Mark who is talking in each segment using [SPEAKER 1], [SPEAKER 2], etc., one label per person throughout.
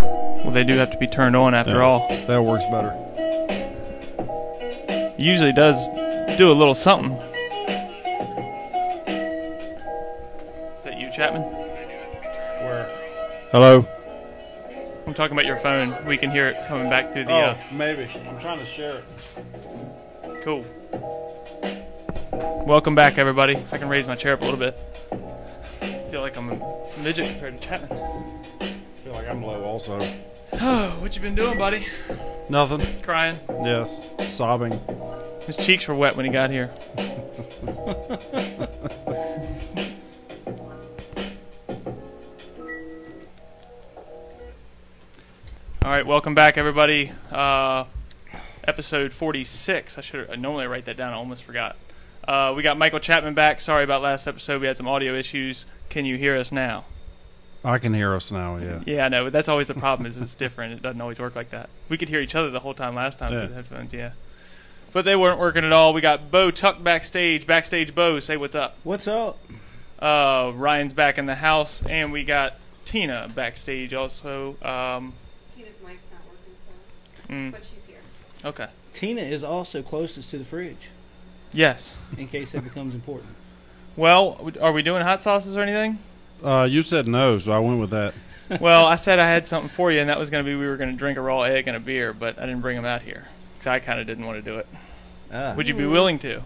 [SPEAKER 1] Well, they do have to be turned on after
[SPEAKER 2] Yeah.
[SPEAKER 1] all.
[SPEAKER 2] That works better.
[SPEAKER 1] Usually does do a little something. Is that you, Chapman?
[SPEAKER 2] Hello.
[SPEAKER 1] I'm talking about your phone. We can hear it coming back through the.
[SPEAKER 2] Oh. maybe. I'm trying to share it.
[SPEAKER 1] Uh, cool. Welcome back, everybody. I can raise my chair up a little bit. feel like I'm a midget compared to Chapman.
[SPEAKER 2] I feel like I'm low also.
[SPEAKER 1] Oh, what you been doing, buddy?
[SPEAKER 2] Nothing.
[SPEAKER 1] Crying.
[SPEAKER 2] Yes. Sobbing.
[SPEAKER 1] His cheeks were wet when he got here. All right, welcome back, everybody. Uh, episode 46. I should I normally write that down. I almost forgot. Uh, we got Michael Chapman back. Sorry about last episode. We had some audio issues. Can you hear us now?
[SPEAKER 2] I can hear us now, yeah.
[SPEAKER 1] Yeah, I know, but that's always the problem. Is it's different. It doesn't always work like that. We could hear each other the whole time last time
[SPEAKER 2] Yeah.
[SPEAKER 1] through the headphones. Yeah, but they weren't working at all. We got Bo Tuck backstage. Backstage, Bo, say what's up.
[SPEAKER 3] What's up?
[SPEAKER 1] Uh, Ryan's back in the house, and we got Tina backstage also. Um,
[SPEAKER 4] Tina's mic's not working, so
[SPEAKER 1] mm,
[SPEAKER 4] but she's here.
[SPEAKER 1] okay.
[SPEAKER 3] Tina is also closest to the fridge
[SPEAKER 1] Yes.
[SPEAKER 3] in case it becomes important.
[SPEAKER 1] Well, are we doing hot sauces or anything?
[SPEAKER 2] Uh, you said no, so I went with that.
[SPEAKER 1] well, I said I had something for you, and that was going to be we were going to drink a raw egg and a beer, but I didn't bring them out here because I kind of didn't want to do it.
[SPEAKER 3] Ah,
[SPEAKER 1] Would you be willing to?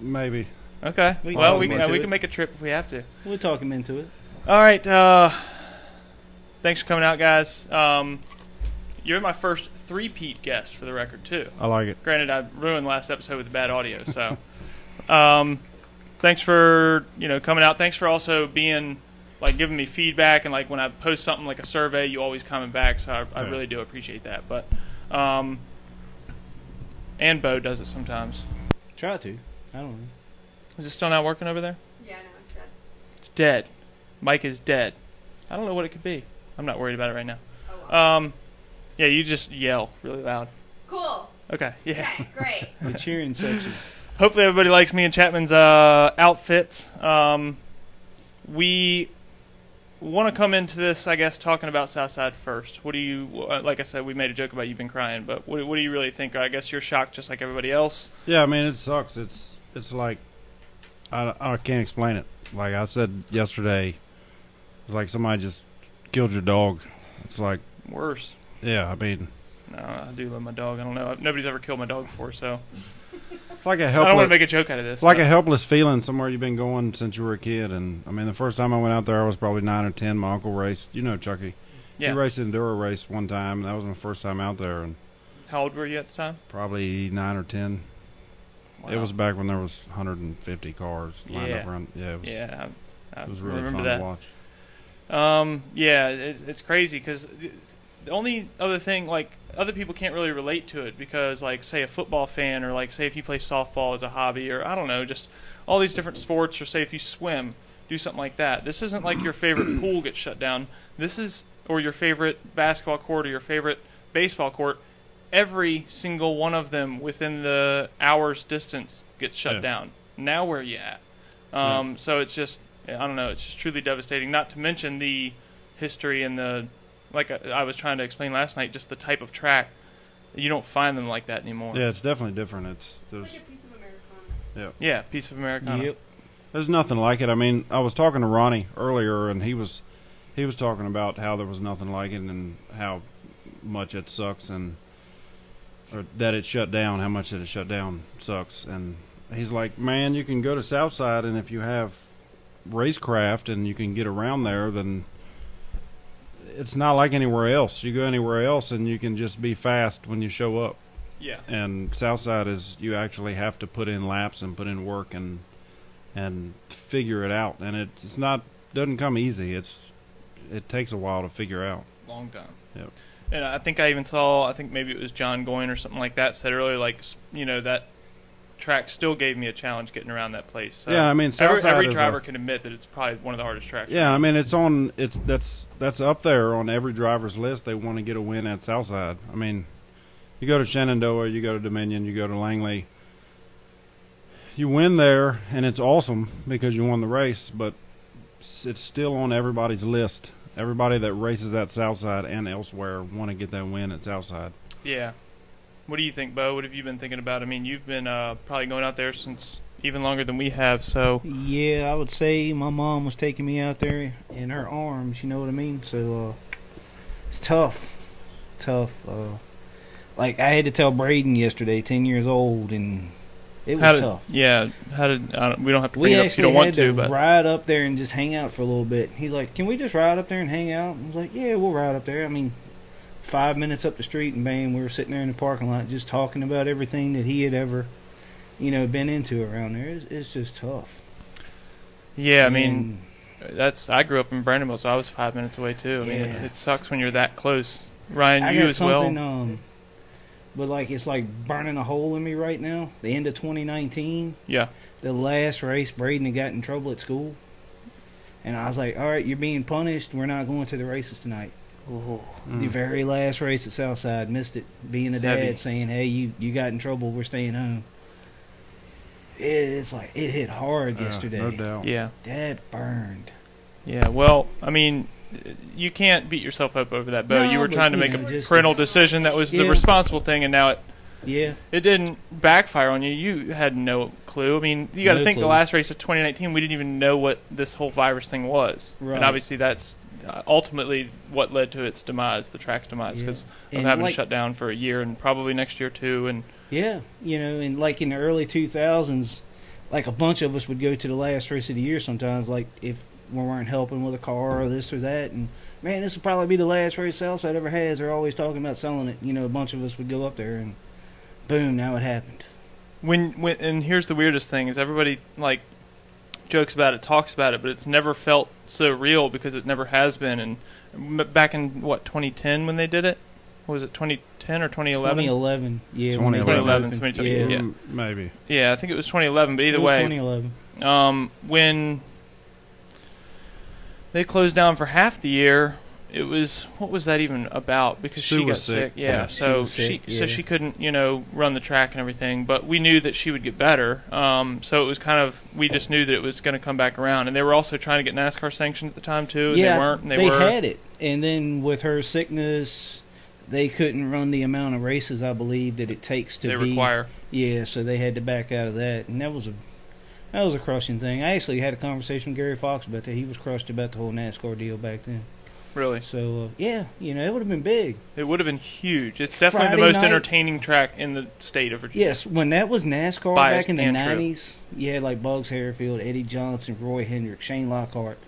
[SPEAKER 2] Maybe.
[SPEAKER 1] Okay.
[SPEAKER 3] We can
[SPEAKER 1] well, we
[SPEAKER 3] look
[SPEAKER 1] can, uh,
[SPEAKER 3] into
[SPEAKER 1] we
[SPEAKER 3] it.
[SPEAKER 1] can make a trip if we have to.
[SPEAKER 3] we'll talk him into it.
[SPEAKER 1] All right. Uh, thanks for coming out, guys. Um, you're my first three-peat guest for the record, too.
[SPEAKER 2] I like it.
[SPEAKER 1] Granted, I ruined last episode with the bad audio, so um, thanks for you know coming out. Thanks for also being like giving me feedback and like when I post something like a survey, you always comment back. So I, I
[SPEAKER 2] Yeah.
[SPEAKER 1] really do appreciate that. But um, and Bo does it sometimes.
[SPEAKER 3] Try to. I don't know.
[SPEAKER 1] Is it still not working over there?
[SPEAKER 4] Yeah, no, it's dead.
[SPEAKER 1] It's dead. Mike is dead. I don't know what it could be. I'm not worried about it right now.
[SPEAKER 4] Oh, well.
[SPEAKER 1] Um, yeah, you just yell really loud.
[SPEAKER 4] cool.
[SPEAKER 1] Okay, yeah.
[SPEAKER 4] Okay, great.
[SPEAKER 3] The cheering section.
[SPEAKER 1] Hopefully everybody likes me and Chapman's uh, outfits. Um, we want to come into this, I guess, talking about Southside first. What do you uh, like? I said we made a joke about you've been crying, but what, what do you really think? I guess you're shocked, just like everybody else.
[SPEAKER 2] Yeah, I mean, it sucks. It's it's like, I, I can't explain it. Like I said yesterday, it's like somebody just killed your dog. It's like,
[SPEAKER 1] Worse.
[SPEAKER 2] yeah, I mean,
[SPEAKER 1] No, I do love my dog. I don't know. Nobody's ever killed my dog before, so
[SPEAKER 2] it's like a
[SPEAKER 1] I don't want to
[SPEAKER 2] helpless,
[SPEAKER 1] make a joke out of this.
[SPEAKER 2] it's like
[SPEAKER 1] but-
[SPEAKER 2] a helpless feeling somewhere you've been going since you were a kid. And I mean, the first time I went out there, I was probably nine or ten. My uncle raced, you know, Chucky.
[SPEAKER 1] yeah.
[SPEAKER 2] He raced the enduro race one time, and that was my first time out there, and
[SPEAKER 1] How old were you at the time?
[SPEAKER 2] probably nine or ten. It
[SPEAKER 1] Wow.
[SPEAKER 2] was back when there was 150 cars lined up
[SPEAKER 1] Yeah.
[SPEAKER 2] around. Yeah, it was,
[SPEAKER 1] Yeah, I, I
[SPEAKER 2] it was really
[SPEAKER 1] remember
[SPEAKER 2] fun
[SPEAKER 1] that.
[SPEAKER 2] to watch.
[SPEAKER 1] Um, yeah, it's, it's crazy because the only other thing, like, other people can't really relate to it because, like, say a football fan or, like, say if you play softball as a hobby or, I don't know, just all these different sports or, say, if you swim, do something like that. This isn't like your favorite pool gets shut down. This is, or your favorite basketball court or your favorite baseball court. Every single one of them within the hour's distance gets shut
[SPEAKER 2] Yeah.
[SPEAKER 1] down. Now where are you at? Um, So it's just, I don't know, it's just truly devastating. Not to mention the history and the, like I, I was trying to explain last night, just the type of track. You don't find them like that anymore.
[SPEAKER 2] Yeah, it's definitely different. It's there's
[SPEAKER 4] Like a piece of Americana.
[SPEAKER 1] Yeah, piece of Americana.
[SPEAKER 3] Yep.
[SPEAKER 2] there's nothing like it. I mean, I was talking to Ronnie earlier, and he was he was talking about how there was nothing like it and how much it sucks and or that it shut down. How much that it shut down sucks. And he's like, man, you can go to Southside, and if you have racecraft and you can get around there, then it's not like anywhere else. You go anywhere else, and you can just be fast when you show up
[SPEAKER 1] Yeah.
[SPEAKER 2] and Southside is you actually have to put in laps and put in work and and figure it out. And it's it's not doesn't come easy. It's it takes a while to figure out.
[SPEAKER 1] long time.
[SPEAKER 2] Yep.
[SPEAKER 1] And I think I even saw, I think maybe it was John Goyne or something like that said earlier, like, s- you know, that track still gave me a challenge getting around that place. So
[SPEAKER 2] yeah, I mean
[SPEAKER 1] every,
[SPEAKER 2] Southside
[SPEAKER 1] every
[SPEAKER 2] is a-
[SPEAKER 1] driver can admit that it's probably one of the hardest tracks.
[SPEAKER 2] yeah, I mean it's on it's that's that's up there on every driver's list. They want to get a win at Southside. I mean, you go to Shenandoah, you go to Dominion, you go to Langley. You win there, and it's awesome because you won the race, but s- it's still on everybody's list Everybody that races at Southside and elsewhere want to get that win at Southside.
[SPEAKER 1] Yeah. What do you think, Bo? What have you been thinking about? I mean, you've been uh, probably going out there since even longer than we have. So
[SPEAKER 3] Yeah, I would say my mom was taking me out there in her arms. You know what I mean? So uh, it's tough, tough. Uh, like I had to tell Braden yesterday, ten years old, and it was
[SPEAKER 1] how did?
[SPEAKER 3] tough.
[SPEAKER 1] Yeah. How did? I don't, we don't have to
[SPEAKER 3] We
[SPEAKER 1] bring it up if you don't
[SPEAKER 3] actually had
[SPEAKER 1] want
[SPEAKER 3] to,
[SPEAKER 1] to, but
[SPEAKER 3] ride up there and just hang out for a little bit. He's like, "Can we just ride up there and hang out?" I was like, "Yeah, we'll ride up there." I mean, five minutes up the street, and bam, we were sitting there in the parking lot just talking about everything that he had ever, you know, been into around there. It's, it's just tough.
[SPEAKER 1] yeah. I mean, that's. I grew up in Brandonville, so I was five minutes away too. I mean, it's,
[SPEAKER 3] Yeah.
[SPEAKER 1] it sucks when you're that close. Ryan,
[SPEAKER 3] I
[SPEAKER 1] you
[SPEAKER 3] got
[SPEAKER 1] as well.
[SPEAKER 3] something, um, but like it's like burning a hole in me right now. The end of 2019,
[SPEAKER 1] Yeah.
[SPEAKER 3] the last race, Braden had got in trouble at school, and I was like, "All right, you're being punished. We're not going to the races tonight." The
[SPEAKER 2] Mm.
[SPEAKER 3] very last race at Southside, missed it. Being a
[SPEAKER 1] It's
[SPEAKER 3] dad,
[SPEAKER 1] heavy.
[SPEAKER 3] saying, "Hey, you you got in trouble. We're staying home." It, it's like it hit hard
[SPEAKER 2] Yeah,
[SPEAKER 3] yesterday.
[SPEAKER 2] Uh, no doubt.
[SPEAKER 1] Yeah.
[SPEAKER 3] That burned.
[SPEAKER 1] Yeah. Well, I mean, you can't beat yourself up over that, Bo.
[SPEAKER 3] No,
[SPEAKER 1] you were
[SPEAKER 3] but,
[SPEAKER 1] trying to
[SPEAKER 3] you
[SPEAKER 1] make
[SPEAKER 3] know,
[SPEAKER 1] a
[SPEAKER 3] just-
[SPEAKER 1] parental decision that was the
[SPEAKER 3] Yeah.
[SPEAKER 1] responsible thing, and now it
[SPEAKER 3] Yeah,
[SPEAKER 1] it didn't backfire on you. You had no clue. I mean, you got to
[SPEAKER 3] No
[SPEAKER 1] think the
[SPEAKER 3] clue.
[SPEAKER 1] last race of 2019, we didn't even know what this whole virus thing was,
[SPEAKER 3] Right.
[SPEAKER 1] and obviously that's uh, ultimately what led to its demise, the track's demise,
[SPEAKER 3] Yeah.
[SPEAKER 1] because of
[SPEAKER 3] And
[SPEAKER 1] having
[SPEAKER 3] like-
[SPEAKER 1] to shut down for a year and probably next year too. And
[SPEAKER 3] Yeah, you know, and like in the early two thousands, like a bunch of us would go to the last race of the year sometimes, like if we weren't helping with a car or this or that, and man, this will probably be the last race Southside ever has. They're always talking about selling it. You know, a bunch of us would go up there, and boom, now it happened.
[SPEAKER 1] when when and here's the weirdest thing is everybody like jokes about it, talks about it, but it's never felt so real because it never has been. And m- back in what 2010 when they did it, What was it 2010 or 2011?
[SPEAKER 3] eleven, yeah, when they
[SPEAKER 1] 2011,
[SPEAKER 3] opened.
[SPEAKER 1] somebody told me,
[SPEAKER 3] yeah,
[SPEAKER 1] yeah.
[SPEAKER 2] Mm, Maybe.
[SPEAKER 1] Yeah, I think it was 2011. But either way,
[SPEAKER 3] twenty eleven.
[SPEAKER 1] um, when they closed down for half the year, it was what was that even about? Because
[SPEAKER 2] She
[SPEAKER 1] she,
[SPEAKER 2] was
[SPEAKER 1] got
[SPEAKER 2] sick.
[SPEAKER 1] sick.
[SPEAKER 2] Yeah,
[SPEAKER 1] Yeah,
[SPEAKER 2] she
[SPEAKER 1] so
[SPEAKER 3] was
[SPEAKER 1] she,
[SPEAKER 3] sick, yeah.
[SPEAKER 1] so she couldn't you know run the track and everything. But we knew that she would get better. Um, so it was kind of we just knew that it was going to come back around. And they were also trying to get NASCAR sanctioned at the time too. And
[SPEAKER 3] yeah,
[SPEAKER 1] they weren't. And they, were.
[SPEAKER 3] had it, and then with her sickness, they couldn't run the amount of races I believe that it takes to
[SPEAKER 1] they
[SPEAKER 3] be
[SPEAKER 1] require.
[SPEAKER 3] Yeah, so they had to back out of that, and that was a that was a crushing thing. I actually had a conversation with Gary Fox about that. He was crushed about the whole NASCAR deal back then.
[SPEAKER 1] Really,
[SPEAKER 3] So uh, yeah, you know, it would have been big.
[SPEAKER 1] it would have been huge. It's definitely
[SPEAKER 3] Friday
[SPEAKER 1] the most
[SPEAKER 3] night-
[SPEAKER 1] entertaining track in the state of Virginia.
[SPEAKER 3] Yes, when that was NASCAR
[SPEAKER 1] Biased
[SPEAKER 3] back in the
[SPEAKER 1] and true.
[SPEAKER 3] nineties, you had like Bugs Harefield, Eddie Johnson, Roy Hendrick, Shane Lockhart.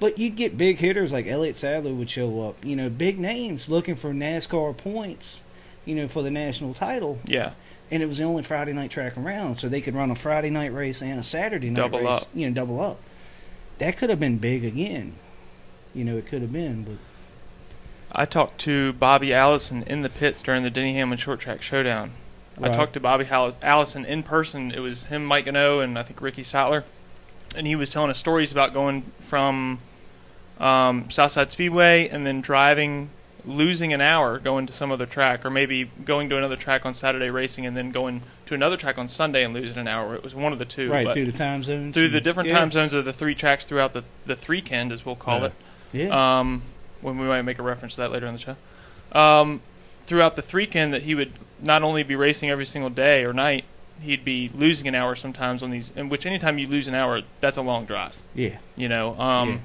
[SPEAKER 3] But you'd get big hitters like Elliott Sadler would show up, you know, big names looking for NASCAR points, you know, for the national title.
[SPEAKER 1] Yeah.
[SPEAKER 3] and it was the only Friday night track around, so they could run a Friday night race and a Saturday night
[SPEAKER 1] Double
[SPEAKER 3] race.
[SPEAKER 1] up.
[SPEAKER 3] You know, double up. That could have been big again. You know, it could have been, but
[SPEAKER 1] I talked to Bobby Allison in the pits during the Denny Hamlin Short Track Showdown.
[SPEAKER 3] Right.
[SPEAKER 1] I talked to Bobby Hallis- Allison in person. It was him, Mike Gano, and I think Ricky Sattler. And he was telling us stories about going from um, Southside Speedway and then driving, losing an hour going to some other track, or maybe going to another track on Saturday racing and then going to another track on Sunday and losing an hour. It was one of the two.
[SPEAKER 3] right
[SPEAKER 1] but
[SPEAKER 3] through the time zones,
[SPEAKER 1] through the
[SPEAKER 3] and-
[SPEAKER 1] different
[SPEAKER 3] yeah,
[SPEAKER 1] time zones of the three tracks throughout the, the three canned, as we'll call
[SPEAKER 2] Yeah.
[SPEAKER 1] it
[SPEAKER 3] Yeah,
[SPEAKER 1] um, when we might make a reference to that later in the show. Um, throughout the three can that he would not only be racing every single day or night, he'd be losing an hour sometimes on these. And which anytime you lose an hour, that's a long drive,
[SPEAKER 3] yeah,
[SPEAKER 1] you know. Um,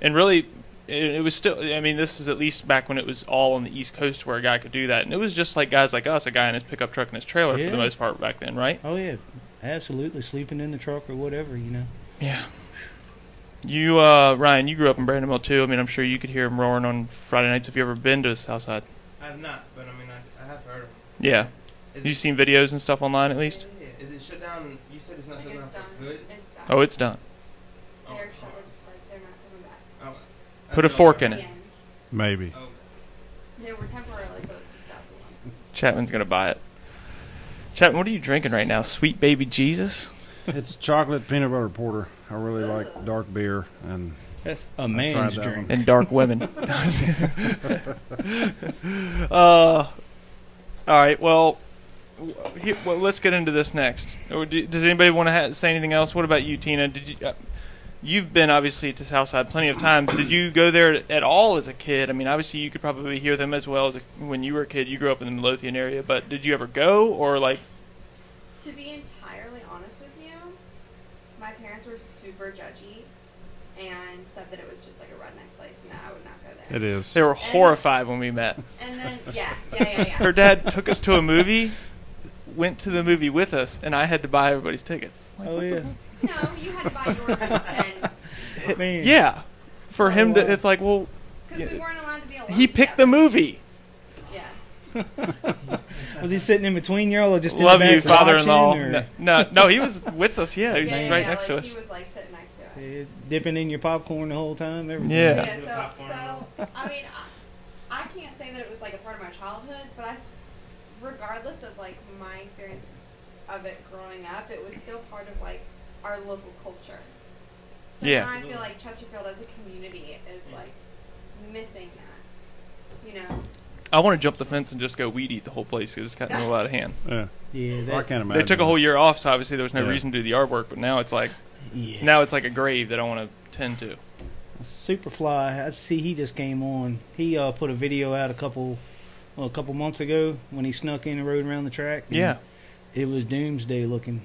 [SPEAKER 1] And really, it, it was still. I mean, this is at least back when it was all on the East Coast where a guy could do that, and it was just like guys like us, a guy in his pickup truck and his trailer for
[SPEAKER 3] Yeah.
[SPEAKER 1] the most part back then, right?
[SPEAKER 3] oh yeah, absolutely sleeping in the truck or whatever, you know.
[SPEAKER 1] Yeah. You, uh, Ryan, you grew up in Brandonville too. I mean, I'm sure you could hear him roaring on Friday nights. Have you ever been to Southside?
[SPEAKER 5] I have not, but I mean, I, I have heard of it.
[SPEAKER 1] Yeah.
[SPEAKER 5] Is
[SPEAKER 1] You've
[SPEAKER 5] it,
[SPEAKER 1] seen videos and stuff online at least?
[SPEAKER 5] Yeah, yeah, Is it shut down? You said it's not
[SPEAKER 4] Like
[SPEAKER 5] shut down
[SPEAKER 4] it's done.
[SPEAKER 5] for good?
[SPEAKER 4] It's done.
[SPEAKER 1] Oh, it's done.
[SPEAKER 5] Oh,
[SPEAKER 4] They're
[SPEAKER 5] oh,
[SPEAKER 4] shut. Like they're not coming back.
[SPEAKER 5] oh. I
[SPEAKER 1] Put a
[SPEAKER 5] thought-
[SPEAKER 1] fork in it.
[SPEAKER 4] Yeah.
[SPEAKER 2] Maybe.
[SPEAKER 5] Oh,
[SPEAKER 4] They were temporarily closed in 2001.
[SPEAKER 1] Chapman's gonna buy it. Chapman, what are you drinking right now? Sweet baby Jesus.
[SPEAKER 2] it's chocolate peanut butter porter. I really like dark beer and
[SPEAKER 3] That's
[SPEAKER 2] tried
[SPEAKER 3] a man's
[SPEAKER 2] that
[SPEAKER 3] drink.
[SPEAKER 1] and dark women. uh, all right. Well, w- here, Oh, well, let's get into this next. Or do, does anybody want to ha- say anything else? What about you, Tina? Did you? Uh, you've been obviously to Southside plenty of times. Did you go there at all as a kid? I mean, obviously you could probably hear them as well as a, when you were a kid. You grew up in the Midlothian area, but did you ever go or like?
[SPEAKER 4] To be entirely honest with you, my parents were super judgy and said that it was just like a redneck place and that I would not go there.
[SPEAKER 2] It is.
[SPEAKER 1] They were horrified when we met.
[SPEAKER 4] And then yeah, yeah, yeah, yeah.
[SPEAKER 1] Her dad took us to a movie, went to the movie with us, and I had to buy everybody's tickets. Like,
[SPEAKER 3] Oh
[SPEAKER 1] what the-
[SPEAKER 3] yeah,
[SPEAKER 4] No, you had to buy yours and
[SPEAKER 3] man.
[SPEAKER 1] yeah. For
[SPEAKER 3] Oh,
[SPEAKER 1] him
[SPEAKER 3] wow.
[SPEAKER 1] to, it's like, well,
[SPEAKER 4] because we weren't allowed to be alone.
[SPEAKER 1] he picked the
[SPEAKER 4] together.
[SPEAKER 1] movie.
[SPEAKER 4] Yeah.
[SPEAKER 3] Was he sitting in between y'all or just in
[SPEAKER 1] Love
[SPEAKER 3] the back
[SPEAKER 1] you, father-in-law.
[SPEAKER 3] watching,
[SPEAKER 1] No,
[SPEAKER 3] or-
[SPEAKER 1] no, no, he was with us. Yeah, he was
[SPEAKER 4] yeah, yeah,
[SPEAKER 1] right
[SPEAKER 4] yeah,
[SPEAKER 1] next
[SPEAKER 4] like,
[SPEAKER 1] to us.
[SPEAKER 4] He was like sitting next to us.
[SPEAKER 3] Yeah, dipping in your popcorn the whole time. Everything.
[SPEAKER 1] Yeah.
[SPEAKER 4] Yeah,
[SPEAKER 5] Do the popcorn roll.
[SPEAKER 4] so, so I mean, I, I can't say that it was like a part of my childhood, but I, regardless of like my experience of it growing up, it was still part of like our local culture. So
[SPEAKER 1] Yeah.
[SPEAKER 4] now I feel like Chesterfield as a community is like missing that. You know,
[SPEAKER 1] I want to jump the fence and just go weed eat the whole place because it's gotten a little out of hand.
[SPEAKER 2] Yeah.
[SPEAKER 3] Yeah,
[SPEAKER 2] I
[SPEAKER 3] that,
[SPEAKER 2] can't imagine.
[SPEAKER 1] They took a whole year off, so obviously there was no
[SPEAKER 2] Yeah.
[SPEAKER 1] reason to do the yard work. But now it's like
[SPEAKER 3] yeah.
[SPEAKER 1] now it's like a grave that I want to tend to.
[SPEAKER 3] Superfly, I see he just came on. He uh, put a video out a couple, well, a couple months ago when he snuck in and rode around the track. and
[SPEAKER 1] Yeah,
[SPEAKER 3] it was doomsday looking.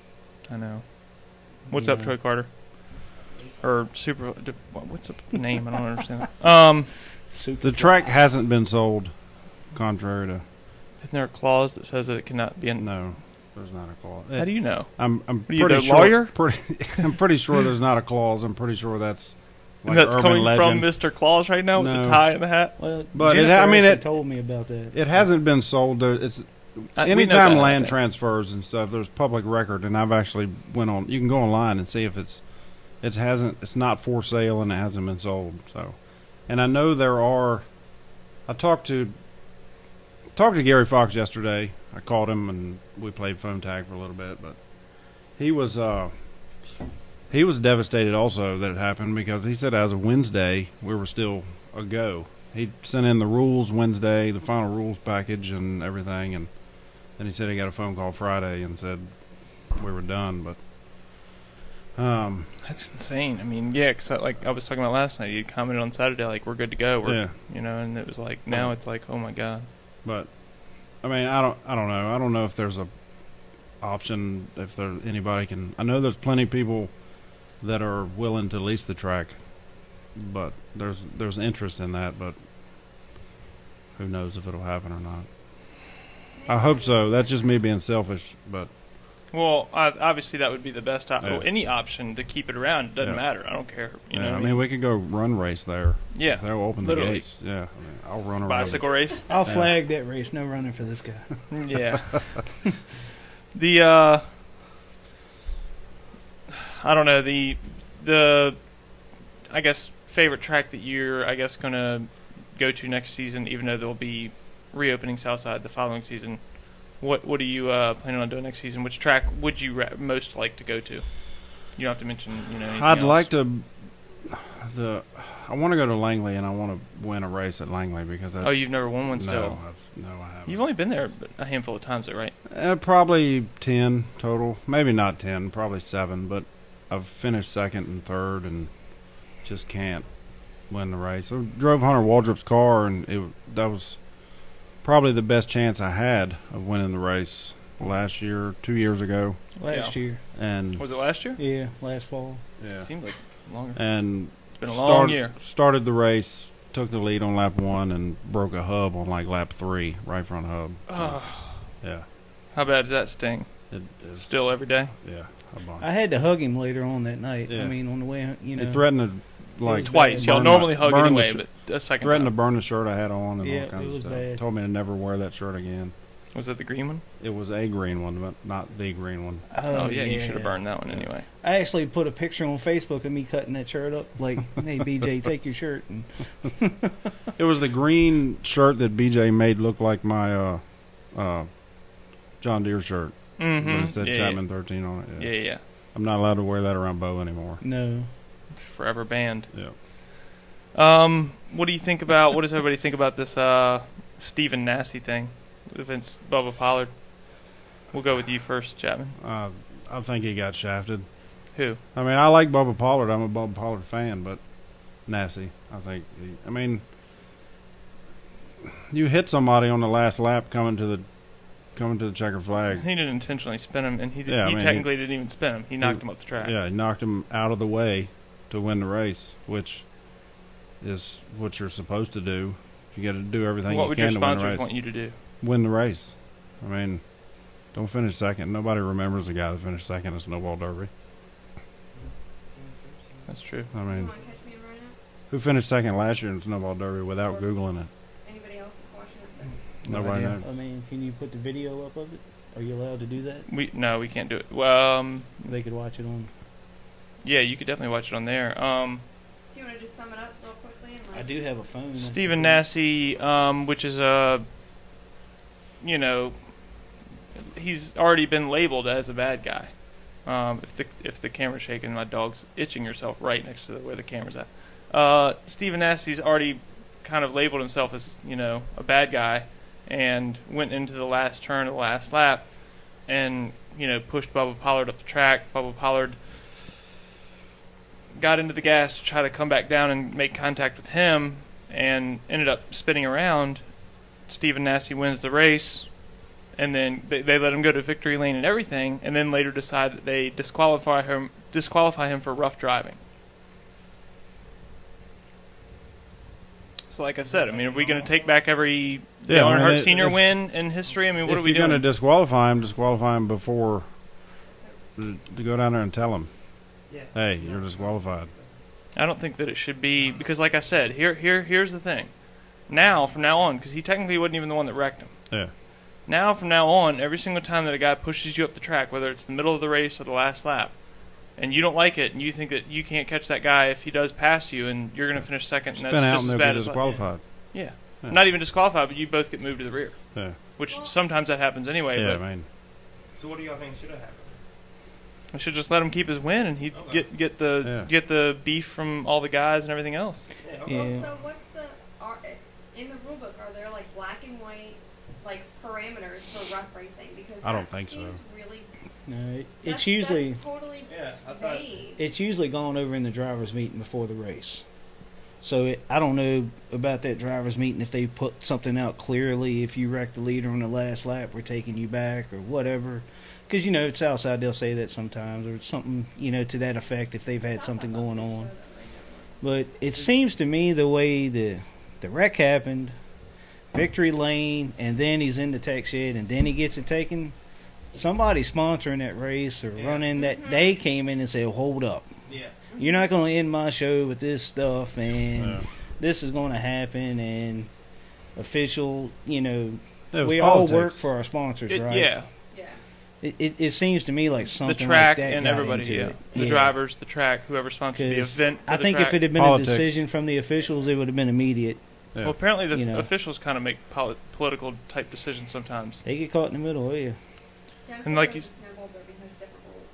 [SPEAKER 1] I know. What's up,
[SPEAKER 3] Yeah.
[SPEAKER 1] Troy Carter? Or super? d- What's the name? I don't understand. Um,
[SPEAKER 3] Superfly.
[SPEAKER 2] The track hasn't been sold, contrary to
[SPEAKER 1] isn't there a clause that says that it cannot be in?
[SPEAKER 2] no. There's not a clause.
[SPEAKER 1] How do you know?
[SPEAKER 2] I'm I'm
[SPEAKER 1] are you,
[SPEAKER 2] pretty
[SPEAKER 1] the
[SPEAKER 2] sure.
[SPEAKER 1] lawyer?
[SPEAKER 2] Pretty, I'm pretty sure there's not a clause. I'm pretty sure that's like
[SPEAKER 1] and that's
[SPEAKER 2] urban
[SPEAKER 1] coming from
[SPEAKER 2] legend.
[SPEAKER 1] Mr. Claus right now with
[SPEAKER 2] No.
[SPEAKER 1] the tie and the hat.
[SPEAKER 3] Well,
[SPEAKER 2] But it-
[SPEAKER 3] Jennifer
[SPEAKER 2] I mean,
[SPEAKER 3] actually
[SPEAKER 2] it-
[SPEAKER 3] told me about that.
[SPEAKER 2] It hasn't been sold. There, it's
[SPEAKER 1] I- Uh, we know
[SPEAKER 2] anytime
[SPEAKER 1] that, I
[SPEAKER 2] land
[SPEAKER 1] think.
[SPEAKER 2] transfers and stuff. There's public record, and I've actually went on. You can go online and see if it's it hasn't. It's not for sale, and it hasn't been sold. So, and I know there are. I talked to talked to Gary Fox yesterday. I called him and we played phone tag for a little bit, but he was uh he was devastated also that it happened because he said as of Wednesday we were still a go. He sent in the rules Wednesday, the final rules package and everything and then he said he got a phone call Friday and said we were done, but um
[SPEAKER 1] That's insane. I mean, yeah, 'cause I, like I was talking about last night, you commented on Saturday, like we're good to go, we're,
[SPEAKER 2] yeah.
[SPEAKER 1] you know, and it was like now it's like, oh my god,
[SPEAKER 2] But I mean, I don't, I don't know. I don't know if there's a option if there anybody can. I know there's plenty of people that are willing to lease the track, but there's there's interest in that. But who knows if it'll happen or not? I hope so. That's just me being selfish, but
[SPEAKER 1] Well, I, obviously that would be the best option.
[SPEAKER 2] Yeah.
[SPEAKER 1] Any option to keep it around it doesn't
[SPEAKER 2] Yeah.
[SPEAKER 1] matter. I don't care. You
[SPEAKER 2] yeah,
[SPEAKER 1] know, what
[SPEAKER 2] I mean, we could go run race there. If
[SPEAKER 1] yeah,
[SPEAKER 2] they'll open
[SPEAKER 1] Literally.
[SPEAKER 2] the gates. Yeah, I mean, I'll run a
[SPEAKER 1] bicycle
[SPEAKER 2] race.
[SPEAKER 1] race.
[SPEAKER 3] I'll
[SPEAKER 2] Yeah.
[SPEAKER 3] flag that race. No running for this guy.
[SPEAKER 1] yeah. the uh, I don't know the the I guess favorite track that you're I guess gonna go to next season, even though there'll be reopening Southside the following season. What what are you uh, planning on doing next season? Which track would you ra- most like to go to? You don't have to mention you know. Anything
[SPEAKER 2] I'd
[SPEAKER 1] else.
[SPEAKER 2] like to. The I want to go to Langley and I want to win a race at Langley because that's
[SPEAKER 1] Oh, you've never won one still.
[SPEAKER 2] No, I've, no, I haven't.
[SPEAKER 1] You've only been there a handful of times, though, right?
[SPEAKER 2] uh, probably ten total, maybe not ten, probably seven. But I've finished second and third, and just can't win the race. I drove Hunter Waldrop's car, and it that was probably the best chance I had of winning the race last year, two years ago,
[SPEAKER 3] Last year,
[SPEAKER 2] and
[SPEAKER 1] Was it last year?
[SPEAKER 3] yeah, last fall.
[SPEAKER 2] Mm-hmm. yeah,
[SPEAKER 1] Seemed like longer.
[SPEAKER 2] and
[SPEAKER 1] It's been a
[SPEAKER 2] Start-
[SPEAKER 1] long year.
[SPEAKER 2] Started the race, took the lead on lap one, and broke a hub on like lap three, right front hub.
[SPEAKER 1] Oh,
[SPEAKER 2] Yeah,
[SPEAKER 1] how bad does that sting?
[SPEAKER 2] it is.
[SPEAKER 1] Still every day.
[SPEAKER 2] Yeah, a bunch.
[SPEAKER 3] I had to hug him later on that night. I
[SPEAKER 2] Yeah.
[SPEAKER 3] mean, on the way, you know.
[SPEAKER 2] it threatened to like
[SPEAKER 3] was
[SPEAKER 1] Twice.
[SPEAKER 3] bad.
[SPEAKER 1] Y'all
[SPEAKER 2] burn
[SPEAKER 1] normally
[SPEAKER 2] my-
[SPEAKER 1] hug
[SPEAKER 2] burn the
[SPEAKER 1] anyway,
[SPEAKER 2] sh-
[SPEAKER 1] but a second
[SPEAKER 2] threatened to
[SPEAKER 1] time.
[SPEAKER 2] burn the shirt I had on and
[SPEAKER 3] Yeah,
[SPEAKER 2] all
[SPEAKER 3] it
[SPEAKER 2] kinds
[SPEAKER 3] was
[SPEAKER 2] of stuff.
[SPEAKER 3] bad.
[SPEAKER 2] Told me to never wear that shirt again.
[SPEAKER 1] Was it the green one?
[SPEAKER 2] It was a green one, but not the green one.
[SPEAKER 1] Oh, yeah, you should have burned that one anyway.
[SPEAKER 3] I actually put a picture on Facebook of me cutting that shirt up. Like, hey, BJ, take your shirt. And
[SPEAKER 2] It was the green shirt that BJ made look like my uh, uh, John Deere shirt. but
[SPEAKER 1] Mm-hmm.
[SPEAKER 2] It said
[SPEAKER 1] yeah,
[SPEAKER 2] Chapman 13 on it.
[SPEAKER 1] Yeah. yeah, yeah.
[SPEAKER 2] I'm not allowed to wear that around Bo anymore.
[SPEAKER 3] no,
[SPEAKER 1] It's forever banned.
[SPEAKER 2] Yeah.
[SPEAKER 1] Um, what do you think about? What does everybody think about this uh, Stephen Nassie thing? Vince Bubba Pollard. We'll go with you first, Chapman.
[SPEAKER 2] Uh, I think he got shafted.
[SPEAKER 1] Who?
[SPEAKER 2] I mean, I like Bubba Pollard. I'm a Bubba Pollard fan, but Nasty, I think. he- I mean, you hit somebody on the last lap coming to the coming to the checker flag.
[SPEAKER 1] He didn't intentionally spin him, and he did,
[SPEAKER 2] Yeah, I
[SPEAKER 1] he
[SPEAKER 2] mean,
[SPEAKER 1] technically didn't even spin him. He knocked him up the track.
[SPEAKER 2] Yeah, he knocked him out of the way to win the race, which is what you're supposed to do. You got to do everything
[SPEAKER 1] What
[SPEAKER 2] you
[SPEAKER 1] would
[SPEAKER 2] can
[SPEAKER 1] your
[SPEAKER 2] to win the
[SPEAKER 1] sponsors
[SPEAKER 2] race.
[SPEAKER 1] want you to do?
[SPEAKER 2] win the race. I mean, don't finish second. Nobody remembers the guy that finished second in Snowball Derby.
[SPEAKER 1] That's true.
[SPEAKER 2] I
[SPEAKER 4] You
[SPEAKER 2] mean,
[SPEAKER 4] want to catch me right now?
[SPEAKER 2] who finished second last year in Snowball Derby without Googling it?
[SPEAKER 4] Anybody else that's watching it?
[SPEAKER 2] Nobody
[SPEAKER 3] idea.
[SPEAKER 2] knows.
[SPEAKER 3] I mean, can you put the video up of it? Are you allowed to do that?
[SPEAKER 1] We no, we can't do it. Well, um,
[SPEAKER 3] They could watch it on.
[SPEAKER 1] yeah, you could definitely watch it on there. Um,
[SPEAKER 4] Do you want to just sum it up real quickly? And, like,
[SPEAKER 3] I do have a phone.
[SPEAKER 1] Stephen Nassie, um, which is a, you know, he's already been labeled as a bad guy. Um, if the if the camera's shaking, my dog's itching herself right next to the, where the camera's at. Uh, Stephen Nassie's already kind of labeled himself as you know a bad guy, and went into the last turn of the last lap, and you know pushed Bubba Pollard up the track. Bubba Pollard got into the gas to try to come back down and make contact with him, and ended up spinning around. Stephen Nassie wins the race, and then they, they let him go to victory lane and everything, and then later decide that they disqualify him disqualify him for rough driving. So, like I said, I mean, are we going to take back every
[SPEAKER 2] Yeah,
[SPEAKER 1] Dale
[SPEAKER 2] I mean,
[SPEAKER 1] Earnhardt
[SPEAKER 2] it-
[SPEAKER 1] Senior
[SPEAKER 2] it's-
[SPEAKER 1] win in history? I mean, what
[SPEAKER 2] if
[SPEAKER 1] are we
[SPEAKER 2] you're
[SPEAKER 1] doing?
[SPEAKER 2] gonna disqualify him, disqualify him before to go down there and tell him,
[SPEAKER 5] Yeah.
[SPEAKER 2] hey, you're disqualified.
[SPEAKER 1] I don't think that it should be because, like I said, here, here, here's the thing. Now, from now on, because he technically wasn't even the one that wrecked him.
[SPEAKER 2] Yeah.
[SPEAKER 1] Now, from now on, every single time that a guy pushes you up the track, whether it's the middle of the race or the last lap, and you don't like it, and you think that you can't catch that guy if he does pass you, and you're going to finish second, and
[SPEAKER 2] Spin
[SPEAKER 1] that's
[SPEAKER 2] out
[SPEAKER 1] just
[SPEAKER 2] and
[SPEAKER 1] as
[SPEAKER 2] they'll
[SPEAKER 1] bad
[SPEAKER 2] get
[SPEAKER 1] as
[SPEAKER 2] disqualified.
[SPEAKER 1] yeah.
[SPEAKER 2] Yeah.
[SPEAKER 1] Not even disqualified, but you both get moved to the rear,
[SPEAKER 2] Yeah,
[SPEAKER 1] which
[SPEAKER 4] Well-
[SPEAKER 1] sometimes that happens anyway.
[SPEAKER 2] yeah.
[SPEAKER 1] but
[SPEAKER 2] I mean,
[SPEAKER 5] So what do y'all think should have happened?
[SPEAKER 1] I should just let him keep his win, and he'd
[SPEAKER 5] Okay.
[SPEAKER 1] get get the
[SPEAKER 2] Yeah.
[SPEAKER 1] get the beef from all the guys and everything else.
[SPEAKER 5] Yeah,
[SPEAKER 3] Yeah.
[SPEAKER 5] okay.
[SPEAKER 4] Well, so what's the are, in the rule book? Are there like black and white like parameters for rough racing? Because
[SPEAKER 2] I don't
[SPEAKER 4] that
[SPEAKER 2] think so.
[SPEAKER 4] seems Really,
[SPEAKER 3] No, it-
[SPEAKER 4] that's,
[SPEAKER 3] it's usually
[SPEAKER 4] that's totally
[SPEAKER 5] Yeah, I thought.
[SPEAKER 4] vague.
[SPEAKER 3] it's usually gone over in the drivers' meeting before the race. So it, I don't know about that drivers' meeting if they put something out clearly. If you wreck the leader on the last lap, we're taking you back or whatever. Because you know it's outside, they'll say that sometimes or something you know to that effect if they've had
[SPEAKER 4] Sounds
[SPEAKER 3] something
[SPEAKER 4] like that's
[SPEAKER 3] going
[SPEAKER 4] the
[SPEAKER 3] on.
[SPEAKER 4] show that they have.
[SPEAKER 3] But it seems to me the way the the wreck happened, victory lane, and then he's in the tech shed, and then he gets it taken. Somebody sponsoring that race or
[SPEAKER 5] Yeah.
[SPEAKER 3] running that
[SPEAKER 1] Mm-hmm.
[SPEAKER 4] Mhm.
[SPEAKER 3] they came in and said, "Hold up,
[SPEAKER 5] Yeah.
[SPEAKER 3] you're not going to end my show with this stuff, and
[SPEAKER 2] yeah.
[SPEAKER 3] this is going to happen." And official, you know,
[SPEAKER 2] It was
[SPEAKER 3] we
[SPEAKER 2] politics.
[SPEAKER 3] all work for our sponsors,
[SPEAKER 1] It-
[SPEAKER 3] right?
[SPEAKER 1] Yeah.
[SPEAKER 4] Yeah.
[SPEAKER 3] It, it, it seems to me like
[SPEAKER 1] the
[SPEAKER 3] something
[SPEAKER 1] track
[SPEAKER 3] like that
[SPEAKER 1] and
[SPEAKER 3] got
[SPEAKER 1] everybody,
[SPEAKER 3] into
[SPEAKER 1] yeah.
[SPEAKER 3] it.
[SPEAKER 1] The
[SPEAKER 3] Yeah.
[SPEAKER 1] drivers, the track, whoever sponsored the
[SPEAKER 3] 'Cause
[SPEAKER 1] event. for
[SPEAKER 3] I
[SPEAKER 1] the
[SPEAKER 3] think
[SPEAKER 1] track.
[SPEAKER 3] if it had been
[SPEAKER 2] Politics.
[SPEAKER 3] a decision from the officials, it would have been immediate.
[SPEAKER 2] Yeah.
[SPEAKER 1] well, apparently the
[SPEAKER 3] you know.
[SPEAKER 1] officials kind of make poli- political type decisions sometimes.
[SPEAKER 3] They get caught in the middle, yeah.
[SPEAKER 4] Jennifer
[SPEAKER 1] And like
[SPEAKER 4] goes
[SPEAKER 1] you-
[SPEAKER 4] to Snowball Derby has different rules.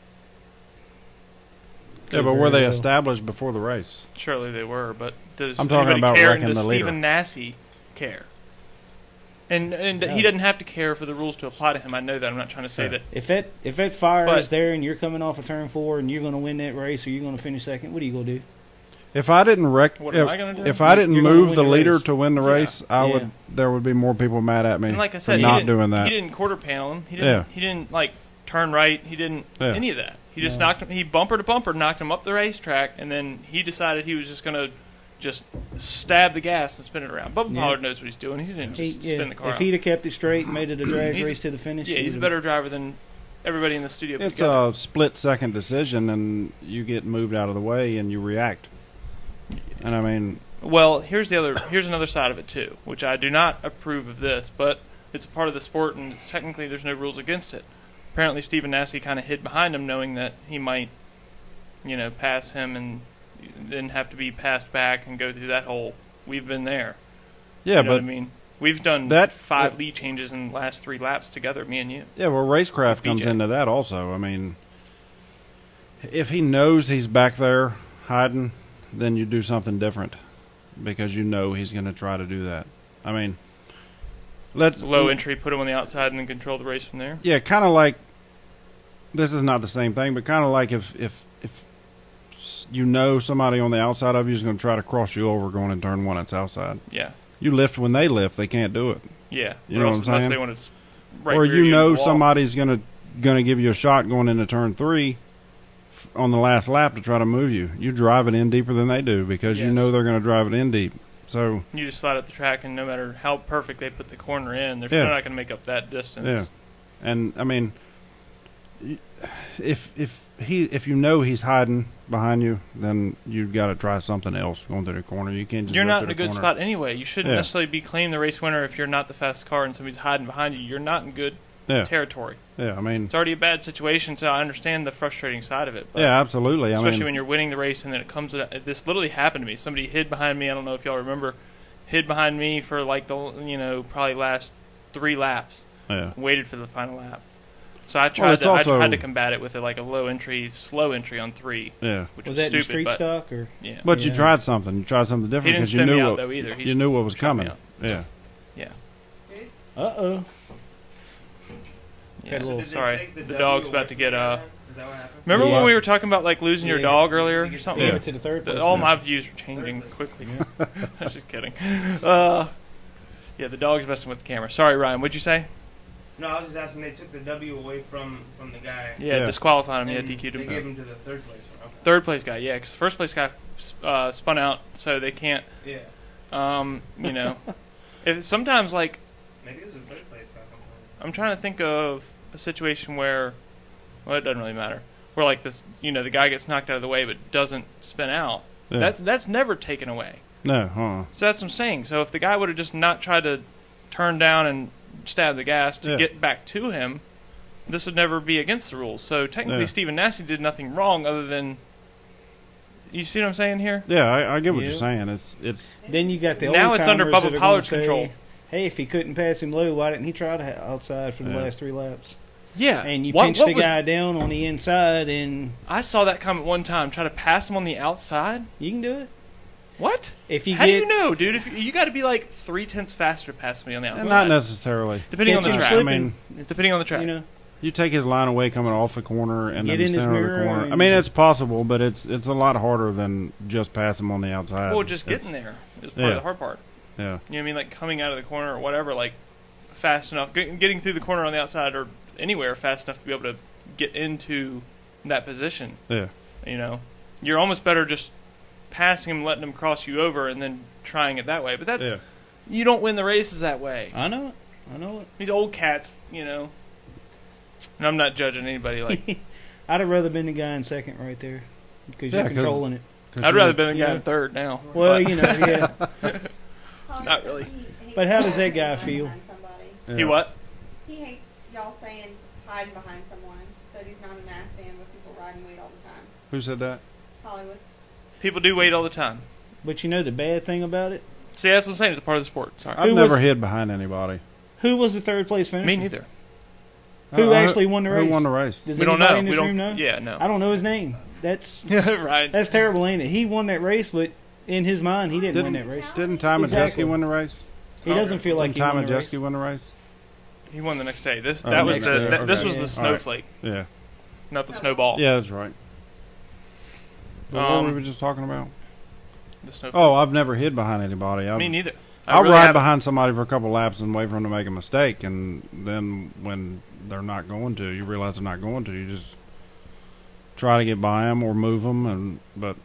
[SPEAKER 2] yeah, but were they
[SPEAKER 3] Well,
[SPEAKER 2] established before the race?
[SPEAKER 1] Surely they were, but does
[SPEAKER 2] I'm talking
[SPEAKER 1] anybody
[SPEAKER 2] about
[SPEAKER 1] care?
[SPEAKER 2] wrecking
[SPEAKER 1] and does
[SPEAKER 2] the leader.
[SPEAKER 1] Stephen Nassie care? And and
[SPEAKER 3] No.
[SPEAKER 1] he doesn't have to care for the rules to apply to him. I know that. I'm not trying to say
[SPEAKER 2] Yeah.
[SPEAKER 1] that.
[SPEAKER 3] If that if that fire
[SPEAKER 1] But-
[SPEAKER 3] is there and you're coming off a turn four and you're going to win that race or you're going to finish second, what are you going to do?
[SPEAKER 2] If I didn't wreck,
[SPEAKER 1] What
[SPEAKER 2] if,
[SPEAKER 1] am I going to do?
[SPEAKER 2] if I didn't
[SPEAKER 3] You're gonna
[SPEAKER 2] move
[SPEAKER 3] win
[SPEAKER 2] the
[SPEAKER 3] the
[SPEAKER 2] leader
[SPEAKER 3] race.
[SPEAKER 2] to win the
[SPEAKER 1] Yeah.
[SPEAKER 2] race, I
[SPEAKER 3] Yeah.
[SPEAKER 2] would. There would be more people mad at me
[SPEAKER 1] and like I
[SPEAKER 2] for
[SPEAKER 1] said,
[SPEAKER 2] not
[SPEAKER 1] he didn't,
[SPEAKER 2] doing
[SPEAKER 1] He
[SPEAKER 2] that.
[SPEAKER 1] didn't quarter panel him. He didn't.
[SPEAKER 2] Yeah.
[SPEAKER 1] He didn't like turn right. He didn't
[SPEAKER 2] Yeah.
[SPEAKER 1] any of that. He just
[SPEAKER 3] No.
[SPEAKER 1] knocked him. He bumper to bumper knocked him up the racetrack, and then he decided he was just gonna just stab the gas and spin it around. Bubba
[SPEAKER 3] Yeah.
[SPEAKER 1] Pollard knows what he's doing. He didn't
[SPEAKER 3] He-
[SPEAKER 1] just
[SPEAKER 3] yeah,
[SPEAKER 1] spin the car.
[SPEAKER 3] if
[SPEAKER 1] out.
[SPEAKER 3] he'd have kept it straight, and made it a drag
[SPEAKER 1] He's-
[SPEAKER 3] race to the finish,
[SPEAKER 1] yeah,
[SPEAKER 3] he
[SPEAKER 1] he's a
[SPEAKER 3] would've-
[SPEAKER 1] better driver than everybody in the studio. put
[SPEAKER 2] It's uh,
[SPEAKER 1] together.
[SPEAKER 2] a split second decision, and you get moved out of the way, and you react. And I mean,
[SPEAKER 1] Well, here's the other here's another side of it too, which I do not approve of this, but it's a part of the sport and it's technically there's no rules against it. Apparently Stephen Nassie kind of hid behind him knowing that he might you know pass him and then have to be passed back and go through that whole we've been there.
[SPEAKER 2] yeah,
[SPEAKER 1] you know
[SPEAKER 2] but
[SPEAKER 1] what I mean? We've done
[SPEAKER 2] that-
[SPEAKER 1] five
[SPEAKER 2] that-
[SPEAKER 1] lead changes in the last three laps together, me and you.
[SPEAKER 2] yeah, well, racecraft comes
[SPEAKER 1] BJ.
[SPEAKER 2] into that also. I mean, if he knows he's back there hiding, then you do something different because you know he's going to try to do that. I mean, let's
[SPEAKER 1] Low entry, put him on the outside and then control the race from there.
[SPEAKER 2] Yeah, kind of like this is not the same thing, but kind of like if if if s- you know somebody on the outside of you is going to try to cross you over going in turn one that's outside,
[SPEAKER 1] Yeah,
[SPEAKER 2] you lift when they lift, they can't do it.
[SPEAKER 1] yeah.
[SPEAKER 2] You
[SPEAKER 1] Or
[SPEAKER 2] know
[SPEAKER 1] else
[SPEAKER 2] what I'm
[SPEAKER 1] unless
[SPEAKER 2] saying?
[SPEAKER 1] They want to s- right
[SPEAKER 2] or
[SPEAKER 1] rear
[SPEAKER 2] you know
[SPEAKER 1] into the wall.
[SPEAKER 2] somebody's going to going to give you a shot going into turn 3 f- on the last lap to try to move you. You drive it in deeper than they do because you
[SPEAKER 1] Yes.
[SPEAKER 2] know they're going to drive it in deep. So,
[SPEAKER 1] You just slide up the track, and no matter how perfect they put the corner in, they're
[SPEAKER 2] Yeah.
[SPEAKER 1] still not going to make up that distance.
[SPEAKER 2] Yeah. and I mean, y- if if he if you know he's hiding behind you, then you've got to try something else going through the corner. You can't. Just
[SPEAKER 1] You're
[SPEAKER 2] go
[SPEAKER 1] not in
[SPEAKER 2] through
[SPEAKER 1] a
[SPEAKER 2] the
[SPEAKER 1] good
[SPEAKER 2] corner.
[SPEAKER 1] spot anyway. You shouldn't
[SPEAKER 2] Yeah.
[SPEAKER 1] necessarily be claimed the race winner if you're not the fast car and somebody's hiding behind you. You're not in good
[SPEAKER 2] Yeah,
[SPEAKER 1] territory.
[SPEAKER 2] yeah. I mean,
[SPEAKER 1] It's already a bad situation, so I understand the frustrating side of it. But
[SPEAKER 2] yeah, absolutely. I
[SPEAKER 1] especially
[SPEAKER 2] mean,
[SPEAKER 1] when you're winning the race and then it comes to this literally happened to me somebody hid behind me i don't know if y'all remember hid behind me for like the you know probably last three laps
[SPEAKER 2] yeah,
[SPEAKER 1] waited for the final lap so i
[SPEAKER 2] Well,
[SPEAKER 1] tried
[SPEAKER 2] it's
[SPEAKER 1] to
[SPEAKER 2] also-
[SPEAKER 1] i tried to combat it with a, like a low entry slow entry on three
[SPEAKER 2] yeah.
[SPEAKER 1] which was,
[SPEAKER 3] Was that in
[SPEAKER 1] stupid
[SPEAKER 3] street
[SPEAKER 1] but
[SPEAKER 3] stock or?
[SPEAKER 1] yeah
[SPEAKER 2] But you
[SPEAKER 3] Yeah.
[SPEAKER 2] tried something. You tried something
[SPEAKER 1] he
[SPEAKER 2] different
[SPEAKER 1] didn't
[SPEAKER 2] because you
[SPEAKER 1] spin me
[SPEAKER 2] knew
[SPEAKER 1] out
[SPEAKER 2] what
[SPEAKER 1] though either He
[SPEAKER 2] you knew what was
[SPEAKER 1] shut me
[SPEAKER 2] coming.
[SPEAKER 1] out.
[SPEAKER 2] Yeah,
[SPEAKER 4] Dude,
[SPEAKER 3] Uh oh.
[SPEAKER 1] yeah.
[SPEAKER 3] Had a little-
[SPEAKER 5] Did they
[SPEAKER 1] Oh, sorry
[SPEAKER 5] take
[SPEAKER 1] the,
[SPEAKER 5] W
[SPEAKER 1] dog's
[SPEAKER 5] away
[SPEAKER 1] about to
[SPEAKER 5] from
[SPEAKER 1] get
[SPEAKER 5] the
[SPEAKER 1] uh
[SPEAKER 5] guy? Is that what happened?
[SPEAKER 1] remember
[SPEAKER 2] Yeah.
[SPEAKER 1] when we were talking about like losing your
[SPEAKER 5] Yeah.
[SPEAKER 1] dog earlier or
[SPEAKER 5] Yeah.
[SPEAKER 1] something
[SPEAKER 3] Gave
[SPEAKER 2] Yeah.
[SPEAKER 3] it to the third place.
[SPEAKER 1] Oh, The, all
[SPEAKER 2] Yeah.
[SPEAKER 1] my views are changing quickly. I was just kidding. Uh, yeah, the dog's messing with the camera. Sorry, Ryan. What'd you say?
[SPEAKER 5] No, I was just asking. They took the W away from from the guy.
[SPEAKER 1] Yeah,
[SPEAKER 2] Yeah.
[SPEAKER 1] disqualified him.
[SPEAKER 5] and
[SPEAKER 1] Yeah, DQ'd
[SPEAKER 5] They gave
[SPEAKER 1] him.
[SPEAKER 5] him to the third place. one, Okay.
[SPEAKER 1] Third place guy. Yeah, because the first place guy uh, spun out, so they can't.
[SPEAKER 5] Yeah.
[SPEAKER 1] Um, you know, if sometimes like
[SPEAKER 5] Maybe it was the third place guy. I'm
[SPEAKER 1] I'm trying to think of a situation where, well, it doesn't really matter. Where like this, you know, the guy gets knocked out of the way but doesn't spin out.
[SPEAKER 2] yeah.
[SPEAKER 1] That's that's never taken away.
[SPEAKER 2] no, huh?
[SPEAKER 1] So that's what I'm saying. So if the guy would have just not tried to turn down and stab the gas to
[SPEAKER 2] Yeah.
[SPEAKER 1] get back to him, this would never be against the rules. So technically,
[SPEAKER 2] Yeah.
[SPEAKER 1] Stephen Nasty did nothing wrong other than. You see what I'm saying here?
[SPEAKER 2] Yeah, I, I get what
[SPEAKER 3] Yeah.
[SPEAKER 2] you're saying. It's it's
[SPEAKER 3] Then you got the
[SPEAKER 1] Now
[SPEAKER 3] old
[SPEAKER 1] it's under
[SPEAKER 3] timers
[SPEAKER 1] Bubba
[SPEAKER 3] that are
[SPEAKER 1] Pollard's
[SPEAKER 3] gonna say,
[SPEAKER 1] control.
[SPEAKER 3] Hey, if he couldn't pass him low, why didn't he try to ha- outside for the
[SPEAKER 2] Yeah.
[SPEAKER 3] last three laps?
[SPEAKER 1] Yeah.
[SPEAKER 3] And you
[SPEAKER 1] Uh, What-
[SPEAKER 3] pinch
[SPEAKER 1] what
[SPEAKER 3] the
[SPEAKER 1] was-
[SPEAKER 3] guy down on the inside, and
[SPEAKER 1] I saw that comment one time. Try to pass him on the outside.
[SPEAKER 3] you can do it.
[SPEAKER 1] What?
[SPEAKER 3] If you
[SPEAKER 1] How
[SPEAKER 3] get
[SPEAKER 1] do you know, dude? If you, you got to be like three tenths faster to pass me on the outside.
[SPEAKER 2] not necessarily.
[SPEAKER 1] Depending on
[SPEAKER 3] catch
[SPEAKER 1] the
[SPEAKER 3] him
[SPEAKER 1] track.
[SPEAKER 3] slipping,
[SPEAKER 2] I mean,
[SPEAKER 3] it's-
[SPEAKER 1] Depending on the track.
[SPEAKER 3] you know,
[SPEAKER 2] You take his line away coming off the corner and
[SPEAKER 3] Get
[SPEAKER 2] then
[SPEAKER 3] in
[SPEAKER 2] the
[SPEAKER 3] his
[SPEAKER 2] center of
[SPEAKER 3] mirror
[SPEAKER 2] the corner. I
[SPEAKER 3] and-
[SPEAKER 2] mean, it's possible, but it's it's a lot harder than just pass him on the outside.
[SPEAKER 1] well, just
[SPEAKER 2] It's-
[SPEAKER 1] getting there is part of
[SPEAKER 2] Yeah.
[SPEAKER 1] the hard part.
[SPEAKER 2] Yeah,
[SPEAKER 1] You know what I mean? Like coming out of the corner or whatever, like fast enough, get- getting through the corner on the outside or anywhere fast enough to be able to get into that position.
[SPEAKER 2] yeah,
[SPEAKER 1] You know, you're almost better just passing him, letting him cross you over, and then trying it that way. But that's
[SPEAKER 2] yeah.
[SPEAKER 1] you don't win the races that way.
[SPEAKER 3] I know it. I know it.
[SPEAKER 1] These old cats, you know. And I'm not judging anybody. Like
[SPEAKER 3] I'd have rather been the guy in second right there because
[SPEAKER 2] Yeah,
[SPEAKER 3] you're
[SPEAKER 2] 'cause-
[SPEAKER 3] controlling it.
[SPEAKER 1] I'd rather been a
[SPEAKER 3] you
[SPEAKER 1] guy
[SPEAKER 3] know.
[SPEAKER 1] in third now.
[SPEAKER 3] Well,
[SPEAKER 1] But
[SPEAKER 3] you know, yeah.
[SPEAKER 4] Paul
[SPEAKER 1] Not
[SPEAKER 4] says
[SPEAKER 1] really.
[SPEAKER 4] he hates
[SPEAKER 3] But how does that
[SPEAKER 4] hiding
[SPEAKER 3] guy
[SPEAKER 4] behind
[SPEAKER 3] feel?
[SPEAKER 4] somebody.
[SPEAKER 2] Yeah.
[SPEAKER 1] he what?
[SPEAKER 4] He hates y'all saying hiding behind someone, that he's not an ass man, but people riding weight all the time.
[SPEAKER 2] Who said that?
[SPEAKER 4] Hollywood.
[SPEAKER 1] People do wait all the time.
[SPEAKER 3] But you know the bad thing about it?
[SPEAKER 1] See, that's what I'm saying. It's a part of the sport. Sorry,
[SPEAKER 2] I've
[SPEAKER 3] Who
[SPEAKER 2] never
[SPEAKER 3] was-
[SPEAKER 2] hid behind anybody.
[SPEAKER 3] Who was the third place finisher?
[SPEAKER 1] me neither.
[SPEAKER 3] Who
[SPEAKER 2] Uh,
[SPEAKER 3] actually won the
[SPEAKER 2] Who
[SPEAKER 3] race?
[SPEAKER 2] won the race?
[SPEAKER 3] Does
[SPEAKER 1] we don't
[SPEAKER 3] anybody
[SPEAKER 1] know.
[SPEAKER 3] in this
[SPEAKER 1] we don't.
[SPEAKER 3] room know?
[SPEAKER 1] Yeah, no.
[SPEAKER 3] I don't know his name. That's
[SPEAKER 1] Ryan's
[SPEAKER 3] that's terrible, ain't it? He won that race, but in his mind, he didn't, win
[SPEAKER 2] Didn't-
[SPEAKER 3] that race.
[SPEAKER 2] Didn't Ty Majeski
[SPEAKER 3] Exactly.
[SPEAKER 2] win the race?
[SPEAKER 3] He doesn't feel like
[SPEAKER 2] Didn't
[SPEAKER 3] he
[SPEAKER 2] Ty
[SPEAKER 3] won the race.
[SPEAKER 2] Majeski win the race?
[SPEAKER 1] He won the next day. This
[SPEAKER 2] Oh,
[SPEAKER 1] that was
[SPEAKER 2] next
[SPEAKER 1] the
[SPEAKER 2] day,
[SPEAKER 1] that, this
[SPEAKER 2] okay.
[SPEAKER 1] was the
[SPEAKER 3] Yeah.
[SPEAKER 1] snowflake,
[SPEAKER 2] Yeah,
[SPEAKER 1] not the snowball.
[SPEAKER 2] yeah, that's right. But
[SPEAKER 1] Um,
[SPEAKER 2] what were we just talking about?
[SPEAKER 1] The snowflake.
[SPEAKER 2] Oh, I've never hid behind anybody. I've,
[SPEAKER 1] me neither. I
[SPEAKER 2] I'll
[SPEAKER 1] really
[SPEAKER 2] ride
[SPEAKER 1] haven't.
[SPEAKER 2] behind somebody for a couple laps and wait for them to make a mistake, and then when they're not going to, you realize they're not going to. You just try to get by them or move them, and but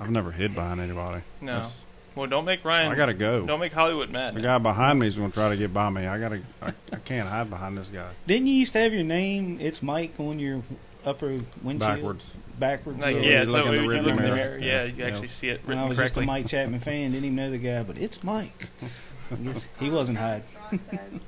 [SPEAKER 2] I've never hid behind anybody.
[SPEAKER 1] No.
[SPEAKER 2] That's-
[SPEAKER 1] Well, don't make Ryan.
[SPEAKER 2] I gotta go.
[SPEAKER 1] Don't make Hollywood mad.
[SPEAKER 2] The guy behind me is gonna try to get by me. I gotta. I, I can't hide behind this guy
[SPEAKER 3] Didn't you used to have your name? It's Mike on your upper windshield.
[SPEAKER 2] backwards.
[SPEAKER 3] Backwards.
[SPEAKER 1] Like,
[SPEAKER 2] So
[SPEAKER 1] yeah,
[SPEAKER 2] you
[SPEAKER 1] it's like
[SPEAKER 2] look in the
[SPEAKER 1] you
[SPEAKER 2] rearview
[SPEAKER 1] look in the
[SPEAKER 2] mirror.
[SPEAKER 1] mirror. Yeah, you
[SPEAKER 2] Yeah.
[SPEAKER 1] actually see it
[SPEAKER 3] When I
[SPEAKER 1] written
[SPEAKER 3] was just a
[SPEAKER 1] correctly.
[SPEAKER 3] Mike Chapman fan, didn't even know the guy, but it's Mike. I guess he wasn't hiding.
[SPEAKER 4] Travis Strong says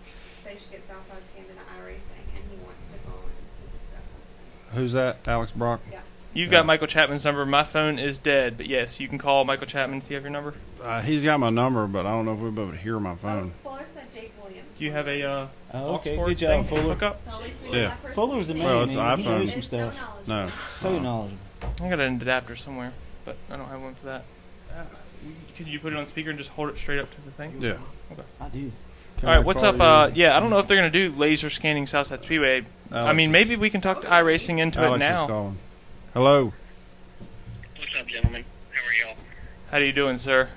[SPEAKER 4] they should get Southside scammed into iRacing, and he wants to call in to discuss something.
[SPEAKER 2] Who's that? Alex Brock.
[SPEAKER 4] Yeah.
[SPEAKER 1] You've
[SPEAKER 2] Yeah.
[SPEAKER 1] got Michael Chapman's number. My phone is dead, but yes, you can call Michael Chapman. Do you have your number?
[SPEAKER 2] Uh, he's got my number, but I don't know if we'll be able to hear my phone.
[SPEAKER 4] Oh, Fuller said Jake Williams.
[SPEAKER 1] Do you have a uh,
[SPEAKER 3] Oh, okay,
[SPEAKER 1] Oxford
[SPEAKER 3] good job,
[SPEAKER 1] thing?
[SPEAKER 3] Fuller.
[SPEAKER 1] Look up.
[SPEAKER 4] So at least we
[SPEAKER 2] Yeah.
[SPEAKER 4] know that person.
[SPEAKER 3] Fuller's the man.
[SPEAKER 2] Well, it's
[SPEAKER 3] and he
[SPEAKER 2] iPhone.
[SPEAKER 3] knows some
[SPEAKER 4] It's so
[SPEAKER 3] stuff.
[SPEAKER 2] No.
[SPEAKER 4] knowledgeable.
[SPEAKER 3] So knowledgeable.
[SPEAKER 1] I got an adapter somewhere, but I don't have one for that. Uh, Could you put it on speaker and just hold it straight up to the thing?
[SPEAKER 2] Yeah.
[SPEAKER 3] I do.
[SPEAKER 1] All right, what's up? Uh, yeah, I don't know if they're gonna do laser scanning Southside Speedway. I mean, maybe we can talk to iRacing into
[SPEAKER 2] Alex
[SPEAKER 1] it
[SPEAKER 2] is
[SPEAKER 1] now.
[SPEAKER 2] calling. Hello.
[SPEAKER 6] What's up, gentlemen? How are y'all?
[SPEAKER 1] How do you doing, sir?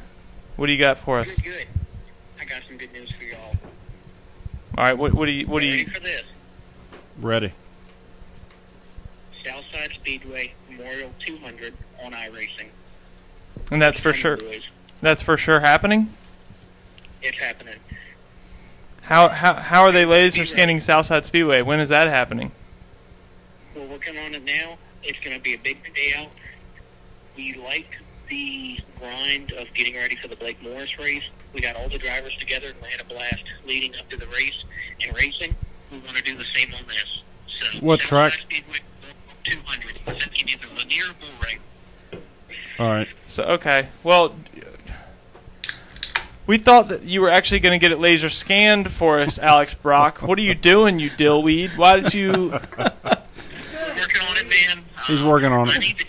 [SPEAKER 1] What do you got for us?
[SPEAKER 6] Good, good. I got some good news for y'all.
[SPEAKER 1] All right, what, what do you what do
[SPEAKER 6] Ready
[SPEAKER 1] you?
[SPEAKER 6] for this?
[SPEAKER 2] Ready.
[SPEAKER 6] Southside Speedway Memorial 200 on iRacing.
[SPEAKER 1] And that's for
[SPEAKER 6] Come
[SPEAKER 1] sure.
[SPEAKER 6] on, boys.
[SPEAKER 1] That's for sure happening.
[SPEAKER 6] It's happening.
[SPEAKER 1] How how how are they laser scanning Southside Speedway? When is that happening?
[SPEAKER 6] We're working on it now. It's going to be a big day out. We like the grind of getting ready for the Blake Morris race. We got all the drivers together and we had a blast leading up to the race and racing. We want to do the same on this. So
[SPEAKER 2] What
[SPEAKER 6] Southside
[SPEAKER 2] track?
[SPEAKER 6] Speedway 200. It's at either Lanier or Bullring.
[SPEAKER 2] All right.
[SPEAKER 1] So okay, well, we thought that you were actually going to get it laser scanned for us, Alex Brock. What are you doing, you dillweed? Why did you?
[SPEAKER 6] We're working on it, man.
[SPEAKER 2] He's working on
[SPEAKER 6] I
[SPEAKER 2] it.
[SPEAKER 6] need the-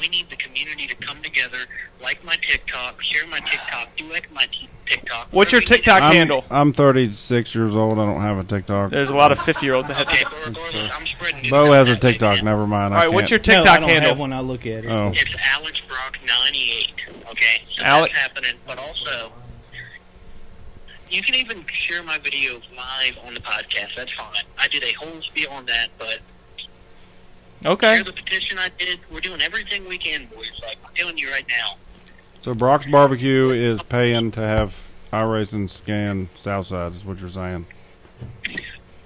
[SPEAKER 6] we need the community to come together, like my TikTok, share my TikTok, do like my t- TikTok.
[SPEAKER 1] What's your
[SPEAKER 6] Whatever you
[SPEAKER 1] TikTok
[SPEAKER 6] do.
[SPEAKER 2] I'm,
[SPEAKER 1] handle.
[SPEAKER 2] I'm 36 years old. I don't have a TikTok.
[SPEAKER 1] There's a lot of fifty year olds that have.
[SPEAKER 6] Okay, but regardless, I'm spreading.
[SPEAKER 2] Bo has a
[SPEAKER 6] it.
[SPEAKER 2] TikTok. Never mind.
[SPEAKER 1] All right, what's your
[SPEAKER 3] No, I
[SPEAKER 1] TikTok
[SPEAKER 3] don't have
[SPEAKER 1] handle?
[SPEAKER 3] one. I look at it.
[SPEAKER 2] Oh,
[SPEAKER 6] It's Alex Brock ninety eight. Okay, so
[SPEAKER 1] Alex-
[SPEAKER 6] that's happening. But also, you can even share my video live on the podcast. That's fine. I did a whole spiel on that, but
[SPEAKER 1] Okay.
[SPEAKER 6] share the petition I did. We're doing everything we can, boys. Like I'm telling you right now.
[SPEAKER 2] so Brock's Barbecue is paying to have iRacing scan Southside. Is what you're saying?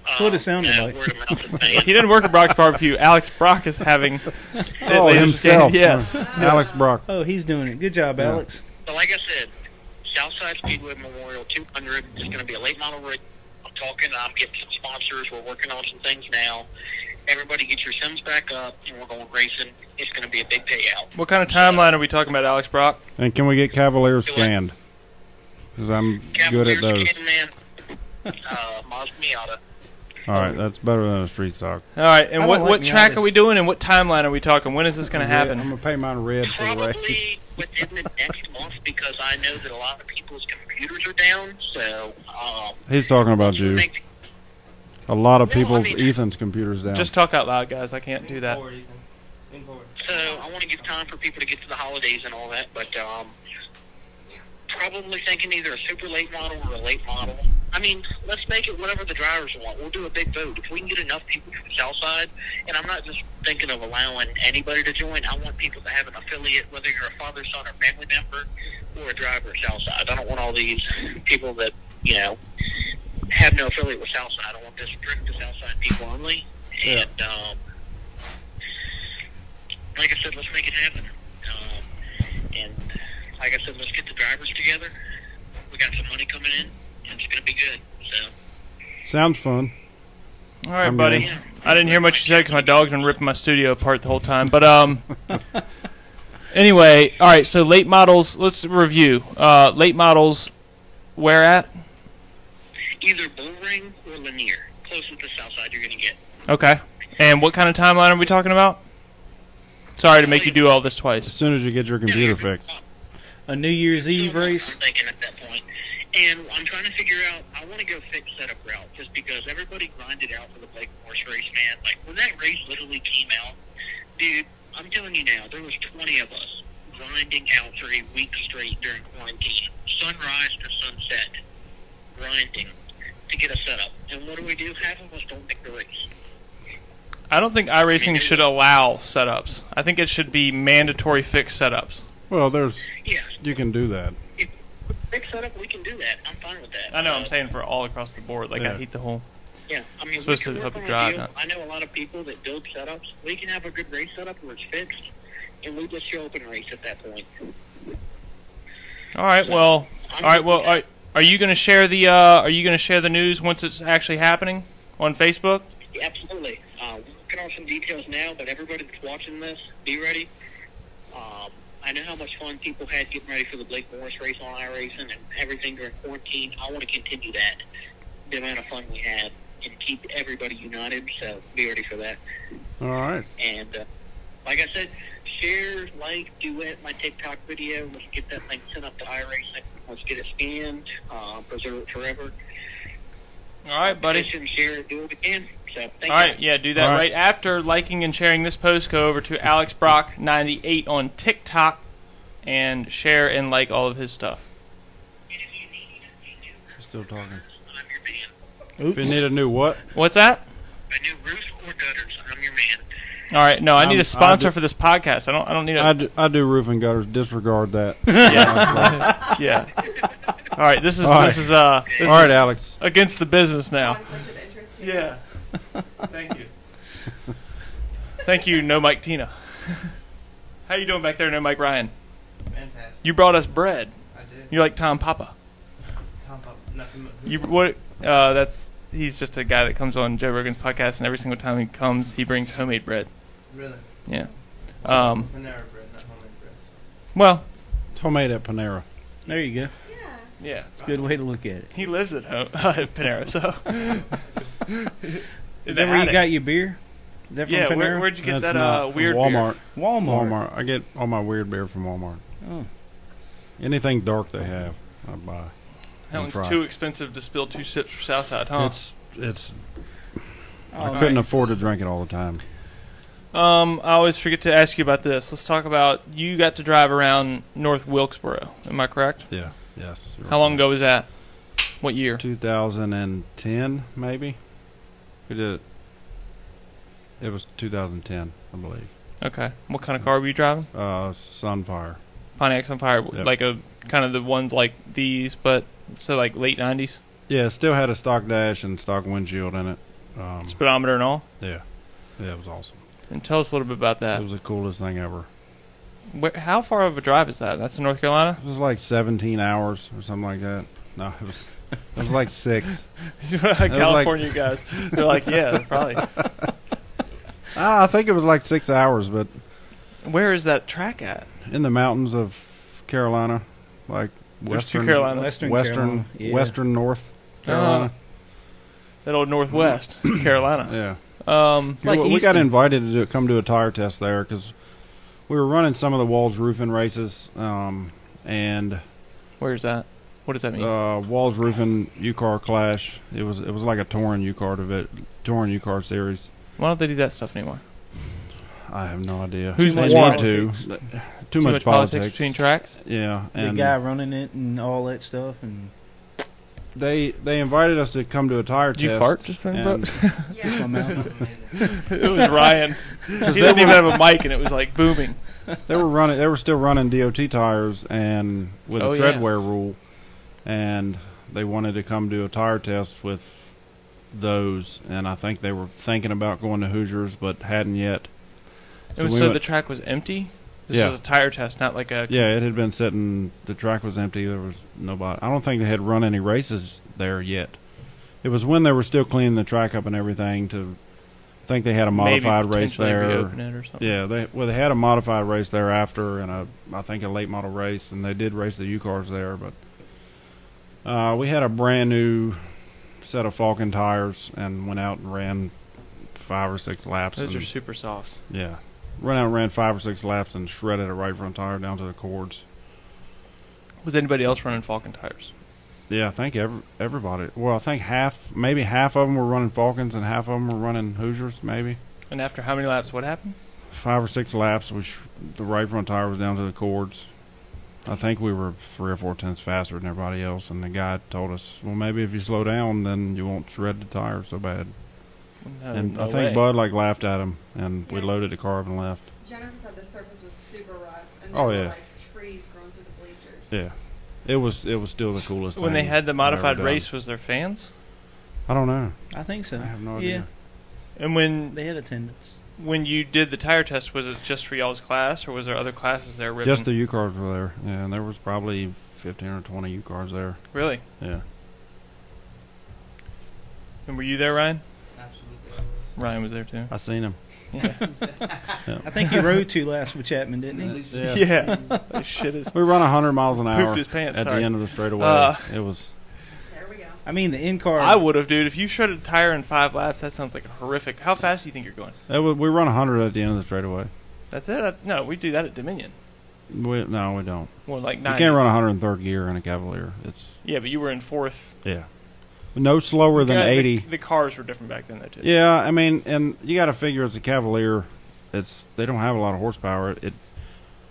[SPEAKER 6] That's
[SPEAKER 3] what it sounded like.
[SPEAKER 6] Um, Word of mouth is saying.
[SPEAKER 1] He didn't work at Brock's Barbecue. Alex Brock is having. it
[SPEAKER 2] Oh,
[SPEAKER 1] laser scanned.
[SPEAKER 2] himself.
[SPEAKER 1] Yes.
[SPEAKER 2] Alex Brock.
[SPEAKER 3] Oh, he's doing it. Good job,
[SPEAKER 2] Yeah.
[SPEAKER 3] Alex.
[SPEAKER 6] So, like I said, Southside Speedway Memorial 200 is going to be a late model race. I'm talking. I'm getting some sponsors. We're working on some things now. Everybody, get your sims back up, and we're going racing. It's going to be a big payout.
[SPEAKER 1] What kind of timeline are we talking about, Alex Brock?
[SPEAKER 2] And can we get Cavalier scanned? Because I'm good at those.
[SPEAKER 6] Kid, man. Uh, Maz Miata.
[SPEAKER 2] All right, that's better than a street stock.
[SPEAKER 1] All right, and
[SPEAKER 3] I
[SPEAKER 1] what
[SPEAKER 3] don't like
[SPEAKER 1] what
[SPEAKER 3] me, I
[SPEAKER 1] track
[SPEAKER 3] just-
[SPEAKER 1] are we doing, and what timeline are we talking? When is this going to happen?
[SPEAKER 2] I'm gonna pay mine red for the race.
[SPEAKER 6] Probably within the next month because I know that a lot of people's computers are down. So, um,
[SPEAKER 2] He's talking about you.
[SPEAKER 6] make-
[SPEAKER 2] A lot of
[SPEAKER 6] No, I
[SPEAKER 2] people's
[SPEAKER 6] mean-
[SPEAKER 2] Ethan's computers down.
[SPEAKER 1] Just talk out loud, guys. I can't do
[SPEAKER 5] Lean
[SPEAKER 1] that.
[SPEAKER 5] Forward, Ethan. Lean forward.
[SPEAKER 6] So I want to give time for people to get to the holidays and all that, but um, probably thinking either a super late model or a late model. I mean, let's make it whatever the drivers want. We'll do a big vote. If we can get enough people from Southside, and I'm not just thinking of allowing anybody to join, I want people to have an affiliate, whether you're a father, son, or family member, or a driver of Southside. I don't want all these people that, you know, have no affiliate with Southside. I want this strict to Southside people only. And, um, like I said, let's make it happen. Um, and like I said, let's get the drivers together. We got some money coming in, and it's going to be good. So,
[SPEAKER 2] Sounds fun.
[SPEAKER 1] All right,
[SPEAKER 2] I'm
[SPEAKER 1] buddy.
[SPEAKER 2] good.
[SPEAKER 6] yeah.
[SPEAKER 1] I didn't hear much you said because my dog's been ripping my studio apart the whole time. But um, anyway, all right. So late models. Let's review. Uh, late models. Where at?
[SPEAKER 6] Either Bullring or Lanier, closest to Southside, you're going to get.
[SPEAKER 1] Okay. And what kind of timeline are we talking about? Sorry to make you do all this
[SPEAKER 2] As
[SPEAKER 1] twice.
[SPEAKER 2] soon as you get your computer fixed.
[SPEAKER 3] A New Year's Eve race.
[SPEAKER 6] I'm thinking at that point. And I'm trying to figure out, I want to go fix setup route just because everybody grinded out for the Blake Morse race, man. Like, when that race literally came out, dude, I'm telling you now, there was 20 of us grinding out for a week straight during quarantine. Sunrise to sunset, grinding to get a setup. And what do we do? Half of us don't make the race.
[SPEAKER 1] I don't think iRacing should allow setups. I think it should be mandatory fixed setups.
[SPEAKER 2] Well, there's
[SPEAKER 6] Yes,
[SPEAKER 2] you can do that.
[SPEAKER 6] fix setup, we can do that. I'm fine with that.
[SPEAKER 1] I know.
[SPEAKER 6] Uh,
[SPEAKER 1] I'm saying for all across the board. Like I
[SPEAKER 2] Yeah.
[SPEAKER 1] hate the whole.
[SPEAKER 6] Yeah, I mean,
[SPEAKER 1] Supposed
[SPEAKER 6] we
[SPEAKER 1] to
[SPEAKER 6] can
[SPEAKER 1] help
[SPEAKER 6] work
[SPEAKER 1] it
[SPEAKER 6] on a
[SPEAKER 1] drive,
[SPEAKER 6] deal.
[SPEAKER 1] not-
[SPEAKER 6] I know a lot of people that build setups. We can have a good race setup where it's fixed, and we just show up and race at that point.
[SPEAKER 1] All right. Well. All right. Well. Are, are you going to share the uh, Are you going to share the news once it's actually happening on Facebook?
[SPEAKER 6] Yeah, absolutely. Uh, we're working on some details now, but everybody that's watching this, be ready. Um, I know how much fun people had getting ready for the Blake Morris race on iRacing and everything during quarantine. I want to continue that, the amount of fun we had, and keep everybody united. So be ready for that.
[SPEAKER 2] All right.
[SPEAKER 6] And uh, like I said, share, like, duet my TikTok video. Let's get that thing sent up to iRacing. Let's get it scanned, uh, preserve it forever.
[SPEAKER 1] All right, buddy.
[SPEAKER 6] Petition, share it, do it again. concept. Thank
[SPEAKER 1] All right,
[SPEAKER 6] you.
[SPEAKER 1] yeah, do that
[SPEAKER 2] All
[SPEAKER 1] right.
[SPEAKER 2] right.
[SPEAKER 1] after liking and sharing this post. Go over to Alex Brock 98 on TikTok and share and like all of his stuff.
[SPEAKER 2] Still talking.
[SPEAKER 6] I'm your man.
[SPEAKER 2] If you
[SPEAKER 3] Oops.
[SPEAKER 2] need a new what?
[SPEAKER 1] What's that?
[SPEAKER 6] A new roof or gutters, I'm your man.
[SPEAKER 1] All right, no, I need
[SPEAKER 2] I'm-
[SPEAKER 1] a sponsor
[SPEAKER 2] Um, I do-
[SPEAKER 1] for this podcast. I don't. I don't need a.
[SPEAKER 2] I do, I do roof and gutters. Disregard that.
[SPEAKER 1] Yes. yeah. All right. This is
[SPEAKER 2] All right.
[SPEAKER 1] this is uh this
[SPEAKER 2] All
[SPEAKER 1] is
[SPEAKER 2] right, Alex.
[SPEAKER 1] against the business now.
[SPEAKER 4] Conflict of interest. here.
[SPEAKER 1] Yeah.
[SPEAKER 5] Thank you.
[SPEAKER 1] Thank you, No Mike Tina. How you doing back there, No Mike Ryan?
[SPEAKER 5] Fantastic.
[SPEAKER 1] You brought us bread.
[SPEAKER 5] I did.
[SPEAKER 1] You're like Tom Papa.
[SPEAKER 5] Tom Pop, nothing but
[SPEAKER 1] You what? Uh, that's he's just a guy that comes on Joe Rogan's podcast, and every single time he comes, he brings homemade bread.
[SPEAKER 5] really.
[SPEAKER 1] Yeah. Um,
[SPEAKER 5] Panera bread, not homemade bread.
[SPEAKER 1] Well.
[SPEAKER 2] Homemade at Panera.
[SPEAKER 3] There you go.
[SPEAKER 4] Yeah.
[SPEAKER 1] Yeah.
[SPEAKER 3] It's a good way to look at it.
[SPEAKER 1] He lives at home at Panera, so.
[SPEAKER 3] Is that where you got your beer? Is that from
[SPEAKER 1] Yeah,
[SPEAKER 3] Panera?
[SPEAKER 1] where, where'd you get
[SPEAKER 2] That's
[SPEAKER 1] that uh,
[SPEAKER 2] not
[SPEAKER 1] weird beer?
[SPEAKER 2] Walmart.
[SPEAKER 3] Walmart.
[SPEAKER 2] Walmart. I get all my weird beer from Walmart.
[SPEAKER 3] Oh.
[SPEAKER 2] Anything dark they have, I buy.
[SPEAKER 1] That
[SPEAKER 2] and
[SPEAKER 1] one's
[SPEAKER 2] try.
[SPEAKER 1] too expensive to spill two sips for Southside, huh?
[SPEAKER 2] It's it's. I
[SPEAKER 3] Oh,
[SPEAKER 2] couldn't
[SPEAKER 1] right.
[SPEAKER 2] afford to drink it all the time.
[SPEAKER 1] Um, I always forget to ask you about this. Let's talk about you got to drive around North Wilkesboro. Am I correct?
[SPEAKER 2] Yeah. Yes. you're
[SPEAKER 1] How long
[SPEAKER 2] right.
[SPEAKER 1] ago was that? What year?
[SPEAKER 2] 2010, maybe. We did it. It was 2010, I believe.
[SPEAKER 1] Okay. What kind of car were you driving?
[SPEAKER 2] Uh, Sunfire.
[SPEAKER 1] Pontiacs on Fire,
[SPEAKER 2] Yep.
[SPEAKER 1] like a kind of the ones like these, but so like late '90s,
[SPEAKER 2] Yeah, it still had a stock dash and stock windshield in it. Um,
[SPEAKER 1] speedometer and all.
[SPEAKER 2] yeah. Yeah, it was awesome.
[SPEAKER 1] And tell us a little bit about
[SPEAKER 2] It
[SPEAKER 1] that.
[SPEAKER 2] was the coolest thing ever.
[SPEAKER 1] Where, how far of a drive is that? That's in North Carolina.
[SPEAKER 2] It was like 17 hours or something like that. No, it was it was like six.
[SPEAKER 1] California guys, they're like, yeah, probably.
[SPEAKER 2] Ah, I think it was like six hours, but
[SPEAKER 1] Where is that track at?
[SPEAKER 2] in the mountains of Carolina, like
[SPEAKER 1] There's two
[SPEAKER 2] western,
[SPEAKER 1] Carolinas.
[SPEAKER 2] western,
[SPEAKER 3] Western
[SPEAKER 2] western,
[SPEAKER 3] Carolina. Yeah.
[SPEAKER 2] north
[SPEAKER 1] Uh,
[SPEAKER 2] Carolina. Mm-hmm.
[SPEAKER 1] that old Northwest Carolina.
[SPEAKER 2] yeah,
[SPEAKER 1] Um,
[SPEAKER 3] like
[SPEAKER 2] we, we got
[SPEAKER 3] Easton.
[SPEAKER 2] invited to do, come do a tire test there because we were running some of the Walls roofing races, um, and
[SPEAKER 1] where's that? What does that mean?
[SPEAKER 2] uh, Walls roofing U car clash. It was it was like a touring U car to touring U car series.
[SPEAKER 1] Why don't they do that stuff anymore?
[SPEAKER 2] I have no idea.
[SPEAKER 1] Who's
[SPEAKER 2] They
[SPEAKER 1] much
[SPEAKER 2] want
[SPEAKER 3] politics?
[SPEAKER 2] to? Too, much, politics.
[SPEAKER 1] between tracks.
[SPEAKER 2] yeah,
[SPEAKER 3] The
[SPEAKER 2] and
[SPEAKER 3] guy running it and all that stuff. And
[SPEAKER 2] they they invited us to come to a tire
[SPEAKER 1] Did
[SPEAKER 2] test.
[SPEAKER 1] you fart just then, bro?
[SPEAKER 2] and-
[SPEAKER 3] just my
[SPEAKER 4] Yeah.
[SPEAKER 3] mouth.
[SPEAKER 5] Amazing.
[SPEAKER 1] it was Ryan. he didn't even have a mic, and it was like booming.
[SPEAKER 2] They were running. They were still running DOT tires and with
[SPEAKER 1] Oh,
[SPEAKER 2] a
[SPEAKER 1] yeah.
[SPEAKER 2] treadwear rule, and they wanted to come do a tire test with those. And I think they were thinking about going to Hoosiers, but hadn't yet.
[SPEAKER 1] It was
[SPEAKER 2] we
[SPEAKER 1] so
[SPEAKER 2] went-
[SPEAKER 1] the track was empty. This
[SPEAKER 2] Yeah.
[SPEAKER 1] was a tire test, not like a.
[SPEAKER 2] yeah, it had been sitting. The track was empty. There was nobody. I don't think they had run any races there yet. It was when they were still cleaning the track up and everything. To I think they had a
[SPEAKER 1] maybe
[SPEAKER 2] modified race
[SPEAKER 1] potentially
[SPEAKER 2] there.
[SPEAKER 1] reopen it or something.
[SPEAKER 2] Yeah, they well they had a modified race thereafter and a I think a late model race and they did race the U cars there, but uh, we had a brand new set of Falcon tires and went out and ran five or six laps.
[SPEAKER 1] Those
[SPEAKER 2] and,
[SPEAKER 1] are super soft.
[SPEAKER 2] yeah, run out and ran five or six laps and shredded a right front tire down to the cords.
[SPEAKER 1] Was anybody else running Falcon tires?
[SPEAKER 2] Yeah, I think every, everybody. Well, I think half, maybe half of them were running Falcons and half of them were running Hoosiers, maybe.
[SPEAKER 1] And after how many laps? What happened?
[SPEAKER 2] five or six laps, we sh- the right front tire was down to the cords. I think we were three or four tenths faster than everybody else, and the guy told us, "Well, maybe if you slow down, then you won't shred the tire so bad."
[SPEAKER 1] No,
[SPEAKER 2] and
[SPEAKER 1] Uh, Oh, no
[SPEAKER 2] I think
[SPEAKER 1] way.
[SPEAKER 2] Bud like laughed at him, and we
[SPEAKER 4] Yeah.
[SPEAKER 2] loaded the car up and left.
[SPEAKER 4] Jennifer said the surface was super rough, and there
[SPEAKER 2] Oh,
[SPEAKER 4] were
[SPEAKER 2] yeah.
[SPEAKER 4] like trees growing through the bleachers.
[SPEAKER 2] Yeah, it was it was still the coolest.
[SPEAKER 1] when
[SPEAKER 2] thing
[SPEAKER 1] they had the
[SPEAKER 2] I've
[SPEAKER 1] modified
[SPEAKER 2] ever done.
[SPEAKER 1] race, was there fans?
[SPEAKER 2] I don't know.
[SPEAKER 3] I think so.
[SPEAKER 2] I have no
[SPEAKER 3] yeah,
[SPEAKER 2] idea.
[SPEAKER 1] And when
[SPEAKER 3] they had attendance.
[SPEAKER 1] when you did the tire test, was it just for y'all's class, or was there other classes there? Ripping?
[SPEAKER 2] Just the U cars were there. Yeah, and there was probably fifteen or twenty U cars there.
[SPEAKER 1] really.
[SPEAKER 2] Yeah.
[SPEAKER 1] And were you there, Ryan?
[SPEAKER 5] Absolutely.
[SPEAKER 1] Ryan was there too.
[SPEAKER 2] I seen him.
[SPEAKER 1] Yeah.
[SPEAKER 3] I think he rode two last with Chapman, didn't he?
[SPEAKER 2] Yeah.
[SPEAKER 1] yeah. Shit is
[SPEAKER 2] We run hundred miles an hour
[SPEAKER 1] pooped his pants.
[SPEAKER 2] at
[SPEAKER 1] sorry.
[SPEAKER 2] the end of the straightaway.
[SPEAKER 1] Uh,
[SPEAKER 2] it was
[SPEAKER 4] There we go.
[SPEAKER 3] I mean, the in car.
[SPEAKER 1] I would have, dude. If you shredded a tire in five laps, that sounds like a horrific. How fast do you think you're going?
[SPEAKER 2] It wa- we run 100 at the end of the straightaway.
[SPEAKER 1] That's it. I, no, we do that at Dominion.
[SPEAKER 2] We, no, we don't.
[SPEAKER 1] More like
[SPEAKER 2] You
[SPEAKER 1] nine.
[SPEAKER 2] can't run 103rd gear in a Cavalier. It's
[SPEAKER 1] Yeah, but you were in fourth.
[SPEAKER 2] yeah. no slower than
[SPEAKER 1] Yeah, the-
[SPEAKER 2] 80.
[SPEAKER 1] The, cars were different back then, though, too.
[SPEAKER 2] Yeah, I mean, and you got to figure it's a Cavalier. It's they don't have a lot of horsepower. It,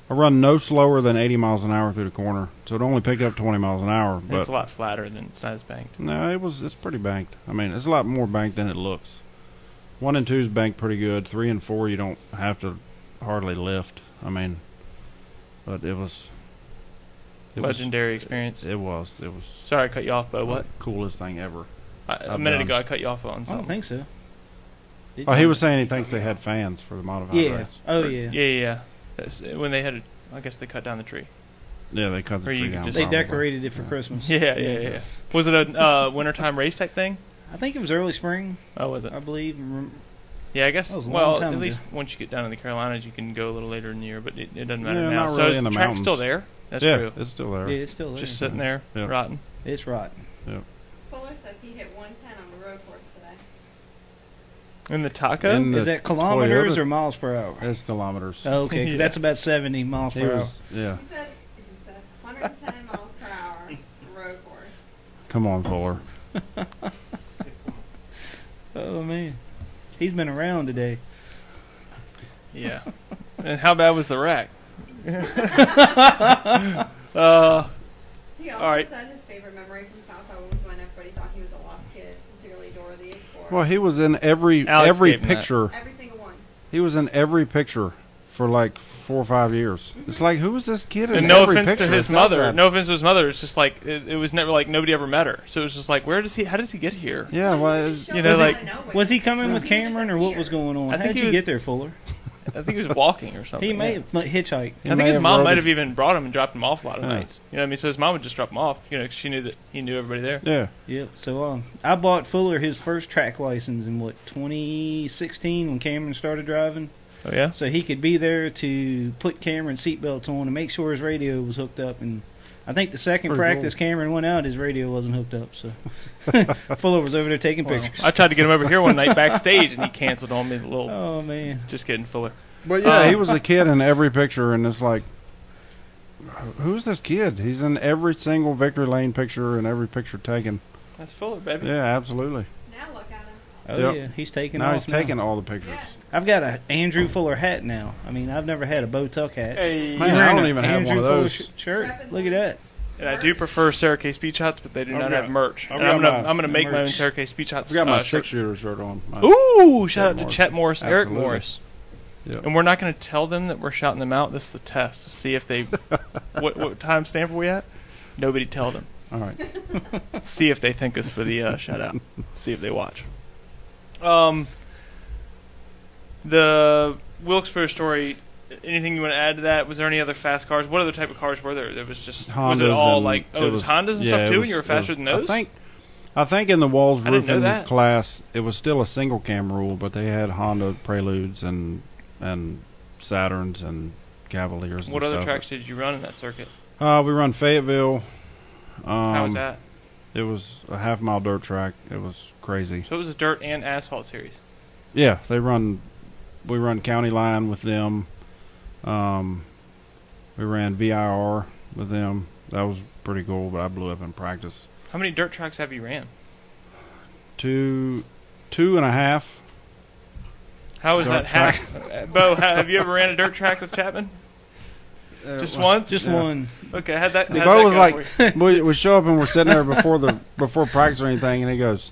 [SPEAKER 2] I run no slower than 80 miles an hour through the corner, so it only picked up 20 miles an hour.
[SPEAKER 1] And it's
[SPEAKER 2] But
[SPEAKER 1] a lot flatter than it's not as banked.
[SPEAKER 2] no, it was it's pretty banked. I mean, it's a lot more banked than it looks. One and two's banked pretty good. Three and four you don't have to hardly lift. I mean, but it was. It
[SPEAKER 1] Legendary experience.
[SPEAKER 2] Was, it was. It was.
[SPEAKER 1] Sorry, I cut you off, but what?
[SPEAKER 2] Coolest thing ever.
[SPEAKER 1] I, a
[SPEAKER 2] I'm
[SPEAKER 1] minute
[SPEAKER 2] done.
[SPEAKER 1] ago, I cut you off on
[SPEAKER 3] I don't
[SPEAKER 1] something.
[SPEAKER 3] think so. Did
[SPEAKER 2] Oh, he
[SPEAKER 3] you?
[SPEAKER 2] was saying he thinks they had fans for the modified
[SPEAKER 3] Yeah.
[SPEAKER 2] race.
[SPEAKER 3] Oh yeah.
[SPEAKER 1] Yeah, yeah. yeah. That's, when they had, a, I guess they cut down the tree.
[SPEAKER 2] Yeah, they cut the
[SPEAKER 1] Or you
[SPEAKER 2] tree
[SPEAKER 1] could
[SPEAKER 2] down.
[SPEAKER 1] just-
[SPEAKER 3] They
[SPEAKER 2] probably.
[SPEAKER 3] decorated it for
[SPEAKER 2] Yeah.
[SPEAKER 3] Christmas.
[SPEAKER 1] Yeah, yeah, yeah. Was it a uh, wintertime race type thing?
[SPEAKER 3] I think it was early spring,
[SPEAKER 1] Oh, was it?
[SPEAKER 3] I believe. Rem-
[SPEAKER 1] Yeah, I guess.
[SPEAKER 3] Um, That was a long
[SPEAKER 1] Well,
[SPEAKER 3] time
[SPEAKER 1] at
[SPEAKER 3] ago.
[SPEAKER 1] least once you get down in the Carolinas, you can go a little later in the year, but it, it doesn't matter
[SPEAKER 2] Yeah,
[SPEAKER 1] now.
[SPEAKER 2] not
[SPEAKER 1] so
[SPEAKER 2] really
[SPEAKER 1] is
[SPEAKER 2] in
[SPEAKER 1] the,
[SPEAKER 2] the
[SPEAKER 1] track
[SPEAKER 2] mountains.
[SPEAKER 1] still there? That's
[SPEAKER 2] yeah,
[SPEAKER 1] true.
[SPEAKER 2] it's still there.
[SPEAKER 3] Yeah, it's still there.
[SPEAKER 1] Just sitting there,
[SPEAKER 2] Yeah.
[SPEAKER 1] rotten.
[SPEAKER 3] it's rotten.
[SPEAKER 4] Fuller says he hit 110 on the road course today.
[SPEAKER 1] In the taco.
[SPEAKER 2] In the
[SPEAKER 3] Is that kilometers
[SPEAKER 2] Toyota-
[SPEAKER 3] or miles per hour?
[SPEAKER 2] It's kilometers.
[SPEAKER 3] Oh, okay, 'cause
[SPEAKER 1] Yeah.
[SPEAKER 3] that's about seventy miles
[SPEAKER 2] He
[SPEAKER 3] per hour.
[SPEAKER 2] was- yeah.
[SPEAKER 4] He said, he said 110 miles per hour road course.
[SPEAKER 2] Come on, Fuller.
[SPEAKER 3] Oh man, he's been around today.
[SPEAKER 1] yeah. and how bad was the wreck? uh,
[SPEAKER 4] He
[SPEAKER 1] All
[SPEAKER 4] also
[SPEAKER 1] right.
[SPEAKER 4] said his favorite memory from Southside was when everybody thought he was a lost kid, sincerely Dora the Explorer.
[SPEAKER 2] Well, he was in every
[SPEAKER 1] Alex
[SPEAKER 2] every
[SPEAKER 1] gave him that.
[SPEAKER 2] picture.
[SPEAKER 4] Every single one.
[SPEAKER 2] He was in every picture for like four or five years. It's like who was this kid? In
[SPEAKER 1] and no
[SPEAKER 2] every
[SPEAKER 1] offense to
[SPEAKER 2] picture?
[SPEAKER 1] his
[SPEAKER 2] It's outside.
[SPEAKER 1] mother. No offense to his mother. It's just like it, it was never like nobody ever met her. So it was just like, where does he? How does he get here?
[SPEAKER 2] Yeah. Well, it's,
[SPEAKER 1] you know, like-
[SPEAKER 3] Was he coming with
[SPEAKER 4] Oh, He was
[SPEAKER 3] Cameron or
[SPEAKER 4] up
[SPEAKER 3] what
[SPEAKER 4] here.
[SPEAKER 3] was going on?
[SPEAKER 1] I
[SPEAKER 3] How
[SPEAKER 1] think
[SPEAKER 3] did
[SPEAKER 1] he
[SPEAKER 3] you
[SPEAKER 1] was-
[SPEAKER 3] get there, Fuller?
[SPEAKER 1] I think he was walking or something.
[SPEAKER 3] He may
[SPEAKER 1] yeah.
[SPEAKER 3] have hitchhiked.
[SPEAKER 2] He
[SPEAKER 1] I
[SPEAKER 2] may
[SPEAKER 1] think his
[SPEAKER 2] have
[SPEAKER 1] mom
[SPEAKER 2] rode
[SPEAKER 1] might
[SPEAKER 2] his-
[SPEAKER 1] have even brought him and dropped him off a lot of
[SPEAKER 2] Yeah.
[SPEAKER 1] nights. You know what I mean? So his mom would just drop him off, you know, 'cause she knew that he knew everybody there.
[SPEAKER 2] yeah.
[SPEAKER 3] Yep. So um, I bought Fuller his first track license in what 2016 when Cameron started driving,
[SPEAKER 1] Oh, yeah?
[SPEAKER 3] so he could be there to put Cameron's seatbelts on and make sure his radio was hooked up. And I think the second
[SPEAKER 2] Pretty
[SPEAKER 3] practice Cameron went out, his radio wasn't hooked up. So Fuller was over there taking pictures.
[SPEAKER 1] I tried to get him over here one night backstage, and he canceled on me. A little,
[SPEAKER 3] Oh man.
[SPEAKER 1] just kidding, Fuller.
[SPEAKER 2] But yeah,
[SPEAKER 1] Um,
[SPEAKER 2] Uh, he was a kid in every picture, and it's like, who's this kid? He's in every single victory lane picture and every picture taken.
[SPEAKER 1] That's Fuller, baby.
[SPEAKER 2] Yeah, absolutely.
[SPEAKER 4] Now look at him.
[SPEAKER 3] Oh
[SPEAKER 2] Yep.
[SPEAKER 3] yeah, he's taking.
[SPEAKER 2] Now
[SPEAKER 3] off
[SPEAKER 2] he's taking all the pictures.
[SPEAKER 4] Yeah.
[SPEAKER 3] I've got a Andrew Fuller hat now. I mean, I've never had a bow tuck hat.
[SPEAKER 1] Hey,
[SPEAKER 2] Man,
[SPEAKER 3] You're
[SPEAKER 2] I
[SPEAKER 3] wearing
[SPEAKER 2] don't
[SPEAKER 3] a
[SPEAKER 2] even have
[SPEAKER 3] Andrew
[SPEAKER 2] one of
[SPEAKER 3] Fuller
[SPEAKER 2] those.
[SPEAKER 3] sh- shirt. Look at that.
[SPEAKER 1] and I do prefer Sarah Beach Hots, but they do
[SPEAKER 2] I've
[SPEAKER 1] not
[SPEAKER 2] got-
[SPEAKER 1] have merch.
[SPEAKER 2] I've
[SPEAKER 1] and I'm
[SPEAKER 2] got
[SPEAKER 1] gonna,
[SPEAKER 2] my-
[SPEAKER 1] I'm gonna
[SPEAKER 2] my
[SPEAKER 1] make my own
[SPEAKER 2] merch.
[SPEAKER 1] Sarah Beach Hots.
[SPEAKER 2] I've got my
[SPEAKER 1] uh,
[SPEAKER 2] six
[SPEAKER 1] shirt.
[SPEAKER 2] shooter shirt on. My-
[SPEAKER 1] Ooh, shout out to
[SPEAKER 2] Chet Morris.
[SPEAKER 1] Chet Morris, Eric
[SPEAKER 2] Absolutely.
[SPEAKER 1] Morris.
[SPEAKER 2] Yeah.
[SPEAKER 1] And we're not going to tell them that we're shouting them out. This is a test to see if they. what what time stamp are we at? Nobody tell them.
[SPEAKER 2] All right.
[SPEAKER 1] see if they think us for the uh, shout out. See if they watch. Um, the Wilkesboro story. Anything you want to add to that? Was there any other fast cars? What other type of cars were there? There was just was it
[SPEAKER 2] Hondas
[SPEAKER 1] all
[SPEAKER 2] and
[SPEAKER 1] like oh,
[SPEAKER 2] it
[SPEAKER 1] it was, Hondas and
[SPEAKER 2] yeah,
[SPEAKER 1] stuff
[SPEAKER 2] it
[SPEAKER 1] too,
[SPEAKER 2] was-
[SPEAKER 1] and you were
[SPEAKER 2] it
[SPEAKER 1] faster
[SPEAKER 2] was-
[SPEAKER 1] than those.
[SPEAKER 2] I think, I think in the Walls
[SPEAKER 1] I didn't know
[SPEAKER 2] roofing
[SPEAKER 1] that.
[SPEAKER 2] class, it was still a single cam rule, but they had Honda Preludes and and Saturns and Cavaliers.
[SPEAKER 1] What
[SPEAKER 2] and
[SPEAKER 1] other
[SPEAKER 2] stuff.
[SPEAKER 1] tracks did you run in that circuit?
[SPEAKER 2] Uh, we run Fayetteville. Um,
[SPEAKER 1] How was that?
[SPEAKER 2] It was a half mile dirt track. It was crazy.
[SPEAKER 1] So it was a dirt and asphalt series.
[SPEAKER 2] Yeah, they run. We run county line with them. Um, we ran VIR with them. That was pretty cool, but I blew up in practice.
[SPEAKER 1] How many dirt tracks have you ran?
[SPEAKER 2] two two and a half.
[SPEAKER 1] How is
[SPEAKER 2] Dirt
[SPEAKER 1] that half? Bo, ha- have you ever ran a dirt track with Chapman? Just once.
[SPEAKER 3] Just
[SPEAKER 2] Yeah.
[SPEAKER 3] one.
[SPEAKER 1] Okay, had that.
[SPEAKER 2] Uh, The
[SPEAKER 1] how'd
[SPEAKER 2] bow
[SPEAKER 1] that
[SPEAKER 2] was
[SPEAKER 1] go
[SPEAKER 2] like-
[SPEAKER 1] for you?
[SPEAKER 2] we, we show up and we're sitting there before the before practice or anything, and he goes,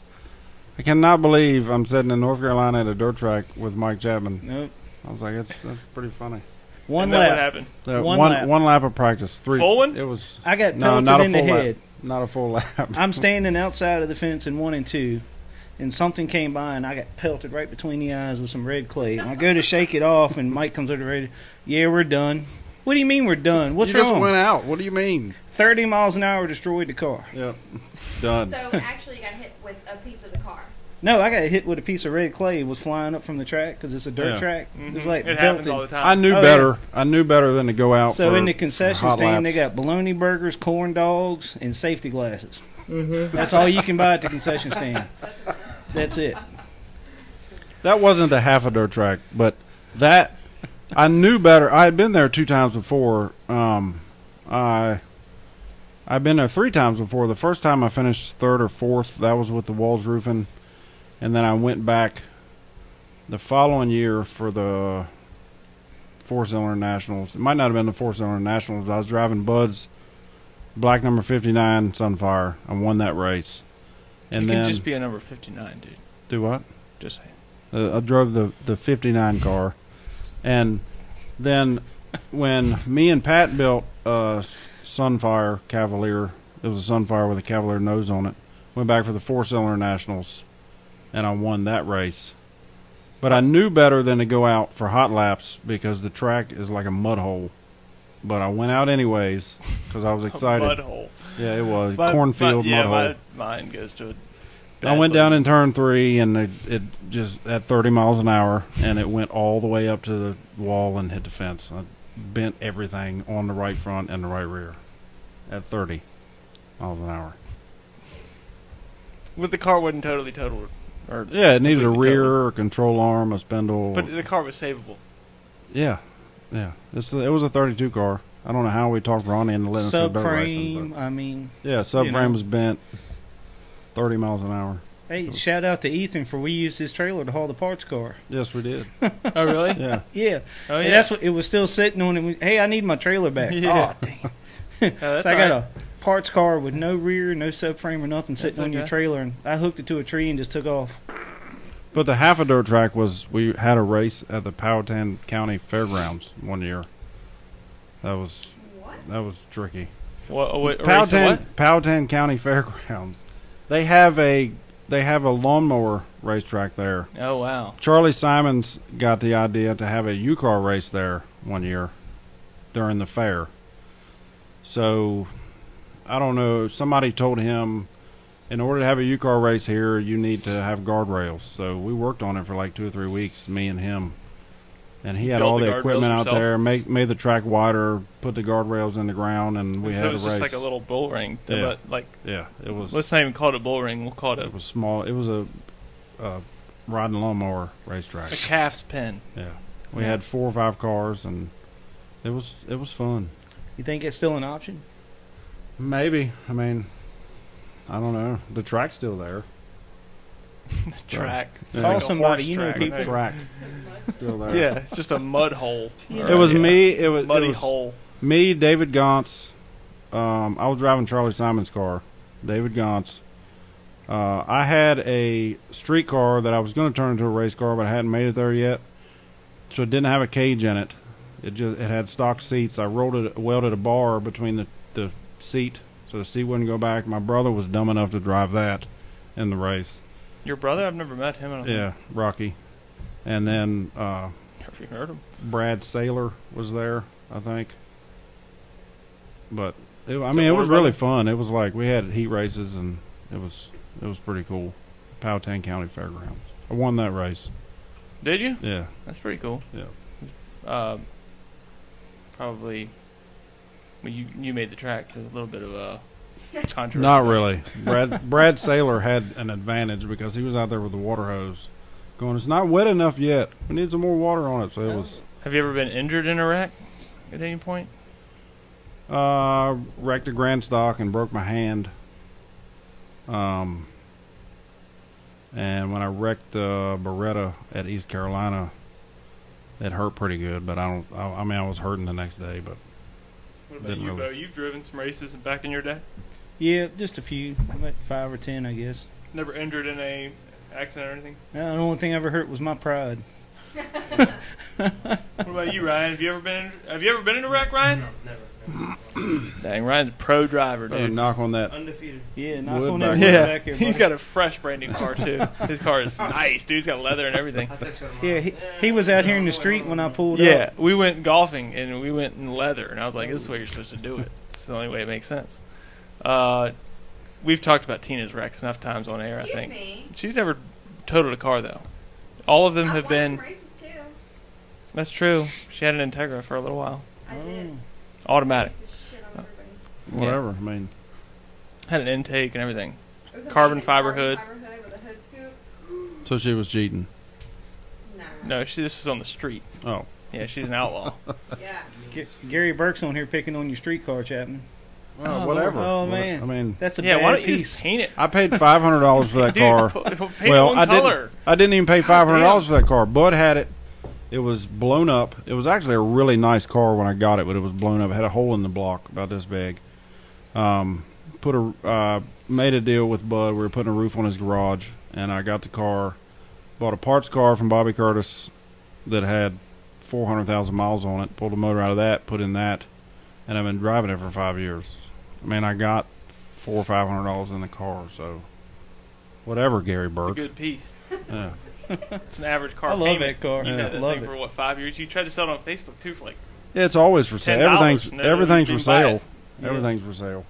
[SPEAKER 2] "I cannot believe I'm sitting in North Carolina at a dirt track with Mike Chapman."
[SPEAKER 3] Nope.
[SPEAKER 2] I was like, "That's that's pretty funny."
[SPEAKER 3] One
[SPEAKER 1] and then what
[SPEAKER 3] lap.
[SPEAKER 1] happened?
[SPEAKER 2] That
[SPEAKER 3] One
[SPEAKER 2] one one
[SPEAKER 3] lap.
[SPEAKER 2] lap. of practice, three
[SPEAKER 1] Full one?
[SPEAKER 2] It was
[SPEAKER 3] I got
[SPEAKER 2] No,
[SPEAKER 3] pelted
[SPEAKER 2] not a
[SPEAKER 3] in the
[SPEAKER 2] full lap.
[SPEAKER 3] head.
[SPEAKER 2] not a full lap.
[SPEAKER 3] I'm standing outside of the fence in one and two, and something came by and I got pelted right between the eyes with some red clay. And I go to shake it off, and Mike comes over to the radio. Yeah, we're done. What do you mean we're done? What's
[SPEAKER 2] you just
[SPEAKER 3] wrong?
[SPEAKER 2] went out. What do you mean?
[SPEAKER 3] Thirty miles an hour destroyed the car.
[SPEAKER 2] Yep, done.
[SPEAKER 4] So actually, got hit with a piece of the car.
[SPEAKER 3] No, I got hit with a piece of red clay. It was flying up from the track because it's a dirt
[SPEAKER 2] Yeah. Mm-hmm.
[SPEAKER 3] track. It was
[SPEAKER 1] Mhm.
[SPEAKER 3] like
[SPEAKER 1] it happens
[SPEAKER 3] belted.
[SPEAKER 1] all the time.
[SPEAKER 2] I knew
[SPEAKER 3] Oh,
[SPEAKER 2] better. I knew better than to go out.
[SPEAKER 3] So
[SPEAKER 2] for
[SPEAKER 3] in the concession
[SPEAKER 2] hot
[SPEAKER 3] stand, they
[SPEAKER 2] laps.
[SPEAKER 3] got bologna burgers, corn dogs, and safety glasses.
[SPEAKER 1] Mm-hmm.
[SPEAKER 3] That's all you can buy at the concession stand. That's it.
[SPEAKER 2] That wasn't the half a dirt track, but that I knew better. I had been there two times before. Um, I I've been there three times before. The first time I finished third or fourth, that was with the walls roofing, and then I went back the following year for the four cylinder nationals. It might not have been the four cylinder nationals. I was driving Bud's black number fifty nine Sunfire. I won that race, and
[SPEAKER 1] you
[SPEAKER 2] then
[SPEAKER 1] can just be a number 59, dude.
[SPEAKER 2] do what?
[SPEAKER 1] Just saying.
[SPEAKER 2] Uh, I drove the the '59 car, and then when me and Pat built a Sunfire Cavalier, it was a Sunfire with a Cavalier nose on it. Went back for the four cylinder nationals, and I won that race. But I knew better than to go out for hot laps because the track is like a mud hole. But I went out anyways because I was excited.
[SPEAKER 1] Mud hole.
[SPEAKER 2] Yeah, it was
[SPEAKER 1] My- my-
[SPEAKER 2] cornfield
[SPEAKER 1] yeah,
[SPEAKER 2] mud hole.
[SPEAKER 1] my mind goes to. a
[SPEAKER 2] I
[SPEAKER 1] bad
[SPEAKER 2] went
[SPEAKER 1] place.
[SPEAKER 2] down in turn three, and it, it just at 30 miles an hour, and it went all the way up to the wall and hit the fence. I bent everything on the right front and the right rear at 30 miles an hour.
[SPEAKER 1] But the car wasn't totally totaled. Or
[SPEAKER 2] Yeah, it needed a
[SPEAKER 1] completely totaled.
[SPEAKER 2] rear, a control arm, a spindle.
[SPEAKER 1] But the car was savable.
[SPEAKER 2] yeah, yeah. It's, it was a 32 car. I don't know how we talked Ronnie into letting us do dirt racing.
[SPEAKER 3] Subframe.
[SPEAKER 2] but-
[SPEAKER 3] I mean,
[SPEAKER 2] yeah, subframe
[SPEAKER 3] know.
[SPEAKER 2] was bent 30 miles an hour.
[SPEAKER 3] hey, shout out to Ethan for we used his trailer to haul the parts car.
[SPEAKER 2] Yes, we did.
[SPEAKER 1] Oh really?
[SPEAKER 2] Yeah.
[SPEAKER 3] Yeah,
[SPEAKER 1] Oh yeah.
[SPEAKER 3] And that's what it was still sitting on. And we, hey, I need my trailer back.
[SPEAKER 1] Yeah.
[SPEAKER 3] Oh, damn.
[SPEAKER 1] No, that's
[SPEAKER 3] so I got
[SPEAKER 1] all right.
[SPEAKER 3] a parts car with no rear, no subframe, or nothing sitting
[SPEAKER 1] That's
[SPEAKER 3] on your
[SPEAKER 1] okay.
[SPEAKER 3] trailer, and I hooked it to a tree and just took off.
[SPEAKER 2] But the half a dirt track was we had a race at the Powhatan County Fairgrounds one year. That was
[SPEAKER 4] What?
[SPEAKER 2] that was tricky.
[SPEAKER 1] What, what, a race of
[SPEAKER 2] Powhatan
[SPEAKER 1] what?
[SPEAKER 2] Powhatan County Fairgrounds. They have a they have a lawnmower racetrack there.
[SPEAKER 1] Oh wow.
[SPEAKER 2] Charlie Simons got the idea to have a U car race there one year during the fair. So I don't know. Somebody told him in order to have a U car race here, you need to have guardrails. So we worked on it for like two or three weeks, me and him. And he had
[SPEAKER 1] Built
[SPEAKER 2] all
[SPEAKER 1] the
[SPEAKER 2] the,
[SPEAKER 1] guardrails
[SPEAKER 2] equipment out
[SPEAKER 1] himself?
[SPEAKER 2] there, made made the track wider, put the guardrails in the ground, and we
[SPEAKER 1] so
[SPEAKER 2] had
[SPEAKER 1] it was
[SPEAKER 2] a race.
[SPEAKER 1] just like a little bull ring,
[SPEAKER 2] Yeah.
[SPEAKER 1] but like
[SPEAKER 2] yeah, it was.
[SPEAKER 1] let's not even call it a bull ring. We'll call it a,
[SPEAKER 2] It was small. It was a, a riding lawnmower racetrack.
[SPEAKER 1] a calf's pen.
[SPEAKER 2] Yeah, we had four or five cars, and it was it was fun.
[SPEAKER 3] You think it's still an option?
[SPEAKER 2] Maybe I mean, I don't know. The track's still there.
[SPEAKER 1] The track. It's
[SPEAKER 2] Yeah.
[SPEAKER 1] like a
[SPEAKER 3] Call somebody,
[SPEAKER 1] horse
[SPEAKER 3] you know
[SPEAKER 1] track.
[SPEAKER 3] people.
[SPEAKER 2] The track's
[SPEAKER 4] So much.
[SPEAKER 2] still there.
[SPEAKER 1] Yeah, it's just a mud hole.
[SPEAKER 2] It was
[SPEAKER 1] Yeah.
[SPEAKER 2] me. It was
[SPEAKER 1] Muddy
[SPEAKER 2] it was
[SPEAKER 1] hole.
[SPEAKER 2] Me, David Gauntz. Um, I was driving Charlie Simon's car. David Gauntz. Uh, I had a street car that I was going to turn into a race car, but I hadn't made it there yet, so it didn't have a cage in it. It just it had stock seats. I rolled it, welded a bar between the the seat so the seat wouldn't go back. My brother was dumb enough to drive that in the race.
[SPEAKER 1] Your brother? I've never met him. I don't
[SPEAKER 2] Yeah, Rocky. And then uh,
[SPEAKER 1] think I've even heard him.
[SPEAKER 2] Brad Saylor was there, I think. But it, I
[SPEAKER 1] Is
[SPEAKER 2] mean,
[SPEAKER 1] it
[SPEAKER 2] it was
[SPEAKER 1] Warren
[SPEAKER 2] really
[SPEAKER 1] Buffett?
[SPEAKER 2] fun. It was like we had heat races, and it was it was pretty cool. Powhatan County Fairgrounds. I won that race.
[SPEAKER 1] Did you?
[SPEAKER 2] Yeah,
[SPEAKER 1] That's pretty cool.
[SPEAKER 2] yeah.
[SPEAKER 1] Um, probably. Well, you you made the track, so a little bit of a controversy.
[SPEAKER 2] Not really. Brad Brad Saylor had an advantage because he was out there with the water hose, going. It's not wet enough yet. We need some more water on it. So it was
[SPEAKER 1] Have you ever been injured in Iraq at any point?
[SPEAKER 2] Uh, wrecked a grand stock and broke my hand. Um, and when I wrecked the Beretta at East Carolina, it hurt pretty good. But I don't. I, I mean, I was hurting the next day, but
[SPEAKER 1] What
[SPEAKER 2] about Didn't you, really. Bo?
[SPEAKER 1] You've driven some races back in your day.
[SPEAKER 3] Yeah, just a few, like five or ten, I guess.
[SPEAKER 1] Never injured in a accident or anything.
[SPEAKER 3] No, the only thing I ever hurt was my pride.
[SPEAKER 1] What about you, Ryan? Have you ever been? In, have you ever been in Iraq, Ryan?
[SPEAKER 5] No, never. never.
[SPEAKER 1] Dang, Ryan's a pro driver,
[SPEAKER 2] better
[SPEAKER 1] dude.
[SPEAKER 2] knock on that.
[SPEAKER 5] Undefeated.
[SPEAKER 3] Yeah, knock
[SPEAKER 2] Wood
[SPEAKER 3] on
[SPEAKER 2] back
[SPEAKER 3] that
[SPEAKER 2] there.
[SPEAKER 3] yeah.
[SPEAKER 1] Yeah,
[SPEAKER 3] back here.
[SPEAKER 1] he's
[SPEAKER 3] buddy.
[SPEAKER 1] got a fresh, brand new car too. His car is nice, dude. He's got leather and everything.
[SPEAKER 5] I'll text her tomorrow.
[SPEAKER 3] Yeah, he, he was out here in the street when I pulled up.
[SPEAKER 1] Yeah, we went golfing and we went in leather, and I was like, "This is the way you're supposed to do it. It's the only way it makes sense." Uh, we've talked about Tina's wrecks enough times on air. I
[SPEAKER 4] Excuse
[SPEAKER 1] think
[SPEAKER 4] me.
[SPEAKER 1] she's never totaled a car though. All of them
[SPEAKER 4] I
[SPEAKER 1] have
[SPEAKER 4] won
[SPEAKER 1] been.
[SPEAKER 4] some races too.
[SPEAKER 1] That's true. She had an Integra for a little while.
[SPEAKER 4] I
[SPEAKER 3] Oh.
[SPEAKER 4] did. I
[SPEAKER 1] Automatic.
[SPEAKER 4] used to shit on everybody.
[SPEAKER 2] Whatever. I mean,
[SPEAKER 1] Had an intake and everything.
[SPEAKER 4] It was a
[SPEAKER 1] Carbon
[SPEAKER 4] fucking
[SPEAKER 1] fiber
[SPEAKER 4] carbon
[SPEAKER 1] hood.
[SPEAKER 4] Fiber hood with a hood scoop.
[SPEAKER 2] so she was cheating.
[SPEAKER 4] Nah.
[SPEAKER 1] No, she. This is on the streets.
[SPEAKER 2] Oh,
[SPEAKER 1] Yeah, she's an outlaw.
[SPEAKER 4] Yeah.
[SPEAKER 3] G- Gary Burke's on here picking on your streetcar, Chapman.
[SPEAKER 2] Well,
[SPEAKER 3] Oh,
[SPEAKER 2] whatever.
[SPEAKER 3] Lord. Oh,
[SPEAKER 2] What-
[SPEAKER 3] man.
[SPEAKER 2] I mean,
[SPEAKER 3] That's a
[SPEAKER 1] yeah,
[SPEAKER 3] bad
[SPEAKER 1] why don't you
[SPEAKER 3] piece.
[SPEAKER 1] just paint it?
[SPEAKER 2] I paid five hundred dollars for that
[SPEAKER 1] Dude,
[SPEAKER 2] car.
[SPEAKER 1] pu- paint
[SPEAKER 2] well,
[SPEAKER 1] one
[SPEAKER 2] I
[SPEAKER 1] color.
[SPEAKER 2] didn't. I didn't even pay five hundred
[SPEAKER 1] Goddamn.
[SPEAKER 2] dollars for that car. Bud had it. It was blown up. It was actually a really nice car when I got it, but it was blown up. It had a hole in the block about this big. Um, put a uh, made a deal with Bud. We were putting a roof on his garage, and I got the car. Bought a parts car from Bobby Curtis that had four hundred thousand miles on it. Pulled a motor out of that, put in that, and I've been driving it for five years. I mean, I got four or five hundred dollars in the car, so whatever, Gary
[SPEAKER 1] It's a
[SPEAKER 2] Burke.
[SPEAKER 1] good piece.
[SPEAKER 2] Yeah.
[SPEAKER 1] It's an average car
[SPEAKER 3] I love
[SPEAKER 1] payment.
[SPEAKER 3] that car.
[SPEAKER 1] You've
[SPEAKER 2] Yeah.
[SPEAKER 1] had that
[SPEAKER 3] love
[SPEAKER 1] thing
[SPEAKER 3] it.
[SPEAKER 1] for what five years? You tried to sell it on Facebook too for like
[SPEAKER 2] Yeah, It's always for sale.
[SPEAKER 1] $10.
[SPEAKER 2] Everything's
[SPEAKER 1] No,
[SPEAKER 2] everything's for
[SPEAKER 1] didn't buy
[SPEAKER 2] sale.
[SPEAKER 1] it.
[SPEAKER 3] Yeah.
[SPEAKER 2] Everything's for sale.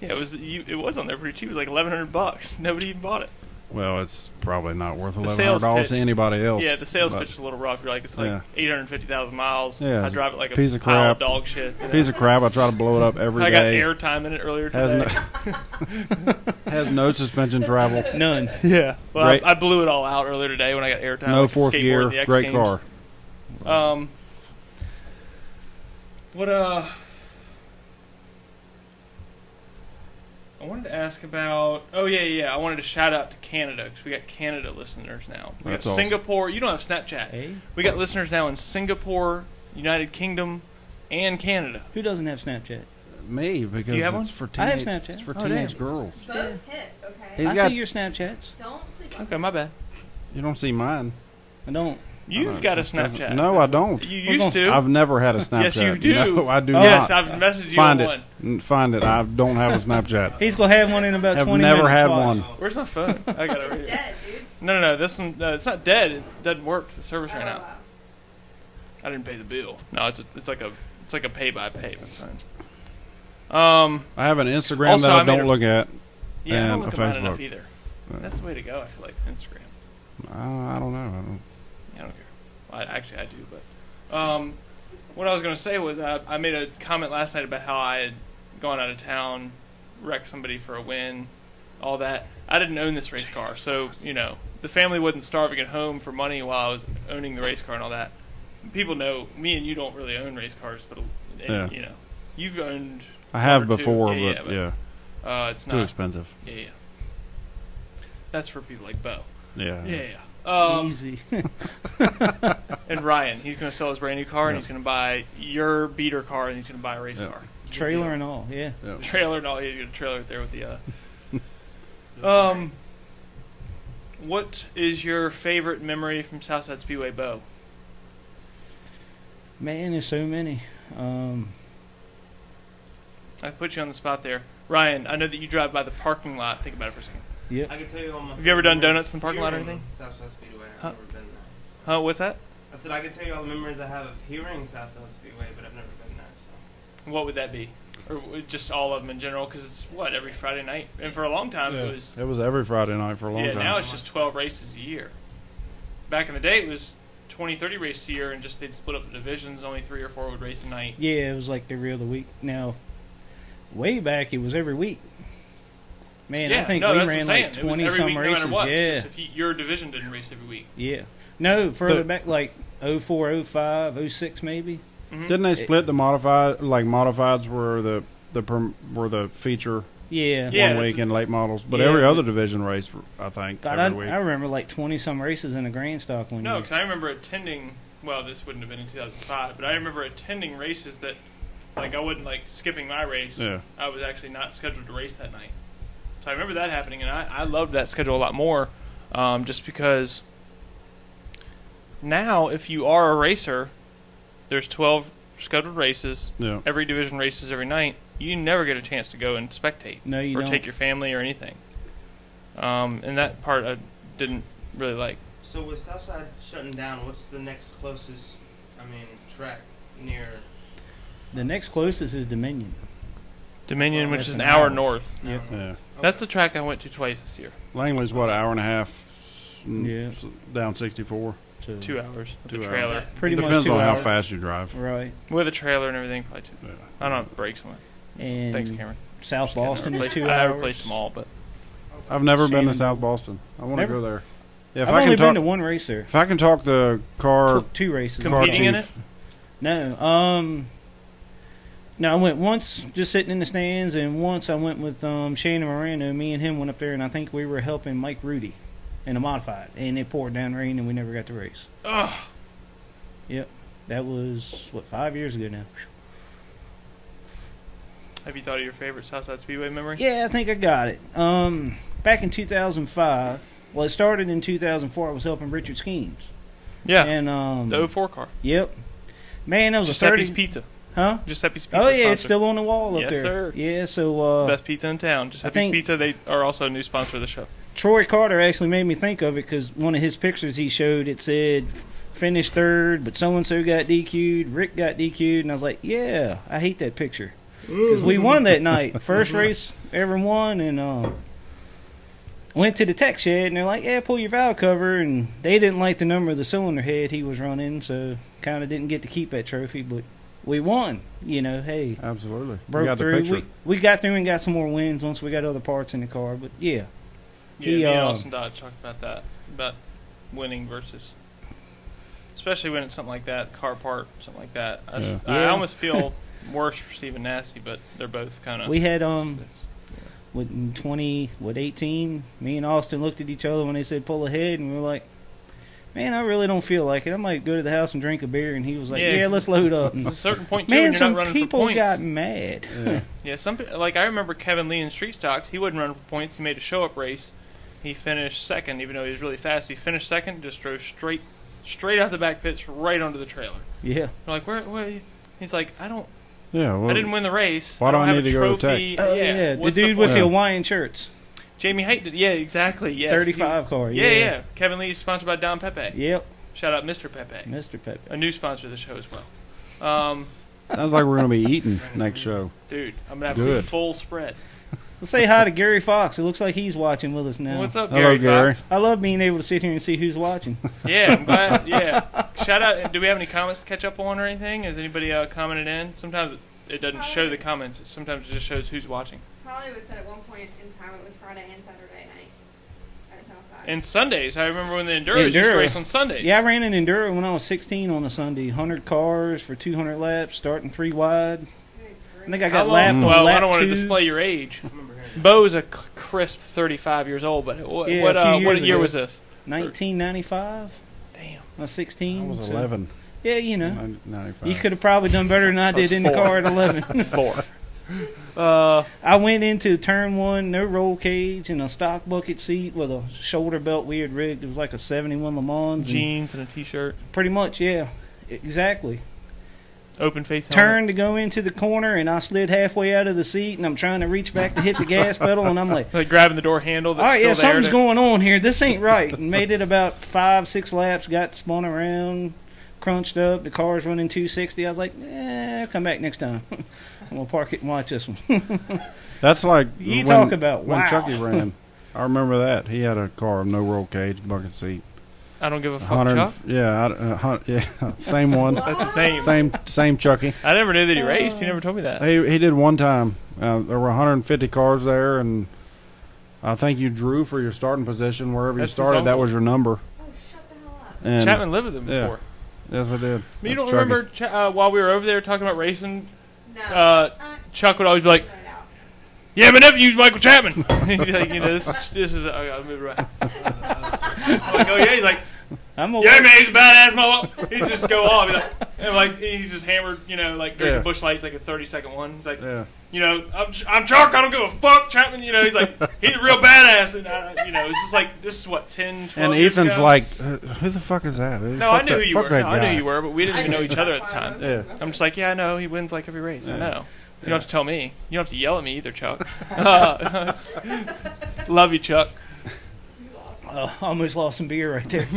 [SPEAKER 1] yeah, it was you, it was on there pretty cheap. It was like eleven hundred bucks. Nobody even bought it.
[SPEAKER 2] Well, it's probably not worth
[SPEAKER 1] The
[SPEAKER 2] eleven hundred
[SPEAKER 1] sales
[SPEAKER 2] dollars to
[SPEAKER 1] pitch-
[SPEAKER 2] anybody else.
[SPEAKER 1] yeah, the sales
[SPEAKER 2] Oh, but
[SPEAKER 1] pitch is a little rough. You're like it's like
[SPEAKER 2] Yeah.
[SPEAKER 1] eight hundred fifty thousand miles.
[SPEAKER 2] Yeah,
[SPEAKER 1] I drive it like a
[SPEAKER 2] piece of
[SPEAKER 1] pile of
[SPEAKER 2] crap.
[SPEAKER 1] dog shit. you know?
[SPEAKER 2] Piece of crap. I try to blow it up every
[SPEAKER 1] I got
[SPEAKER 2] day.
[SPEAKER 1] airtime in it earlier
[SPEAKER 2] has
[SPEAKER 1] today.
[SPEAKER 2] no has no suspension travel.
[SPEAKER 3] None.
[SPEAKER 1] yeah, well,
[SPEAKER 2] Great.
[SPEAKER 1] I, I blew it all out earlier today when I got airtime.
[SPEAKER 2] No
[SPEAKER 1] like,
[SPEAKER 2] fourth
[SPEAKER 1] skateboarding
[SPEAKER 2] gear.
[SPEAKER 1] the X
[SPEAKER 2] Great
[SPEAKER 1] Games.
[SPEAKER 2] car.
[SPEAKER 1] Um, what uh, I wanted to ask about. Oh yeah, yeah. I wanted to shout out to Canada because we got Canada listeners now. We
[SPEAKER 2] That's
[SPEAKER 1] got
[SPEAKER 2] awesome.
[SPEAKER 1] Singapore. You don't have Snapchat.
[SPEAKER 3] Hey,
[SPEAKER 1] We got listeners now in Singapore, United Kingdom, and Canada.
[SPEAKER 3] who doesn't have Snapchat?
[SPEAKER 2] Me because
[SPEAKER 1] have
[SPEAKER 2] it's
[SPEAKER 1] one?
[SPEAKER 2] for
[SPEAKER 3] I have
[SPEAKER 2] teenage.
[SPEAKER 3] Snapchat.
[SPEAKER 2] It's for
[SPEAKER 1] Oh,
[SPEAKER 2] teenage
[SPEAKER 1] damn.
[SPEAKER 2] girls.
[SPEAKER 4] Both hit, okay?
[SPEAKER 2] He's
[SPEAKER 3] I
[SPEAKER 2] got-
[SPEAKER 3] see your Snapchats.
[SPEAKER 4] Don't sleep on
[SPEAKER 1] Okay, my bad.
[SPEAKER 2] You don't see mine.
[SPEAKER 3] I don't.
[SPEAKER 1] You've
[SPEAKER 2] don't-
[SPEAKER 1] got a
[SPEAKER 2] it doesn't-
[SPEAKER 1] Snapchat.
[SPEAKER 2] No, I don't.
[SPEAKER 1] You
[SPEAKER 3] We're
[SPEAKER 1] used to.
[SPEAKER 2] I've never had a Snapchat.
[SPEAKER 1] yes, you do.
[SPEAKER 2] No, I do
[SPEAKER 1] Yes,
[SPEAKER 2] not.
[SPEAKER 1] I've messaged you
[SPEAKER 2] find
[SPEAKER 1] on
[SPEAKER 2] it.
[SPEAKER 1] one.
[SPEAKER 2] N- Find it. I don't have a Snapchat.
[SPEAKER 3] He's gonna have one in about
[SPEAKER 2] Have
[SPEAKER 3] twenty
[SPEAKER 2] never
[SPEAKER 3] minutes.
[SPEAKER 2] had
[SPEAKER 3] watch.
[SPEAKER 2] one.
[SPEAKER 1] Where's my phone? I got it
[SPEAKER 4] it.
[SPEAKER 1] right
[SPEAKER 4] It's
[SPEAKER 1] here.
[SPEAKER 4] dead, dude.
[SPEAKER 1] No, no, no. This one, no, it's not dead. It doesn't work. The server's
[SPEAKER 4] Oh,
[SPEAKER 1] ran out.
[SPEAKER 4] wow.
[SPEAKER 1] I didn't pay the bill. No, it's a, it's like a it's like a pay by pay. That's fine. Um,
[SPEAKER 2] I have an Instagram
[SPEAKER 1] Also,
[SPEAKER 2] that
[SPEAKER 1] I
[SPEAKER 2] I
[SPEAKER 1] made
[SPEAKER 2] don't
[SPEAKER 1] a-
[SPEAKER 2] look at.
[SPEAKER 1] yeah, I don't
[SPEAKER 2] And
[SPEAKER 1] look
[SPEAKER 2] a
[SPEAKER 1] at mine enough
[SPEAKER 2] Facebook.
[SPEAKER 1] either.
[SPEAKER 2] Yeah.
[SPEAKER 1] That's the way to go. I feel like Instagram.
[SPEAKER 2] I, Uh, I don't know. I don't,
[SPEAKER 1] Yeah, I don't care. Well, I, actually, I do. But um, what I was gonna say was I, I made a comment last night about how I had gone out of town, wrecked somebody for a win, all that. I didn't own this race car, so you know the family wasn't starving at home for money while I was owning the race car and all that. People know me and you don't really own race cars, but and,
[SPEAKER 2] Yeah.
[SPEAKER 1] you know you've owned
[SPEAKER 2] I have
[SPEAKER 1] Number two.
[SPEAKER 2] before,
[SPEAKER 1] Yeah, yeah,
[SPEAKER 2] but
[SPEAKER 1] but-
[SPEAKER 2] yeah,
[SPEAKER 1] Uh, it's
[SPEAKER 2] too
[SPEAKER 1] not.
[SPEAKER 2] expensive.
[SPEAKER 1] Yeah, yeah. That's for people like Bo.
[SPEAKER 2] Yeah.
[SPEAKER 1] Yeah, yeah. Um,
[SPEAKER 3] Easy.
[SPEAKER 1] and Ryan, he's going to sell his brand new car and
[SPEAKER 2] Yeah.
[SPEAKER 1] he's going to buy your beater car and he's going to buy a race
[SPEAKER 2] Yeah.
[SPEAKER 1] car.
[SPEAKER 3] Trailer and all. Yeah.
[SPEAKER 2] Yeah.
[SPEAKER 1] The trailer and all. He's going to trailer it there with the. Uh, um, what is your favorite memory from Southside Speedway, Bo?
[SPEAKER 3] Man, there's so many. Um,
[SPEAKER 1] I put you on the spot there, Ryan. I know that you drive by the parking lot. Think about it for a second.
[SPEAKER 3] yep.
[SPEAKER 5] I can tell you all my.
[SPEAKER 1] Have you ever done
[SPEAKER 5] favorite-
[SPEAKER 1] donuts in the parking lot or
[SPEAKER 5] hearing
[SPEAKER 1] anything?
[SPEAKER 5] Southside Speedway. I've
[SPEAKER 1] Huh?
[SPEAKER 5] never been there. so.
[SPEAKER 1] Huh? What's that?
[SPEAKER 5] I said I can tell you all the memories I have of hearing Southside Speedway, but I've never been there. So.
[SPEAKER 1] What would that be? Or w- just all of them in general? Because it's what every Friday night, and for a long time
[SPEAKER 2] Yeah.
[SPEAKER 1] it was.
[SPEAKER 2] It was every Friday night for a long
[SPEAKER 1] yeah,
[SPEAKER 2] time.
[SPEAKER 1] now it's just 12 races a year. Back in the day, it was 20, 30 races a year, and just they'd split up the divisions. Only three or four would race a night.
[SPEAKER 3] Yeah, it was like every other week. Now, way back, it was every week. Man,
[SPEAKER 1] yeah,
[SPEAKER 3] I think
[SPEAKER 1] no,
[SPEAKER 3] we
[SPEAKER 1] that's
[SPEAKER 3] ran
[SPEAKER 1] what I'm
[SPEAKER 3] like
[SPEAKER 1] saying. it
[SPEAKER 3] twenty
[SPEAKER 1] was every
[SPEAKER 3] some
[SPEAKER 1] week, no
[SPEAKER 3] races.
[SPEAKER 1] matter what.
[SPEAKER 3] yeah,
[SPEAKER 1] It's just if you, your division didn't race every week.
[SPEAKER 3] yeah. No, further
[SPEAKER 2] The-
[SPEAKER 3] back, like 04, 05, 06 maybe.
[SPEAKER 1] mm-hmm.
[SPEAKER 2] Didn't they
[SPEAKER 3] It-
[SPEAKER 2] split the modified? Like modifieds were the the perm, were the feature
[SPEAKER 3] Yeah.
[SPEAKER 1] Yeah,
[SPEAKER 2] one
[SPEAKER 1] that's-
[SPEAKER 2] week and late models, but
[SPEAKER 3] Yeah.
[SPEAKER 2] every other division race, I think,
[SPEAKER 3] God, I,
[SPEAKER 2] every week.
[SPEAKER 3] I remember like twenty some races in a grand stock one
[SPEAKER 1] No,
[SPEAKER 3] year.
[SPEAKER 1] because I remember attending. Well, this wouldn't have been in 2005, but I remember attending races that, like, I wasn't like skipping my race.
[SPEAKER 2] Yeah.
[SPEAKER 1] I was actually not scheduled to race that night. So I remember that happening, and I, I loved that schedule a lot more, um, just because. Now, if you are a racer, there's 12 scheduled races.
[SPEAKER 2] yeah,
[SPEAKER 1] Every division races every night. You never get a chance to go and spectate
[SPEAKER 3] No, you
[SPEAKER 1] or
[SPEAKER 3] don't.
[SPEAKER 1] take your family or anything. Um, and that part I didn't really like.
[SPEAKER 5] So with Southside shutting down, what's the next closest? I mean, track near.
[SPEAKER 3] the next closest is Dominion.
[SPEAKER 1] Dominion,
[SPEAKER 5] Well,
[SPEAKER 1] which
[SPEAKER 3] that's
[SPEAKER 1] is an
[SPEAKER 3] an
[SPEAKER 1] hour
[SPEAKER 3] hour.
[SPEAKER 1] north.
[SPEAKER 3] Yeah.
[SPEAKER 5] um,
[SPEAKER 2] yeah.
[SPEAKER 1] That's a track I went to twice this year.
[SPEAKER 2] Langley's what an hour and a half. s- n-
[SPEAKER 3] Yeah.
[SPEAKER 2] s- down sixty four.
[SPEAKER 3] So
[SPEAKER 1] Two hours with
[SPEAKER 2] Two
[SPEAKER 1] a
[SPEAKER 2] hours.
[SPEAKER 1] trailer.
[SPEAKER 3] Pretty much
[SPEAKER 2] Depends
[SPEAKER 3] two
[SPEAKER 2] on
[SPEAKER 3] hours.
[SPEAKER 2] how fast you drive.
[SPEAKER 3] Right.
[SPEAKER 1] With a trailer and everything, probably two.
[SPEAKER 2] Yeah.
[SPEAKER 1] I don't have brakes on it.
[SPEAKER 3] And
[SPEAKER 1] Thanks, Cameron.
[SPEAKER 3] South
[SPEAKER 1] Kidding, I
[SPEAKER 3] Boston is
[SPEAKER 1] replaced-
[SPEAKER 3] two
[SPEAKER 1] I
[SPEAKER 3] hours.
[SPEAKER 1] replaced them all, but
[SPEAKER 2] I've never been
[SPEAKER 3] Shannon-
[SPEAKER 2] to South Boston. I want to
[SPEAKER 3] Never?
[SPEAKER 2] go there. Yeah, if
[SPEAKER 3] I've
[SPEAKER 2] I
[SPEAKER 3] only
[SPEAKER 2] can talk,
[SPEAKER 3] been to one race there.
[SPEAKER 2] if I can talk the car
[SPEAKER 3] Two, two races.
[SPEAKER 2] car
[SPEAKER 1] Competing in
[SPEAKER 2] chief-
[SPEAKER 3] No. Um No, I went once just sitting in the stands, and once I went with um, Shane Moreno. Me and him went up there, and I think we were helping Mike Rudy in a modified, and it poured down rain, and we never got the race.
[SPEAKER 1] Ugh.
[SPEAKER 3] That was what five years ago now.
[SPEAKER 1] Have you thought of your favorite Southside Speedway memory?
[SPEAKER 3] Yeah, I think I got it. Um, back in 2005. Well, it started in 2004. I was helping Richard Skeens.
[SPEAKER 1] Yeah.
[SPEAKER 3] And um,
[SPEAKER 1] the 04 car.
[SPEAKER 3] yep. Man, that was
[SPEAKER 1] Giuseppe's
[SPEAKER 3] a 30
[SPEAKER 1] Pizza.
[SPEAKER 3] huh?
[SPEAKER 1] Giuseppe's Pizza.
[SPEAKER 3] Oh yeah, it's
[SPEAKER 1] sponsor.
[SPEAKER 3] still on the wall up
[SPEAKER 1] Yes,
[SPEAKER 3] there.
[SPEAKER 1] sir.
[SPEAKER 3] Yeah, so uh,
[SPEAKER 1] It's the best pizza in town. Giuseppe's
[SPEAKER 3] think-
[SPEAKER 1] Pizza. They are also a new sponsor of the show.
[SPEAKER 3] Troy Carter actually made me think of it because one of his pictures he showed it said finished third, but so and so got DQ'd, Rick got DQ'd, and I was like, yeah, I hate that picture because we won that night, first race ever won, and um, went to the tech shed and they're like, yeah, pull your valve cover, and they didn't like the number of the cylinder head he was running, so kind of didn't get to keep that trophy, but we won, you know, hey
[SPEAKER 2] Absolutely.
[SPEAKER 3] broke
[SPEAKER 2] you got
[SPEAKER 3] through.
[SPEAKER 2] the picture.
[SPEAKER 3] We, we got through and got some more wins once we got other parts in the car. But yeah,
[SPEAKER 1] Yeah,
[SPEAKER 3] He,
[SPEAKER 1] me and
[SPEAKER 3] uh,
[SPEAKER 1] Austin Dodd talked about that about winning versus, especially when it's something like that, car part, something like that. I,
[SPEAKER 2] Yeah.
[SPEAKER 1] I
[SPEAKER 3] Yeah.
[SPEAKER 1] almost feel worse for Steven Nasty, but they're both kind of.
[SPEAKER 3] we had um, what in twenty, what eighteen? Me and Austin looked at each other when they said pull ahead, and we were like, "Man, I really don't feel like it. I might go to the house and drink a beer." And he was like,
[SPEAKER 1] Yeah.
[SPEAKER 3] "Yeah, let's load up."
[SPEAKER 1] At a
[SPEAKER 3] And,
[SPEAKER 1] certain point, too, when
[SPEAKER 3] man,
[SPEAKER 1] you're not
[SPEAKER 3] some
[SPEAKER 1] running for
[SPEAKER 3] people
[SPEAKER 1] points.
[SPEAKER 3] got mad.
[SPEAKER 2] Yeah.
[SPEAKER 1] Yeah, some pe- like I remember Kevin Lee in Street Stocks. He wasn't running for points. He made a show up race. He finished second, even though he was really fast. He finished second, just drove straight, straight out the back pits, right onto the trailer.
[SPEAKER 3] yeah,
[SPEAKER 1] We're like, where? where are you?" He's like, I don't,
[SPEAKER 2] yeah. Well,
[SPEAKER 1] I didn't win the race.
[SPEAKER 2] why
[SPEAKER 1] I
[SPEAKER 2] do
[SPEAKER 1] don't
[SPEAKER 2] I
[SPEAKER 1] have
[SPEAKER 2] need
[SPEAKER 1] a
[SPEAKER 2] to go to
[SPEAKER 1] trophy.
[SPEAKER 3] oh
[SPEAKER 1] yeah,
[SPEAKER 3] yeah, the
[SPEAKER 1] what's
[SPEAKER 3] dude with the
[SPEAKER 1] point?"
[SPEAKER 2] point?
[SPEAKER 3] Hawaiian shirts.
[SPEAKER 1] Jamie Haight did. Yeah, exactly. Yes,
[SPEAKER 3] 35
[SPEAKER 1] He
[SPEAKER 3] car,
[SPEAKER 1] Yeah, yeah.
[SPEAKER 3] yeah.
[SPEAKER 1] Kevin Lee is sponsored by Don Pepe.
[SPEAKER 3] Yep,
[SPEAKER 1] Shout out, Mr. Pepe,
[SPEAKER 3] Mr. Pepe.
[SPEAKER 1] a new sponsor of the show as well. Um,
[SPEAKER 2] Sounds like we're gonna be eating next show.
[SPEAKER 1] dude, I'm gonna have
[SPEAKER 2] Good.
[SPEAKER 1] full spread.
[SPEAKER 3] Let's say hi to Gary Fox. It looks like he's watching with us now.
[SPEAKER 1] What's up,
[SPEAKER 2] Hello,
[SPEAKER 1] Gary?
[SPEAKER 2] Gary.
[SPEAKER 1] Fox?
[SPEAKER 3] I love being able to sit here and see who's watching.
[SPEAKER 1] Yeah, I'm glad. Yeah. Shout out. Do we have any comments to catch up on or anything? Has anybody uh, commented in? Sometimes it, it doesn't show the comments. Sometimes it just shows who's watching.
[SPEAKER 4] Hollywood said at one point in time it was Friday and Saturday night at Southside.
[SPEAKER 1] And Sundays, I remember when the Enduros used
[SPEAKER 3] Enduro.
[SPEAKER 1] to race on Sundays.
[SPEAKER 3] Yeah, I ran an enduro when I was 16 on a Sunday. 100 cars for 200 laps, starting three wide.
[SPEAKER 4] Good grief.
[SPEAKER 3] I think I
[SPEAKER 1] How
[SPEAKER 3] got
[SPEAKER 1] long-
[SPEAKER 3] lapped on
[SPEAKER 1] Well,
[SPEAKER 3] lap
[SPEAKER 1] I don't want to
[SPEAKER 3] two.
[SPEAKER 1] display your age.
[SPEAKER 5] I remember hearing
[SPEAKER 1] Bo's a c- crisp 35 years old, but what
[SPEAKER 3] Yeah,
[SPEAKER 1] what,
[SPEAKER 3] a few
[SPEAKER 1] uh, what
[SPEAKER 3] years
[SPEAKER 1] year
[SPEAKER 3] ago.
[SPEAKER 1] was this?
[SPEAKER 3] 1995.
[SPEAKER 1] Damn.
[SPEAKER 3] I was
[SPEAKER 2] I
[SPEAKER 3] 16.
[SPEAKER 2] was
[SPEAKER 3] so-
[SPEAKER 2] eleven.
[SPEAKER 3] Yeah, you know.
[SPEAKER 2] nine- ninety-five.
[SPEAKER 3] You could have probably done better than I
[SPEAKER 1] was
[SPEAKER 3] did in the
[SPEAKER 1] four.
[SPEAKER 3] car at 11.
[SPEAKER 1] Four. Uh,
[SPEAKER 3] I went into turn one, no roll cage, and a stock bucket seat with a shoulder belt weird rigged. It was like a 71 Le Mans. and
[SPEAKER 1] jeans and a t-shirt,
[SPEAKER 3] Pretty much, yeah. Exactly.
[SPEAKER 1] open face helmet.
[SPEAKER 3] Turned to go into the corner, and I slid halfway out of the seat, and I'm trying to reach back to hit the gas pedal, and I'm like,
[SPEAKER 1] like grabbing the door handle. That's
[SPEAKER 3] All right,
[SPEAKER 1] still there
[SPEAKER 3] yeah, something's
[SPEAKER 1] to-
[SPEAKER 3] going on here. This ain't right. And made it about five, six laps, got spun around, crunched up. The car's running 260. I was like, eh, come back next time. I'm going to park it and watch this one.
[SPEAKER 2] That's like
[SPEAKER 3] You
[SPEAKER 2] when-
[SPEAKER 3] talk about
[SPEAKER 2] when
[SPEAKER 3] wow.
[SPEAKER 2] Chucky ran. I remember that he had a car, no roll cage, bucket seat,
[SPEAKER 1] I don't give a fuck,
[SPEAKER 2] 100
[SPEAKER 1] Chuck.
[SPEAKER 2] Yeah, I, uh, hun- yeah, same one,
[SPEAKER 1] That's his name.
[SPEAKER 2] same same Chucky.
[SPEAKER 1] I never knew that he raced. He never told me that.
[SPEAKER 2] He he did one time. Uh, there were 150 cars there, and I think you drew for your starting position wherever
[SPEAKER 1] That's
[SPEAKER 2] you
[SPEAKER 1] his
[SPEAKER 2] started. That
[SPEAKER 1] uncle.
[SPEAKER 2] was your number.
[SPEAKER 4] Oh, shut the hell up.
[SPEAKER 2] And
[SPEAKER 1] Chapman lived with him
[SPEAKER 2] Yeah.
[SPEAKER 1] before.
[SPEAKER 2] Yes, I did.
[SPEAKER 1] But you
[SPEAKER 2] That's
[SPEAKER 1] don't
[SPEAKER 2] Chucky.
[SPEAKER 1] remember Cha- uh, while we were over there talking about racing,
[SPEAKER 4] No.
[SPEAKER 1] uh,
[SPEAKER 4] Uh,
[SPEAKER 1] Chuck would always be like,
[SPEAKER 4] cut it out.
[SPEAKER 1] "Yeah, my nephew's Michael Chapman." He's like, you know, this, this is. I gotta move right. I'm like, oh yeah, he's like,
[SPEAKER 3] I'm
[SPEAKER 1] yeah,
[SPEAKER 3] aware.
[SPEAKER 1] man, he's a badass motherfucker. He's just go on, be like, and like he's just hammered, you know, like during
[SPEAKER 2] Yeah.
[SPEAKER 1] the bush lights, like a 30 second one. He's like,
[SPEAKER 2] Yeah,
[SPEAKER 1] you know, I'm I'm Chuck. I don't give a fuck, Chapman. You know, he's like, he's a real badass, and I, you know, it's just like this is what 10, 12
[SPEAKER 2] and
[SPEAKER 1] years
[SPEAKER 2] Ethan's
[SPEAKER 1] ago?
[SPEAKER 2] like, uh, who the fuck is that?
[SPEAKER 1] No, I
[SPEAKER 2] Fuck
[SPEAKER 1] knew
[SPEAKER 2] that-
[SPEAKER 1] who you
[SPEAKER 2] fuck
[SPEAKER 1] were.
[SPEAKER 2] that
[SPEAKER 1] No, I
[SPEAKER 2] guy.
[SPEAKER 1] knew you were, but we didn't even know each other at the
[SPEAKER 4] That's why I
[SPEAKER 1] time.
[SPEAKER 4] was-
[SPEAKER 2] Yeah.
[SPEAKER 1] I'm just like, yeah, I know. He wins like every race. I
[SPEAKER 2] Yeah.
[SPEAKER 1] know. You don't have to tell me. You don't have to yell at me either, Chuck. Uh, Love you, Chuck.
[SPEAKER 4] You lost.
[SPEAKER 3] Uh, almost lost some beer right there.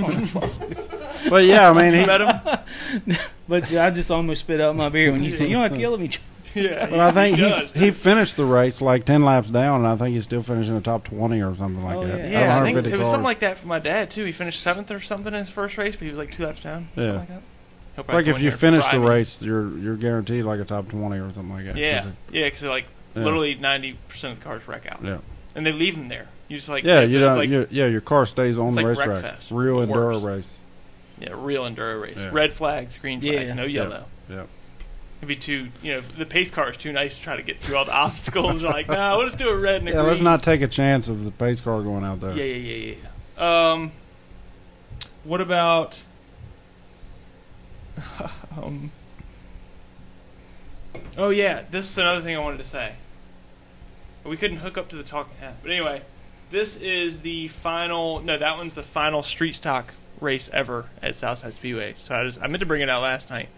[SPEAKER 2] But yeah, I mean,
[SPEAKER 1] You
[SPEAKER 2] he,
[SPEAKER 1] met him?
[SPEAKER 3] but I just almost spit out my beer when you said, you don't have to yell at me. Chuck."
[SPEAKER 1] Yeah.
[SPEAKER 2] But I think
[SPEAKER 1] he
[SPEAKER 2] he,
[SPEAKER 1] does.
[SPEAKER 2] he, finished the race like ten laps down, and I think he still finished in the top twenty or something like
[SPEAKER 3] Oh,
[SPEAKER 2] that.
[SPEAKER 3] yeah.
[SPEAKER 2] Out of
[SPEAKER 1] yeah, I think
[SPEAKER 2] 150
[SPEAKER 1] it was something
[SPEAKER 2] cars.
[SPEAKER 1] like that for my dad too. He finished seventh or something in his first race, but he was like two laps down.
[SPEAKER 2] Yeah.
[SPEAKER 1] Something like that. He'll
[SPEAKER 2] It's
[SPEAKER 1] probably
[SPEAKER 2] like
[SPEAKER 1] go
[SPEAKER 2] if
[SPEAKER 1] in
[SPEAKER 2] you
[SPEAKER 1] there
[SPEAKER 2] finish the
[SPEAKER 1] Friday.
[SPEAKER 2] race, you're you're guaranteed like a top twenty or something like that. Is
[SPEAKER 1] Yeah,
[SPEAKER 2] it-
[SPEAKER 1] yeah, because like
[SPEAKER 2] Yeah.
[SPEAKER 1] literally ninety percent of the cars wreck out,
[SPEAKER 2] Yeah,
[SPEAKER 1] and they leave them there. You just like
[SPEAKER 2] yeah,
[SPEAKER 1] it's
[SPEAKER 2] you don't.
[SPEAKER 1] like
[SPEAKER 2] you- yeah, your car stays on
[SPEAKER 1] it's
[SPEAKER 2] the
[SPEAKER 1] like
[SPEAKER 2] racetrack.
[SPEAKER 1] Wreckfest.
[SPEAKER 2] Real
[SPEAKER 1] It
[SPEAKER 2] enduro
[SPEAKER 1] works.
[SPEAKER 2] race.
[SPEAKER 1] yeah, real enduro race.
[SPEAKER 2] Yeah.
[SPEAKER 1] Red flags, green flags,
[SPEAKER 3] Yeah.
[SPEAKER 1] no
[SPEAKER 2] Yeah.
[SPEAKER 1] yellow.
[SPEAKER 2] Yeah,
[SPEAKER 1] It'd be too, you know, the pace car is too nice to try to get through all the obstacles. You're like, nah, we'll just do a red and a
[SPEAKER 2] Yeah, let's
[SPEAKER 1] green."
[SPEAKER 2] not take a chance of the pace car going out there.
[SPEAKER 1] Yeah, yeah, yeah, yeah. Um, what about? um, oh yeah, this is another thing I wanted to say. We couldn't hook up to the talking hat, but anyway, this is the final. No, that one's the final street stock race ever at Southside Speedway. So I just I meant to bring it out last night.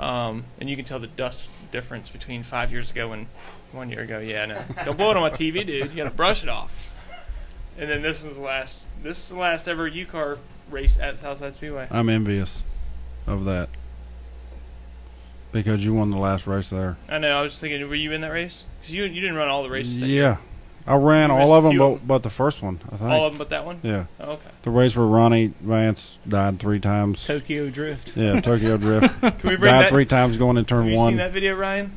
[SPEAKER 1] Um, and you can tell the dust difference between five years ago and one year ago. Yeah, no, don't blow it on my TV, dude. You gotta brush it off. And then this is the last. This is the last ever U car race at Southside Speedway.
[SPEAKER 2] I'm envious of that because you won the last race there.
[SPEAKER 1] I know. I was just thinking, were you in that race? Because you you didn't run all the races. that year.
[SPEAKER 2] Yeah, I ran
[SPEAKER 1] You
[SPEAKER 2] all
[SPEAKER 1] missed
[SPEAKER 2] of
[SPEAKER 1] a
[SPEAKER 2] them,
[SPEAKER 1] few
[SPEAKER 2] but
[SPEAKER 1] of
[SPEAKER 2] but the first one, I think.
[SPEAKER 1] All of them but that one.
[SPEAKER 2] yeah,
[SPEAKER 1] Oh, okay.
[SPEAKER 2] the race where Ronnie Vance died three times.
[SPEAKER 3] Tokyo Drift.
[SPEAKER 2] yeah, Tokyo Drift
[SPEAKER 1] Can we bring
[SPEAKER 2] died
[SPEAKER 1] that?
[SPEAKER 2] three times going in turn
[SPEAKER 1] have you
[SPEAKER 2] one.
[SPEAKER 1] seen that video, Ryan?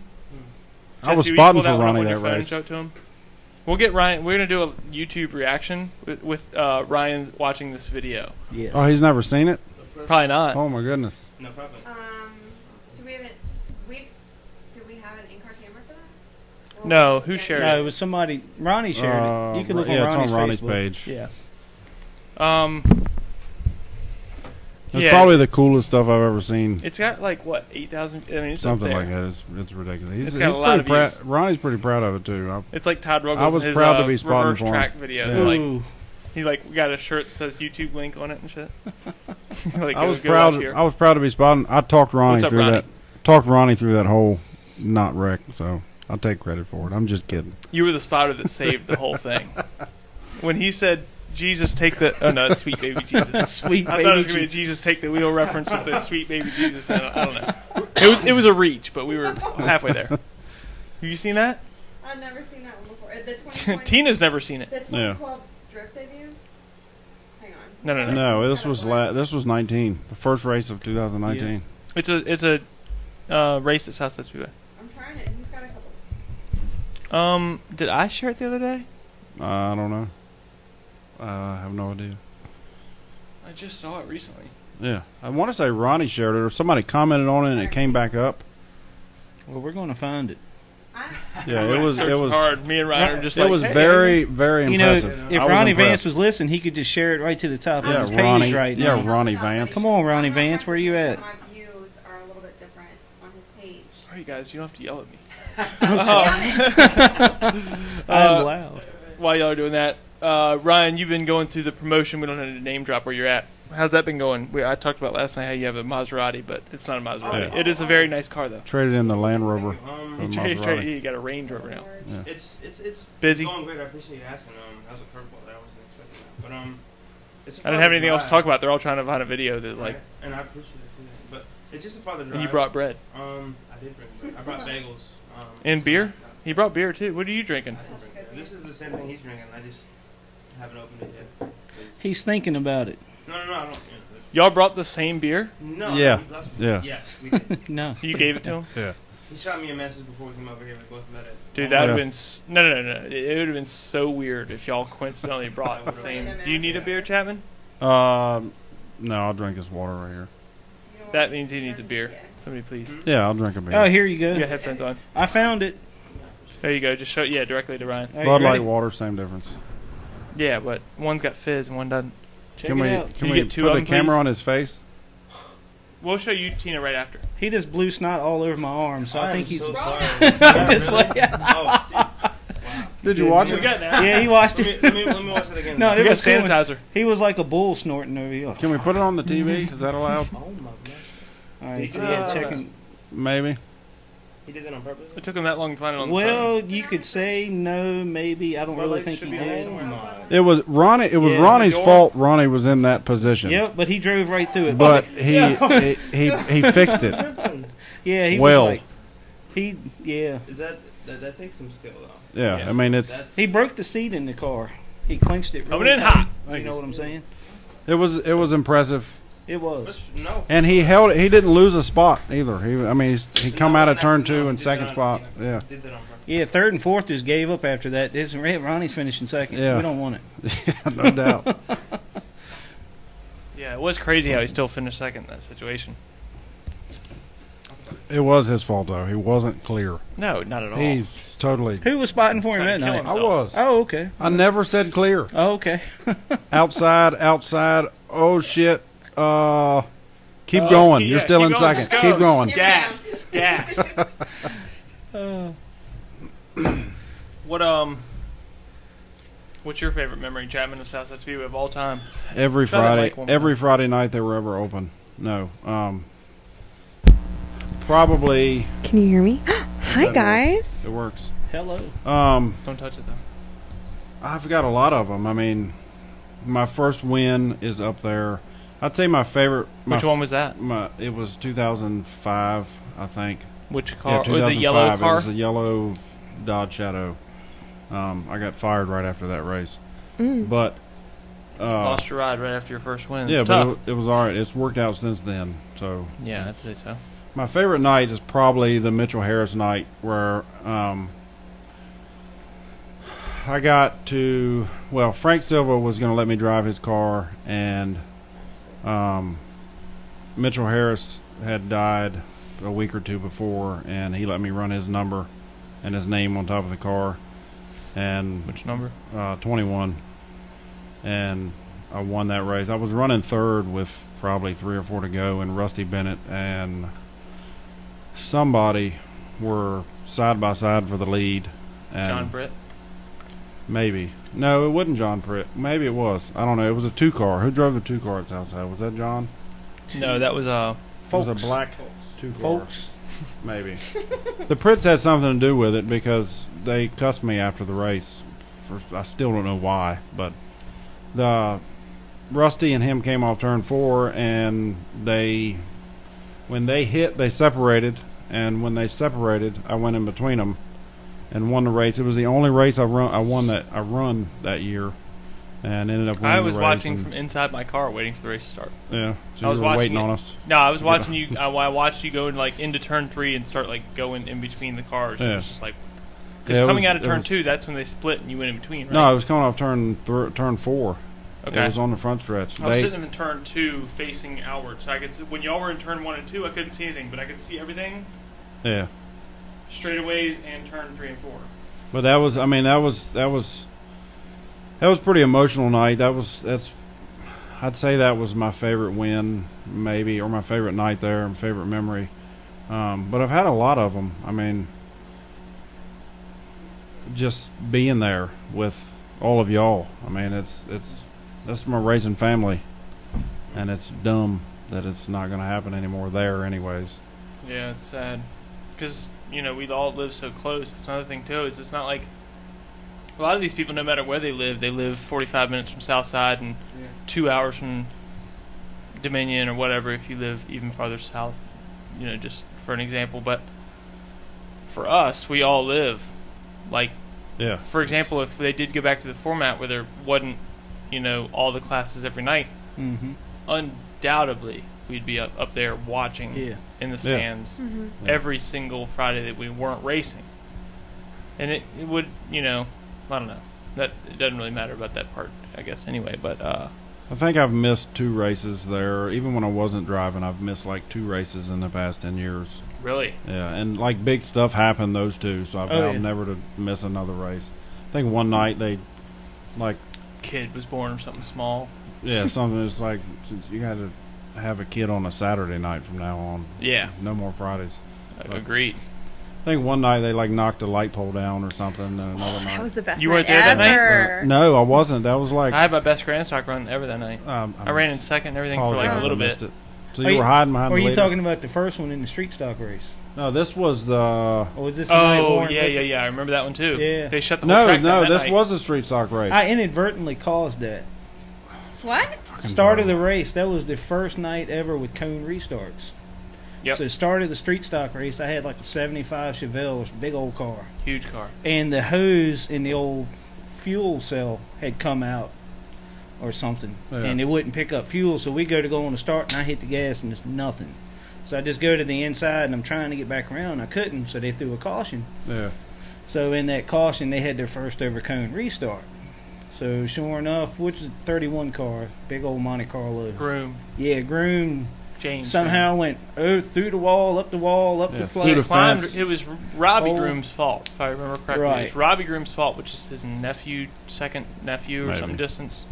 [SPEAKER 2] I was
[SPEAKER 1] Jesse, will you
[SPEAKER 2] spotting
[SPEAKER 1] pull
[SPEAKER 2] for
[SPEAKER 1] one up
[SPEAKER 2] Ronnie
[SPEAKER 1] on your
[SPEAKER 2] that
[SPEAKER 1] phone and
[SPEAKER 2] race.
[SPEAKER 1] Show it to him. We'll get Ryan. We're gonna do a YouTube reaction with, with uh, Ryan watching this video.
[SPEAKER 3] Yes.
[SPEAKER 2] Oh, he's never seen it.
[SPEAKER 1] Probably not.
[SPEAKER 2] Oh my goodness.
[SPEAKER 5] No problem.
[SPEAKER 4] Um, do we have an we do we have an in-car camera for that? Or
[SPEAKER 1] No,
[SPEAKER 4] was it
[SPEAKER 1] who
[SPEAKER 4] just
[SPEAKER 1] shared
[SPEAKER 4] Daniel?
[SPEAKER 3] no, it was somebody. Ronnie shared it. You can
[SPEAKER 2] Uh,
[SPEAKER 3] look
[SPEAKER 2] yeah, it's
[SPEAKER 3] on
[SPEAKER 2] on Ronnie's
[SPEAKER 3] Ronnie's, Facebook.
[SPEAKER 2] page.
[SPEAKER 3] Yeah.
[SPEAKER 1] Um,
[SPEAKER 2] It's
[SPEAKER 1] Yeah,
[SPEAKER 2] probably the coolest stuff I've ever seen.
[SPEAKER 1] it's got like what eight thousand. I mean, it's
[SPEAKER 2] Something
[SPEAKER 1] up there.
[SPEAKER 2] like that. It's, it's ridiculous. He's,
[SPEAKER 1] It's got
[SPEAKER 2] he's
[SPEAKER 1] a lot
[SPEAKER 2] pretty
[SPEAKER 1] of
[SPEAKER 2] proud.
[SPEAKER 1] views.
[SPEAKER 2] Ronnie's pretty proud of it too. I,
[SPEAKER 1] It's like Todd Ruggles.
[SPEAKER 2] I was
[SPEAKER 1] and his,
[SPEAKER 2] proud to
[SPEAKER 1] uh,
[SPEAKER 2] be spotting
[SPEAKER 1] reverse
[SPEAKER 2] for him.
[SPEAKER 1] track video.
[SPEAKER 2] Yeah.
[SPEAKER 1] Like,
[SPEAKER 3] Ooh.
[SPEAKER 1] He like got a shirt that says YouTube link on it and shit. like,
[SPEAKER 2] I
[SPEAKER 1] go-
[SPEAKER 2] was
[SPEAKER 1] go watch
[SPEAKER 2] proud.
[SPEAKER 1] here.
[SPEAKER 2] I was proud to be spotting. I talked Ronnie
[SPEAKER 1] What's up,
[SPEAKER 2] through
[SPEAKER 1] Ronnie?
[SPEAKER 2] that. Talked Ronnie through that whole not wreck. So I'll take credit for it. I'm just kidding.
[SPEAKER 1] You were the spotter that saved the whole thing. When he said, "Jesus, take the oh no, it's sweet baby Jesus."
[SPEAKER 3] Sweet
[SPEAKER 1] I
[SPEAKER 3] baby.
[SPEAKER 1] thought it was gonna be a
[SPEAKER 3] Jesus.
[SPEAKER 1] Jesus take the wheel reference with the sweet baby Jesus. I don't, I don't know. It was it was a reach, but we were halfway there. Have you seen that?
[SPEAKER 4] I've never seen that one before. Uh, The 2020
[SPEAKER 1] Tina's never seen it.
[SPEAKER 4] The 2012 drift debut. Hang on.
[SPEAKER 1] No, no, no.
[SPEAKER 2] No, this was la- this was 19. The first race of 2019.
[SPEAKER 1] It's a it's a uh, race at Southside Speedway.
[SPEAKER 4] I'm trying it. He's got a couple.
[SPEAKER 1] Um, did I share it the other day?
[SPEAKER 2] Uh, I don't know. Uh, I have no idea.
[SPEAKER 1] I just saw it recently.
[SPEAKER 2] Yeah, I want to say Ronnie shared it or somebody commented on it and it came back up.
[SPEAKER 3] Well, we're going to find it.
[SPEAKER 4] I,
[SPEAKER 2] Yeah, it was it
[SPEAKER 1] Searched
[SPEAKER 2] was
[SPEAKER 1] hard. Me and Ryan are just
[SPEAKER 2] it
[SPEAKER 1] like
[SPEAKER 2] was
[SPEAKER 1] "Hey."
[SPEAKER 2] very very
[SPEAKER 3] You know,
[SPEAKER 2] impressive.
[SPEAKER 3] if
[SPEAKER 2] I was
[SPEAKER 3] Ronnie
[SPEAKER 2] impressed.
[SPEAKER 3] Vance was listening, he could just share it right to the top
[SPEAKER 2] Yeah,
[SPEAKER 3] of his
[SPEAKER 2] Ronnie-
[SPEAKER 3] page right
[SPEAKER 2] yeah,
[SPEAKER 3] now.
[SPEAKER 2] Ron- Ronnie Vance.
[SPEAKER 3] Come on, Ronnie
[SPEAKER 4] I'm not
[SPEAKER 3] Vance, where you
[SPEAKER 4] sure
[SPEAKER 3] at?
[SPEAKER 4] My views are a little bit different on his page.
[SPEAKER 1] All right, guys, you don't have to yell at me.
[SPEAKER 5] Oh. Uh,
[SPEAKER 3] I'm loud.
[SPEAKER 1] While y'all are doing that, uh, Ryan, you've been going through the promotion. We don't have to name drop where you're at. How's that been going? We, I talked about last night how you have a Maserati, but it's not a Maserati.
[SPEAKER 2] Oh, Yeah.
[SPEAKER 1] It is a very nice car, though.
[SPEAKER 2] traded in the Land Rover.
[SPEAKER 5] Um,
[SPEAKER 1] You,
[SPEAKER 2] A
[SPEAKER 1] tra- you tra-
[SPEAKER 2] Maserati.
[SPEAKER 1] you got a Range Rover now.
[SPEAKER 2] Yeah.
[SPEAKER 5] it's it's it's
[SPEAKER 1] Busy.
[SPEAKER 5] Going great. I appreciate you asking. Um, that was a curveball that I wasn't expecting. That. But um, it's. a
[SPEAKER 1] I didn't have
[SPEAKER 5] father
[SPEAKER 1] anything else to
[SPEAKER 5] drive,
[SPEAKER 1] talk about. They're all trying to find a video that, like,
[SPEAKER 5] right? And I appreciate it too. But it's just a father drive.
[SPEAKER 1] and you brought bread.
[SPEAKER 5] Um, I did bring. Bread. I brought bagels. Um,
[SPEAKER 1] And beer? He brought beer, too. What are you drinking?
[SPEAKER 5] I didn't bring beer. This is the same thing he's drinking. I just haven't opened it yet. 'Cause-
[SPEAKER 3] He's thinking about it.
[SPEAKER 5] No, no, no. I don't. yeah,
[SPEAKER 1] Y'all brought the same beer?
[SPEAKER 5] No. no,
[SPEAKER 2] Yeah,
[SPEAKER 5] he blessed me.
[SPEAKER 2] yeah.
[SPEAKER 5] Yes, we did.
[SPEAKER 3] No.
[SPEAKER 1] You gave it to him?
[SPEAKER 5] He shot me a message before we came over here. We both met it.
[SPEAKER 1] Dude, that would have
[SPEAKER 2] Yeah.
[SPEAKER 1] been. S- no, no, no, no. It- It would have been so weird if y'all coincidentally brought the same. Do you need a beer, Chapman?
[SPEAKER 2] Um, no, I'll drink this water right here.
[SPEAKER 1] That means he needs a beer. Somebody, please.
[SPEAKER 2] Yeah, I'll drink a beer.
[SPEAKER 3] Oh, here you
[SPEAKER 1] You got
[SPEAKER 3] go.
[SPEAKER 1] headphones on.
[SPEAKER 3] I found it.
[SPEAKER 1] There you go. Just show yeah directly to Ryan.
[SPEAKER 3] Are you
[SPEAKER 2] Bud Light
[SPEAKER 3] ready?
[SPEAKER 2] water, same difference.
[SPEAKER 1] Yeah, but one's got fizz and one doesn't.
[SPEAKER 3] Check
[SPEAKER 2] can
[SPEAKER 3] it
[SPEAKER 2] we
[SPEAKER 3] out.
[SPEAKER 2] can
[SPEAKER 1] You
[SPEAKER 2] we
[SPEAKER 1] get two
[SPEAKER 2] put
[SPEAKER 1] of
[SPEAKER 2] the
[SPEAKER 1] them,
[SPEAKER 2] camera
[SPEAKER 1] please?
[SPEAKER 2] on his face?
[SPEAKER 1] We'll show you Tina right after.
[SPEAKER 3] He just blew snot all over my arm, so I, think he's.
[SPEAKER 5] so
[SPEAKER 4] Roll
[SPEAKER 5] sorry.
[SPEAKER 4] that.
[SPEAKER 5] I'm
[SPEAKER 3] just playing.
[SPEAKER 5] Oh, dude. Wow.
[SPEAKER 2] Did you watch
[SPEAKER 1] We
[SPEAKER 2] it?
[SPEAKER 1] got that.
[SPEAKER 3] yeah, he watched
[SPEAKER 5] Let me,
[SPEAKER 3] it.
[SPEAKER 5] let me, let me watch that again.
[SPEAKER 3] No,
[SPEAKER 1] We
[SPEAKER 3] it
[SPEAKER 1] got
[SPEAKER 3] was cool.
[SPEAKER 1] sanitizer.
[SPEAKER 3] He was like a bull snorting over here.
[SPEAKER 2] Can we put it on the
[SPEAKER 3] Mm-hmm.
[SPEAKER 2] TV? Is that allowed?
[SPEAKER 5] Oh my gosh.
[SPEAKER 3] All right, so
[SPEAKER 5] Uh,
[SPEAKER 3] yeah, check him.
[SPEAKER 2] Maybe.
[SPEAKER 5] He did that on purpose?
[SPEAKER 1] It took him that long to find it on the phone.
[SPEAKER 3] Well, you could say no, maybe. I don't
[SPEAKER 5] My
[SPEAKER 3] really
[SPEAKER 5] legs
[SPEAKER 3] think
[SPEAKER 5] should be
[SPEAKER 3] he
[SPEAKER 5] on
[SPEAKER 3] did.
[SPEAKER 5] somewhere.
[SPEAKER 2] It was Ronnie. It was
[SPEAKER 1] Yeah,
[SPEAKER 2] Ronnie's
[SPEAKER 1] the door.
[SPEAKER 2] fault. Ronnie was in that position.
[SPEAKER 3] Yep, but he drove right through it.
[SPEAKER 2] But he, he he he fixed it.
[SPEAKER 3] yeah, he
[SPEAKER 2] well.
[SPEAKER 3] was like, he yeah,
[SPEAKER 5] Is that, that, that takes some skill though.
[SPEAKER 2] Yeah,
[SPEAKER 1] Yeah.
[SPEAKER 2] I mean it's
[SPEAKER 5] That's,
[SPEAKER 3] he broke the seat in the car. He clinched it.
[SPEAKER 1] Coming
[SPEAKER 3] really
[SPEAKER 1] in
[SPEAKER 3] tight.
[SPEAKER 1] hot.
[SPEAKER 3] You know what I'm saying?
[SPEAKER 2] it was it was impressive,
[SPEAKER 3] It was.
[SPEAKER 5] that's no.
[SPEAKER 2] and he held it. He didn't lose a spot either. He I mean he's, he come out of turn two in
[SPEAKER 5] and
[SPEAKER 2] second spot. Yeah,
[SPEAKER 5] Did that on purpose.
[SPEAKER 3] Yeah, third and fourth just gave up after that. This Ronnie's finishing second.
[SPEAKER 2] Yeah.
[SPEAKER 3] We don't want it.
[SPEAKER 2] no doubt.
[SPEAKER 1] Yeah, it was crazy how he still finished second in that situation.
[SPEAKER 7] It was his fault though. He wasn't clear.
[SPEAKER 1] No, not
[SPEAKER 2] Oh.
[SPEAKER 1] at all.
[SPEAKER 7] He totally.
[SPEAKER 3] Who was spotting for him
[SPEAKER 1] Trying
[SPEAKER 3] that
[SPEAKER 1] to kill
[SPEAKER 3] night?
[SPEAKER 1] him.
[SPEAKER 7] I was.
[SPEAKER 3] Oh, okay.
[SPEAKER 7] I never said clear.
[SPEAKER 3] Oh, okay.
[SPEAKER 7] Outside, outside. Oh shit. Uh, keep
[SPEAKER 1] Oh,
[SPEAKER 7] going.
[SPEAKER 1] yeah,
[SPEAKER 7] You're still
[SPEAKER 1] keep
[SPEAKER 7] in
[SPEAKER 1] going,
[SPEAKER 7] second.
[SPEAKER 1] just go,
[SPEAKER 7] Keep going.
[SPEAKER 1] just Gas, just gas.
[SPEAKER 3] Uh,
[SPEAKER 1] What um, what's your favorite memory, Chapman of Southside Speedway of all time?
[SPEAKER 2] Every
[SPEAKER 1] Try that
[SPEAKER 2] Friday,
[SPEAKER 1] mic one more.
[SPEAKER 2] every Friday night they were ever open. No, um, probably
[SPEAKER 8] Can you hear me? Hi,
[SPEAKER 2] That
[SPEAKER 8] guys.
[SPEAKER 2] it works.
[SPEAKER 3] hello.
[SPEAKER 2] Um,
[SPEAKER 1] Don't touch it though.
[SPEAKER 2] I've got a lot of them. I mean, my first win is up there. I'd say my favorite. My,
[SPEAKER 1] Which one was that?
[SPEAKER 2] My, it was 2005, I think.
[SPEAKER 1] Which car?
[SPEAKER 2] yeah,
[SPEAKER 1] or
[SPEAKER 2] 2005.
[SPEAKER 1] the yellow
[SPEAKER 2] It
[SPEAKER 1] car?
[SPEAKER 2] was a yellow Dodge Shadow. Um, I got fired right after that race,
[SPEAKER 8] Mm.
[SPEAKER 2] but uh,
[SPEAKER 1] Lost your ride right after your first win. It's
[SPEAKER 2] yeah,
[SPEAKER 1] tough.
[SPEAKER 2] but it, it was all right. It's worked out since then. So
[SPEAKER 1] yeah, I'd say so.
[SPEAKER 2] My favorite night is probably the Mitchell Harris night where um, I got to. Well, Frank Silva was going to let me drive his car, and um, Mitchell Harris had died a week or two before, and he let me run his number and his name on top of the car, and
[SPEAKER 1] Which number?
[SPEAKER 2] uh, 21, and I won that race. I was running third with probably three or four to go, and Rusty Bennett and somebody were side by side for the lead. And
[SPEAKER 1] John Britt.
[SPEAKER 2] Maybe. No, it wasn't John Pritt. Maybe it was. I don't know. It was a two car. Who drove the two car at Southside? Was that John?
[SPEAKER 1] No, that was uh.
[SPEAKER 2] It was
[SPEAKER 3] Folks.
[SPEAKER 2] a black two car.
[SPEAKER 3] Folks.
[SPEAKER 2] Maybe. the Pritz had something to do with it because they cussed me after the race. For, I still don't know why, but the Rusty and him came off turn four, and they, when they hit, they separated, and when they separated, I went in between them, and won the race. It was the only race I run. I won that I run that year, and ended up. Winning
[SPEAKER 1] I
[SPEAKER 2] the
[SPEAKER 1] was
[SPEAKER 2] race,
[SPEAKER 1] watching
[SPEAKER 2] and-
[SPEAKER 1] from inside my car, waiting for the race to start.
[SPEAKER 2] Yeah, so
[SPEAKER 1] I
[SPEAKER 2] you
[SPEAKER 1] was
[SPEAKER 2] were
[SPEAKER 1] watching
[SPEAKER 2] waiting
[SPEAKER 1] it.
[SPEAKER 2] on us.
[SPEAKER 1] No, I was watching you. I, I watched you go in, like into turn three and start like going in between the cars. Yeah.
[SPEAKER 2] Yeah.
[SPEAKER 1] It was just like because
[SPEAKER 2] Yeah, it
[SPEAKER 1] coming
[SPEAKER 2] was-
[SPEAKER 1] out of
[SPEAKER 2] it
[SPEAKER 1] turn
[SPEAKER 2] was-
[SPEAKER 1] two, that's when they split and you went in between. Right?
[SPEAKER 2] No, I was coming off turn thr turn four.
[SPEAKER 1] okay. Oh,
[SPEAKER 2] It was on the front stretch.
[SPEAKER 1] I was
[SPEAKER 2] They-
[SPEAKER 1] sitting in turn two, facing outward, so I could. See, when y'all were in turn one and two, I couldn't see anything, but I could see everything
[SPEAKER 2] yeah.
[SPEAKER 1] straightaways and turn three and four.
[SPEAKER 2] But that was, I mean, that was that was that was pretty emotional night. That was that's, I'd say that was my favorite win, maybe, or my favorite night there, and favorite memory. Um, but I've had a lot of them. I mean, just being there with all of y'all. I mean, it's it's that's my raising family, and it's dumb that it's not going to happen anymore there, anyways.
[SPEAKER 1] Yeah, it's sad because you know we all live so close. It's another thing too. Is it's not like a lot of these people, no matter where they live, they live 45 minutes from Southside and
[SPEAKER 5] Yeah.
[SPEAKER 1] two hours from Dominion or whatever. If you live even farther south, you know, just for an example. But for us, we all live like
[SPEAKER 2] Yeah.
[SPEAKER 1] for example, if they did go back to the format where there wasn't, you know, all the classes every night,
[SPEAKER 3] Mm-hmm.
[SPEAKER 1] undoubtedly we'd be up, up there watching
[SPEAKER 3] Yeah.
[SPEAKER 1] in the stands
[SPEAKER 8] Mhm.
[SPEAKER 2] Yeah.
[SPEAKER 1] every single Friday that we weren't racing. And it, it would, you know, I don't know. That it doesn't really matter about that part, I guess, anyway. But uh,
[SPEAKER 2] I think I've missed two races there. Even when I wasn't driving, I've missed like two races in the past ten years.
[SPEAKER 1] really,
[SPEAKER 2] Yeah, and like big stuff happened those two, so I
[SPEAKER 3] Oh,
[SPEAKER 2] vowed
[SPEAKER 3] yeah.
[SPEAKER 2] never to miss another race. I think one night they, like,
[SPEAKER 1] kid was born or something small.
[SPEAKER 2] yeah, something that's like you got to have a kid on a Saturday night from now on.
[SPEAKER 1] Yeah,
[SPEAKER 2] No more Fridays.
[SPEAKER 1] agreed.
[SPEAKER 2] I think one night they like knocked a light pole down or something. And another night.
[SPEAKER 8] That was the best
[SPEAKER 1] You
[SPEAKER 8] night
[SPEAKER 1] weren't there that
[SPEAKER 8] ever.
[SPEAKER 1] night?
[SPEAKER 2] Uh, no, I wasn't. That was like
[SPEAKER 1] I had my best grand stock run ever that night.
[SPEAKER 2] um,
[SPEAKER 1] I ran in second and everything for like
[SPEAKER 2] apologize,
[SPEAKER 1] a
[SPEAKER 2] I
[SPEAKER 1] little
[SPEAKER 2] missed
[SPEAKER 1] bit.
[SPEAKER 2] it. So
[SPEAKER 3] Are
[SPEAKER 2] you
[SPEAKER 3] you-
[SPEAKER 2] were hiding behind.
[SPEAKER 3] Or are
[SPEAKER 2] the
[SPEAKER 3] you
[SPEAKER 2] leader.
[SPEAKER 3] talking about the first one in the street stock race?
[SPEAKER 2] No, this was the.
[SPEAKER 3] Or was this? the night
[SPEAKER 1] Oh
[SPEAKER 3] Warren
[SPEAKER 1] yeah, yeah,
[SPEAKER 3] Buffett-
[SPEAKER 1] yeah. I remember that one too.
[SPEAKER 3] Yeah.
[SPEAKER 1] They shut the whole
[SPEAKER 2] No,
[SPEAKER 1] track down
[SPEAKER 2] no,
[SPEAKER 1] that
[SPEAKER 2] this
[SPEAKER 1] night.
[SPEAKER 2] was a street sock race.
[SPEAKER 3] I inadvertently caused that.
[SPEAKER 8] What?
[SPEAKER 3] Start of the race. That was the first night ever with cone restarts.
[SPEAKER 1] Yep.
[SPEAKER 3] So start of the street stock race, I had like a '75 Chevelle, it was a big old car,
[SPEAKER 1] huge car.
[SPEAKER 3] and the hose in the old fuel cell had come out or something,
[SPEAKER 2] Yeah.
[SPEAKER 3] and it wouldn't pick up fuel. So we go to go on the start, and I hit the gas, and it's nothing. So I just go to the inside, and I'm trying to get back around. I couldn't, so they threw a caution.
[SPEAKER 2] yeah.
[SPEAKER 3] So in that caution, they had their first ever cone restart. So sure enough, which is a 31 car, big old Monte Carlo.
[SPEAKER 1] Groom.
[SPEAKER 3] Yeah, Groom
[SPEAKER 1] James.
[SPEAKER 3] somehow went oh through the wall, up the wall, up
[SPEAKER 7] Yeah,
[SPEAKER 3] the
[SPEAKER 7] through
[SPEAKER 1] He
[SPEAKER 3] flag.
[SPEAKER 7] the
[SPEAKER 1] climbed-
[SPEAKER 7] fence.
[SPEAKER 1] It was Robbie
[SPEAKER 3] Oh.
[SPEAKER 1] Groom's fault, if I remember correctly. It was
[SPEAKER 3] Right.
[SPEAKER 1] Robbie Groom's fault, which is his nephew, second nephew, or some
[SPEAKER 2] Maybe.
[SPEAKER 1] distance.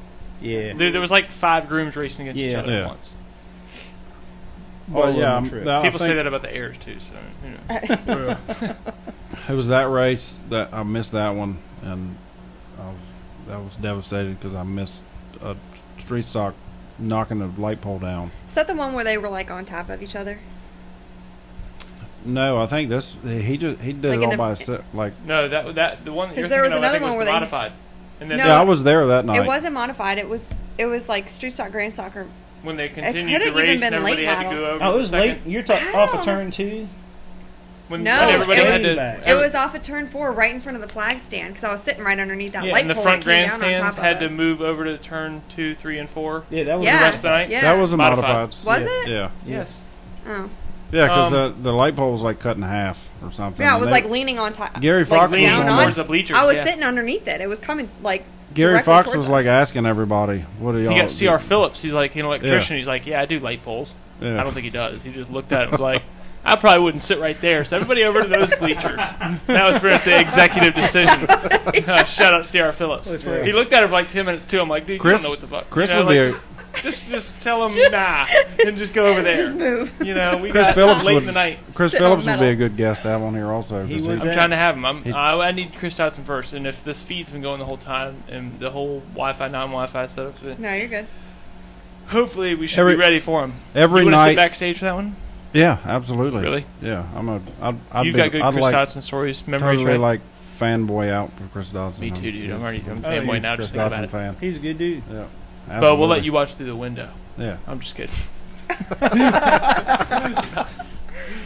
[SPEAKER 3] yeah,
[SPEAKER 1] There, there was like five grooms racing against each
[SPEAKER 3] Yeah.
[SPEAKER 1] other
[SPEAKER 2] Yeah.
[SPEAKER 1] at once.
[SPEAKER 2] Oh
[SPEAKER 3] Ball
[SPEAKER 2] yeah,
[SPEAKER 3] on
[SPEAKER 2] I'm-
[SPEAKER 3] the trip.
[SPEAKER 2] that- I
[SPEAKER 1] People say
[SPEAKER 2] think-
[SPEAKER 1] that about the heirs too. So you know.
[SPEAKER 8] Uh,
[SPEAKER 2] It was that race that I missed that one, and I was, that was devastated because I missed a street stock knocking the light pole down.
[SPEAKER 8] Is that the one where they were like on top of each other?
[SPEAKER 2] No, I think this he just he did
[SPEAKER 8] Like in
[SPEAKER 2] it all
[SPEAKER 8] the-
[SPEAKER 2] by himself. Like
[SPEAKER 1] no, that that the one that
[SPEAKER 8] 'Cause
[SPEAKER 1] you're
[SPEAKER 8] there
[SPEAKER 1] thinking
[SPEAKER 8] was
[SPEAKER 1] of, I
[SPEAKER 8] another
[SPEAKER 1] think,
[SPEAKER 8] one
[SPEAKER 1] was
[SPEAKER 8] where they-
[SPEAKER 1] modified, and then
[SPEAKER 8] No.
[SPEAKER 2] yeah, I was there that night.
[SPEAKER 8] It wasn't modified. It was it was like street stock, grand stock, or
[SPEAKER 1] when they continued
[SPEAKER 8] could've
[SPEAKER 1] the
[SPEAKER 8] even
[SPEAKER 1] race,
[SPEAKER 8] been
[SPEAKER 1] and everybody
[SPEAKER 8] late
[SPEAKER 1] had to
[SPEAKER 8] model.
[SPEAKER 1] go over.
[SPEAKER 3] Oh, it
[SPEAKER 1] the
[SPEAKER 3] was late.
[SPEAKER 1] second-
[SPEAKER 3] You're talking off
[SPEAKER 8] Ow.
[SPEAKER 3] of turn two.
[SPEAKER 1] When,
[SPEAKER 8] No,
[SPEAKER 1] when everybody
[SPEAKER 8] it
[SPEAKER 1] had
[SPEAKER 3] was-
[SPEAKER 1] to.
[SPEAKER 8] it was off of turn four, right in front of the flag stand. Because I was sitting right underneath that
[SPEAKER 1] Yeah,
[SPEAKER 8] light
[SPEAKER 1] and the
[SPEAKER 8] pole
[SPEAKER 1] front
[SPEAKER 8] that came down on
[SPEAKER 1] grandstands
[SPEAKER 8] top of
[SPEAKER 1] had to
[SPEAKER 8] us.
[SPEAKER 1] move over to turn two, three, and four.
[SPEAKER 3] Yeah, that was
[SPEAKER 8] Yeah.
[SPEAKER 1] The rest of the night.
[SPEAKER 8] Yeah.
[SPEAKER 2] That wasn't modified.
[SPEAKER 1] Modified.
[SPEAKER 8] Was
[SPEAKER 3] Yeah.
[SPEAKER 8] it?
[SPEAKER 2] Yeah,
[SPEAKER 1] Yes.
[SPEAKER 8] Oh.
[SPEAKER 2] yeah, because
[SPEAKER 1] Um,
[SPEAKER 2] the, the light pole was like cut in half or something.
[SPEAKER 8] Yeah, it
[SPEAKER 2] and
[SPEAKER 8] was
[SPEAKER 2] they-
[SPEAKER 8] like leaning on top.
[SPEAKER 2] Gary
[SPEAKER 8] like
[SPEAKER 2] Fox was
[SPEAKER 8] down
[SPEAKER 2] on
[SPEAKER 8] on.
[SPEAKER 2] there.
[SPEAKER 1] towards the bleachers.
[SPEAKER 8] I was
[SPEAKER 1] yeah.
[SPEAKER 8] sitting underneath it. It was coming like
[SPEAKER 2] Gary
[SPEAKER 8] directly
[SPEAKER 2] Fox
[SPEAKER 8] towards
[SPEAKER 2] was
[SPEAKER 8] us.
[SPEAKER 2] like asking everybody, "What do y'all?"
[SPEAKER 1] He got
[SPEAKER 2] do?"
[SPEAKER 1] C.R. Phillips. He's like an electrician. He's like, yeah, I do light poles.
[SPEAKER 2] Yeah.
[SPEAKER 1] I don't think he does. He just looked at him like, I probably wouldn't sit right there. So everybody over to those bleachers. That was pretty much the executive decision. Uh, shout out C.R. Phillips.
[SPEAKER 3] That's right.
[SPEAKER 1] He looked at him for like ten minutes too. I'm like, dude,
[SPEAKER 2] Chris-
[SPEAKER 1] you don't know what the fuck.
[SPEAKER 2] Chris
[SPEAKER 1] you know,
[SPEAKER 2] would
[SPEAKER 1] like, just just tell him nah and just go over there.
[SPEAKER 8] Just move.
[SPEAKER 1] You know, we
[SPEAKER 2] Chris
[SPEAKER 1] got
[SPEAKER 2] Phillips
[SPEAKER 1] late
[SPEAKER 2] would-
[SPEAKER 1] in the night.
[SPEAKER 2] Chris
[SPEAKER 8] Sit on
[SPEAKER 2] Phillips would be
[SPEAKER 8] metal.
[SPEAKER 2] a good guest to have on here also.
[SPEAKER 3] He
[SPEAKER 2] 'cause
[SPEAKER 3] would
[SPEAKER 1] I'm
[SPEAKER 3] Yeah.
[SPEAKER 1] trying to have him. I'm,
[SPEAKER 2] He-
[SPEAKER 1] I, I need Chris Dodson first. And if this feed's been going the whole time and the whole Wi-Fi non-Wi-Fi setup, then
[SPEAKER 8] No, you're good.
[SPEAKER 1] hopefully we should
[SPEAKER 2] Every-
[SPEAKER 1] be ready for him.
[SPEAKER 2] every
[SPEAKER 1] you wanna
[SPEAKER 2] night.
[SPEAKER 1] sit backstage for that one?
[SPEAKER 2] Yeah, absolutely.
[SPEAKER 1] Really?
[SPEAKER 2] Yeah, I'm a. I'd, I'd
[SPEAKER 1] You've
[SPEAKER 2] be,
[SPEAKER 1] got good
[SPEAKER 2] I'd
[SPEAKER 1] Chris
[SPEAKER 2] like,
[SPEAKER 1] Dodson stories, memories, right?
[SPEAKER 2] totally like fanboy out for Chris Dodson.
[SPEAKER 1] Me too, dude. I'm
[SPEAKER 2] yes,
[SPEAKER 1] already- I'm
[SPEAKER 2] a
[SPEAKER 3] fanboy
[SPEAKER 2] huge
[SPEAKER 1] now,
[SPEAKER 2] Chris
[SPEAKER 1] just thinking about
[SPEAKER 2] Dodson
[SPEAKER 1] it.
[SPEAKER 2] fan.
[SPEAKER 3] He's a good dude.
[SPEAKER 2] Yeah,
[SPEAKER 1] but we'll let
[SPEAKER 2] absolutely.
[SPEAKER 1] you watch through the window.
[SPEAKER 2] Yeah,
[SPEAKER 1] I'm just kidding.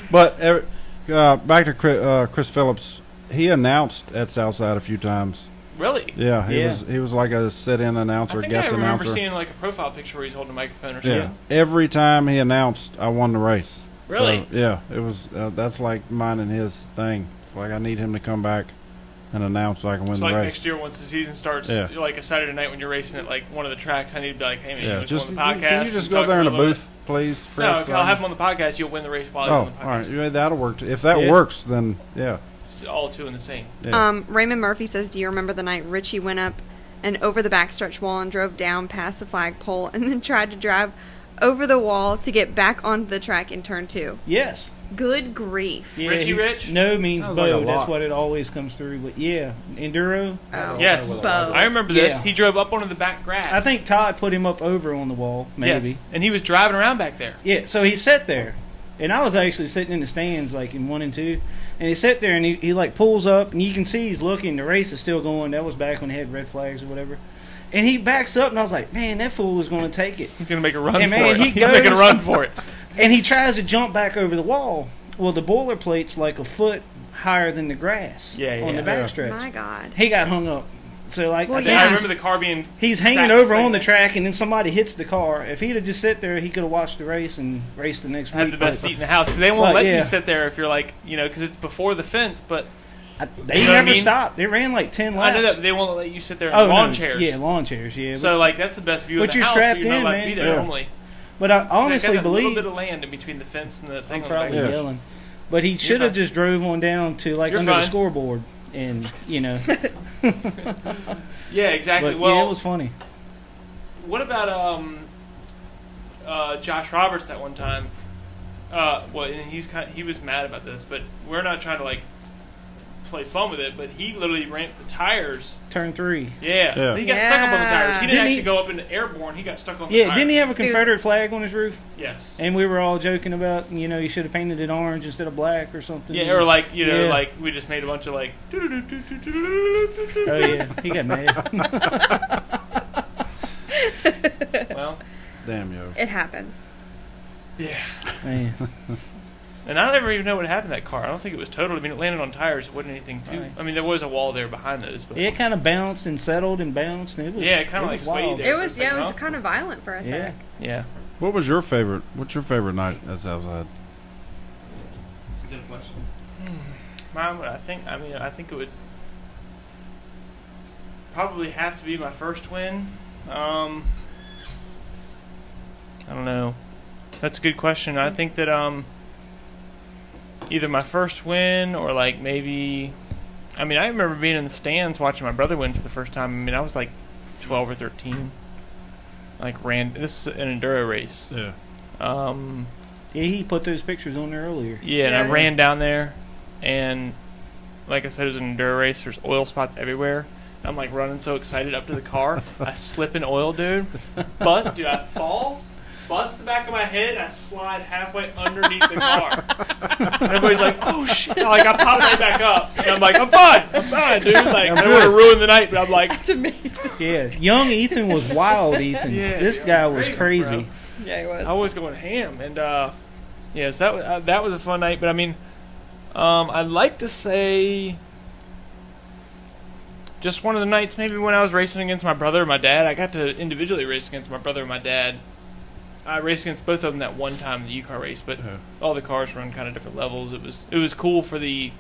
[SPEAKER 2] but every, uh, back to Chris, uh, Chris Phillips. He announced at Southside a few times.
[SPEAKER 1] Really?
[SPEAKER 2] Yeah, he
[SPEAKER 3] Yeah.
[SPEAKER 2] was he was like a sit-in announcer,
[SPEAKER 1] I think I
[SPEAKER 2] guest
[SPEAKER 1] remember
[SPEAKER 2] announcer.
[SPEAKER 1] seeing like a profile picture where he's holding a microphone or
[SPEAKER 2] yeah.
[SPEAKER 1] something.
[SPEAKER 2] every time he announced, I won the race.
[SPEAKER 1] Really?
[SPEAKER 2] So, yeah, it was. Uh, that's like mine and his thing. It's like I need him to come back and announce so I can win
[SPEAKER 1] So
[SPEAKER 2] the
[SPEAKER 1] like
[SPEAKER 2] race.
[SPEAKER 1] next year, once the season starts,
[SPEAKER 2] Yeah.
[SPEAKER 1] like a Saturday night when you're racing at like one of the tracks, I need to be like, hey man,
[SPEAKER 2] yeah,
[SPEAKER 1] you just
[SPEAKER 2] just
[SPEAKER 1] on the
[SPEAKER 2] can
[SPEAKER 1] podcast.
[SPEAKER 2] you- can you just
[SPEAKER 1] and
[SPEAKER 2] go
[SPEAKER 1] talk
[SPEAKER 2] there in a
[SPEAKER 1] little
[SPEAKER 2] booth, please?
[SPEAKER 1] bit- No,
[SPEAKER 2] Chris?
[SPEAKER 1] I'll
[SPEAKER 2] Um,
[SPEAKER 1] have him on the podcast. You'll win the race while he's
[SPEAKER 2] Oh,
[SPEAKER 1] on the podcast.
[SPEAKER 2] all right. Yeah, that'll work. If that
[SPEAKER 3] Yeah.
[SPEAKER 2] works, then yeah.
[SPEAKER 1] It's all two in the same.
[SPEAKER 2] yeah.
[SPEAKER 8] Um, Raymond Murphy says, "Do you remember the night Richie went up and over the backstretch wall and drove down past the flagpole and then tried to drive over the wall to get back onto the track in turn two?
[SPEAKER 3] Yes.
[SPEAKER 8] Good grief!
[SPEAKER 3] Yeah,
[SPEAKER 1] Richie
[SPEAKER 3] he-
[SPEAKER 1] Rich?
[SPEAKER 3] No means
[SPEAKER 2] Sounds like a
[SPEAKER 3] bow.
[SPEAKER 2] lot.
[SPEAKER 3] That's what it always comes through. But yeah, enduro.
[SPEAKER 8] Oh,
[SPEAKER 1] Yes,
[SPEAKER 8] Bo.
[SPEAKER 1] I remember this.
[SPEAKER 3] Yeah.
[SPEAKER 1] He drove up onto the back grass.
[SPEAKER 3] I think Todd put him up over on the wall. Maybe.
[SPEAKER 1] Yes, and he was driving around back there.
[SPEAKER 3] Yeah, so he sat there. And I was actually sitting in the stands, like in one and two. And he sat there and he, he like pulls up and you can see he's looking, the race is still going. That was back when they had red flags or whatever. And he backs up and I was like, Man, that fool is gonna take it.
[SPEAKER 1] He's gonna make a run
[SPEAKER 3] Hey,
[SPEAKER 1] for
[SPEAKER 3] man,
[SPEAKER 1] it.
[SPEAKER 3] he
[SPEAKER 1] he's making a
[SPEAKER 3] goes-
[SPEAKER 1] run for it.
[SPEAKER 3] And he tries to jump back over the wall. Well the boilerplate's like a foot higher than the grass
[SPEAKER 1] Yeah, yeah,
[SPEAKER 3] on the
[SPEAKER 1] yeah.
[SPEAKER 3] backstretch.
[SPEAKER 8] my God!
[SPEAKER 3] He got hung up. So like
[SPEAKER 8] Well,
[SPEAKER 3] I think
[SPEAKER 8] yeah.
[SPEAKER 1] I
[SPEAKER 3] he's-
[SPEAKER 1] remember the car being.
[SPEAKER 3] He's hanging
[SPEAKER 1] Track
[SPEAKER 3] over on
[SPEAKER 1] single.
[SPEAKER 3] the track, and then somebody hits the car. If he'd have just sit there, he could have watched the race and raced the next
[SPEAKER 1] Have
[SPEAKER 3] week.
[SPEAKER 1] the best seat in the house. 'cause They won't
[SPEAKER 3] Right,
[SPEAKER 1] let
[SPEAKER 3] yeah.
[SPEAKER 1] you sit there if you're like, you know, because it's before the fence. But
[SPEAKER 3] I- they
[SPEAKER 1] You know what I
[SPEAKER 3] never
[SPEAKER 1] mean?
[SPEAKER 3] stopped. They ran like ten
[SPEAKER 1] I
[SPEAKER 3] laps.
[SPEAKER 1] know that they won't let you sit there in
[SPEAKER 3] oh,
[SPEAKER 1] lawn
[SPEAKER 3] no.
[SPEAKER 1] chairs.
[SPEAKER 3] Yeah, lawn chairs. Yeah. but-
[SPEAKER 1] so like that's the best view. of
[SPEAKER 3] But
[SPEAKER 1] the
[SPEAKER 3] you're
[SPEAKER 1] house,
[SPEAKER 3] strapped
[SPEAKER 1] you're not
[SPEAKER 3] in,
[SPEAKER 1] allowed to
[SPEAKER 3] man.
[SPEAKER 1] Be there
[SPEAKER 2] Yeah.
[SPEAKER 1] normally.
[SPEAKER 3] but, I
[SPEAKER 1] So they got
[SPEAKER 3] honestly
[SPEAKER 1] that little
[SPEAKER 3] believe
[SPEAKER 1] bit of land in between the fence and the thing.
[SPEAKER 3] I'm
[SPEAKER 1] on the back.
[SPEAKER 3] probably
[SPEAKER 2] Yeah.
[SPEAKER 3] yelling, but he should have
[SPEAKER 1] fine.
[SPEAKER 3] just drove on down to like
[SPEAKER 1] You're
[SPEAKER 3] under the
[SPEAKER 1] fine.
[SPEAKER 3] scoreboard, and you know.
[SPEAKER 1] Yeah, exactly.
[SPEAKER 3] but
[SPEAKER 1] well,
[SPEAKER 3] yeah, it was funny.
[SPEAKER 1] What about um, uh, Josh Roberts that one time? Uh, well, and he's kind he was mad about this, but we're not trying to like play fun with it. But he literally ran the tires.
[SPEAKER 3] Turn three.
[SPEAKER 1] Yeah,
[SPEAKER 2] Yeah.
[SPEAKER 1] he got stuck up on the tires. He didn't,
[SPEAKER 3] Didn't
[SPEAKER 1] actually
[SPEAKER 3] he-
[SPEAKER 1] go up into airborne. He got stuck on the
[SPEAKER 3] Yeah,
[SPEAKER 1] tires.
[SPEAKER 3] didn't he have a
[SPEAKER 8] He was-
[SPEAKER 3] Confederate flag on his roof?
[SPEAKER 1] Yes.
[SPEAKER 3] And we were all joking about, you know, you should have painted it orange instead of black or something.
[SPEAKER 1] Yeah, or like you know,
[SPEAKER 3] Yeah.
[SPEAKER 1] like we just made a bunch of like.
[SPEAKER 3] oh yeah, he got mad.
[SPEAKER 1] Well,
[SPEAKER 2] Damn yo.
[SPEAKER 8] It happens.
[SPEAKER 1] yeah.
[SPEAKER 3] Man.
[SPEAKER 1] And I never even know what happened to that car. I don't think it was totaled. I mean, it landed on tires. It wasn't anything too.
[SPEAKER 3] Right.
[SPEAKER 1] I mean, there was a wall there behind those. But
[SPEAKER 3] It kind of bounced and settled and bounced. And it was,
[SPEAKER 1] Yeah, it kinda like
[SPEAKER 3] was
[SPEAKER 1] swayed
[SPEAKER 3] wild.
[SPEAKER 1] there.
[SPEAKER 8] It was
[SPEAKER 1] for a
[SPEAKER 8] yeah,
[SPEAKER 1] second,
[SPEAKER 8] it was
[SPEAKER 1] huh?
[SPEAKER 8] kind of violent for us.
[SPEAKER 3] Yeah.
[SPEAKER 1] yeah.
[SPEAKER 2] What was your favorite? What's your favorite night at Southside?
[SPEAKER 5] It's a good question.
[SPEAKER 1] Mine would I think I mean I think it would probably have to be my first win. Um I don't know. That's a good question. I think that um, either my first win or like maybe, I mean, I remember being in the stands watching my brother win for the first time. I mean, I was like twelve or thirteen. Like ran this is an enduro race.
[SPEAKER 2] Yeah.
[SPEAKER 1] Um,
[SPEAKER 3] Yeah, he put those pictures on there earlier.
[SPEAKER 1] yeah, and I
[SPEAKER 8] Yeah.
[SPEAKER 1] ran down there, and like I said, it was an enduro race. There's oil spots everywhere. I'm like running so excited up to the car. I slip in oil, dude. But dude, I fall, bust the back of my head, and I slide halfway underneath the car. And everybody's like, "Oh shit!" Like I pop right back up, and I'm like, "I'm fine, I'm fine, dude." Like I don't want to ruin the night, but I'm like,
[SPEAKER 8] That's amazing.
[SPEAKER 3] Yeah, young Ethan was wild. Ethan,
[SPEAKER 1] Yeah,
[SPEAKER 3] this
[SPEAKER 1] yeah,
[SPEAKER 3] guy was
[SPEAKER 1] crazy,
[SPEAKER 3] crazy.
[SPEAKER 1] bro.
[SPEAKER 8] Yeah, it was.
[SPEAKER 1] I was going ham, and uh, yes, that wa- uh, that was a fun night. But I mean, um, I'd like to say just one of the nights, maybe when I was racing against my brother and my dad. I got to individually race against my brother and my dad. I raced against both of them that one time in the U-Car race, but
[SPEAKER 2] Yeah.
[SPEAKER 1] all the cars were on kind of different levels. It was it was cool for the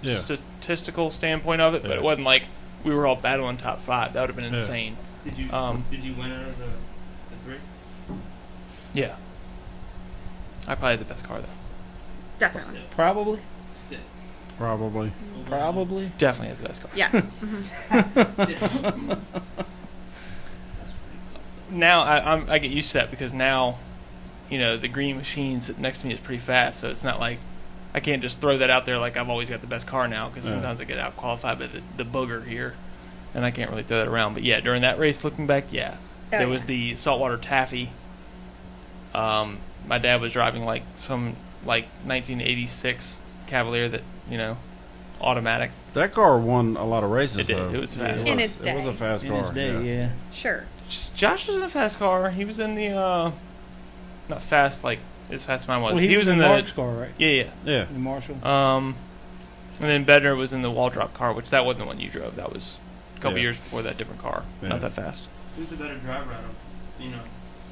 [SPEAKER 2] Yeah.
[SPEAKER 1] statistical standpoint of it, but
[SPEAKER 2] Yeah.
[SPEAKER 1] it wasn't like we were all battling top five. That would have been
[SPEAKER 2] Yeah.
[SPEAKER 1] insane.
[SPEAKER 5] Did you
[SPEAKER 1] Um,
[SPEAKER 5] did you win out of the, the three?
[SPEAKER 1] Yeah, I probably had the best car though.
[SPEAKER 8] Definitely.
[SPEAKER 3] Probably,
[SPEAKER 5] Still.
[SPEAKER 2] Probably.
[SPEAKER 3] probably.
[SPEAKER 1] Definitely had the best car.
[SPEAKER 8] Yeah.
[SPEAKER 1] now I, I'm, I get used to that because now, you know, the green machine sitting next to me is pretty fast, so it's not like I can't just throw that out there like I've always got the best car now because
[SPEAKER 2] Yeah.
[SPEAKER 1] sometimes I get out qualified by the, the booger here, and I can't really throw that around. But yeah, during that race, looking back, yeah,
[SPEAKER 4] Oh,
[SPEAKER 1] there
[SPEAKER 8] Oh,
[SPEAKER 1] was the saltwater taffy. Um, my dad was driving like some like 1986 Cavalier that you know, automatic.
[SPEAKER 2] That car won a lot of races.
[SPEAKER 1] It did.
[SPEAKER 2] Though.
[SPEAKER 1] It was fast.
[SPEAKER 8] In
[SPEAKER 2] was-
[SPEAKER 8] its
[SPEAKER 2] It was
[SPEAKER 8] day.
[SPEAKER 2] a fast
[SPEAKER 3] In
[SPEAKER 2] car.
[SPEAKER 3] his day,
[SPEAKER 2] yeah.
[SPEAKER 3] yeah.
[SPEAKER 8] Sure.
[SPEAKER 1] Josh was in a fast car. He was in the uh, not fast like as fast as mine was.
[SPEAKER 3] Well,
[SPEAKER 1] he, was in the
[SPEAKER 3] Mark's car, right?
[SPEAKER 1] Yeah, yeah.
[SPEAKER 2] Yeah.
[SPEAKER 3] The Marshall.
[SPEAKER 1] Um, and then Bedner was in the wall drop car, which that wasn't the one you drove. That was a couple
[SPEAKER 2] Yeah.
[SPEAKER 1] years before that different car.
[SPEAKER 2] Yeah.
[SPEAKER 1] Not that fast.
[SPEAKER 5] Who's the better driver out of you know?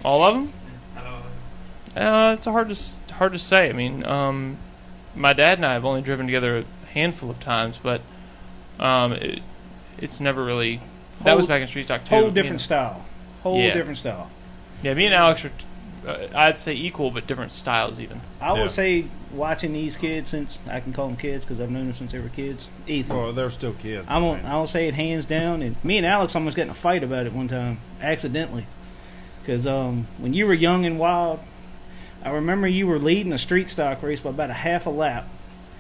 [SPEAKER 1] All of them?
[SPEAKER 5] Out of all of them?
[SPEAKER 1] Uh, it's hard to s- hard to say. I mean, um, my dad and I have only driven together a handful of times, but um, it, it's never really. That was
[SPEAKER 3] Whole-
[SPEAKER 1] back in Street Stock too.
[SPEAKER 3] Whole
[SPEAKER 1] Me and-
[SPEAKER 3] different style. Whole
[SPEAKER 1] Yeah.
[SPEAKER 3] different style.
[SPEAKER 1] yeah, me and Alex are. t- Uh, I'd say equal, but different styles even.
[SPEAKER 3] I
[SPEAKER 2] Yeah.
[SPEAKER 3] would say watching these kids since I can call them kids because I've known them since they were kids. Ethan.
[SPEAKER 2] Well, they're still kids.
[SPEAKER 3] I'm gonna, I'll say it hands down. And me and Alex almost got in a fight about it one time, accidentally, because um, when you were young and wild, I remember you were leading a street stock race by about a half a lap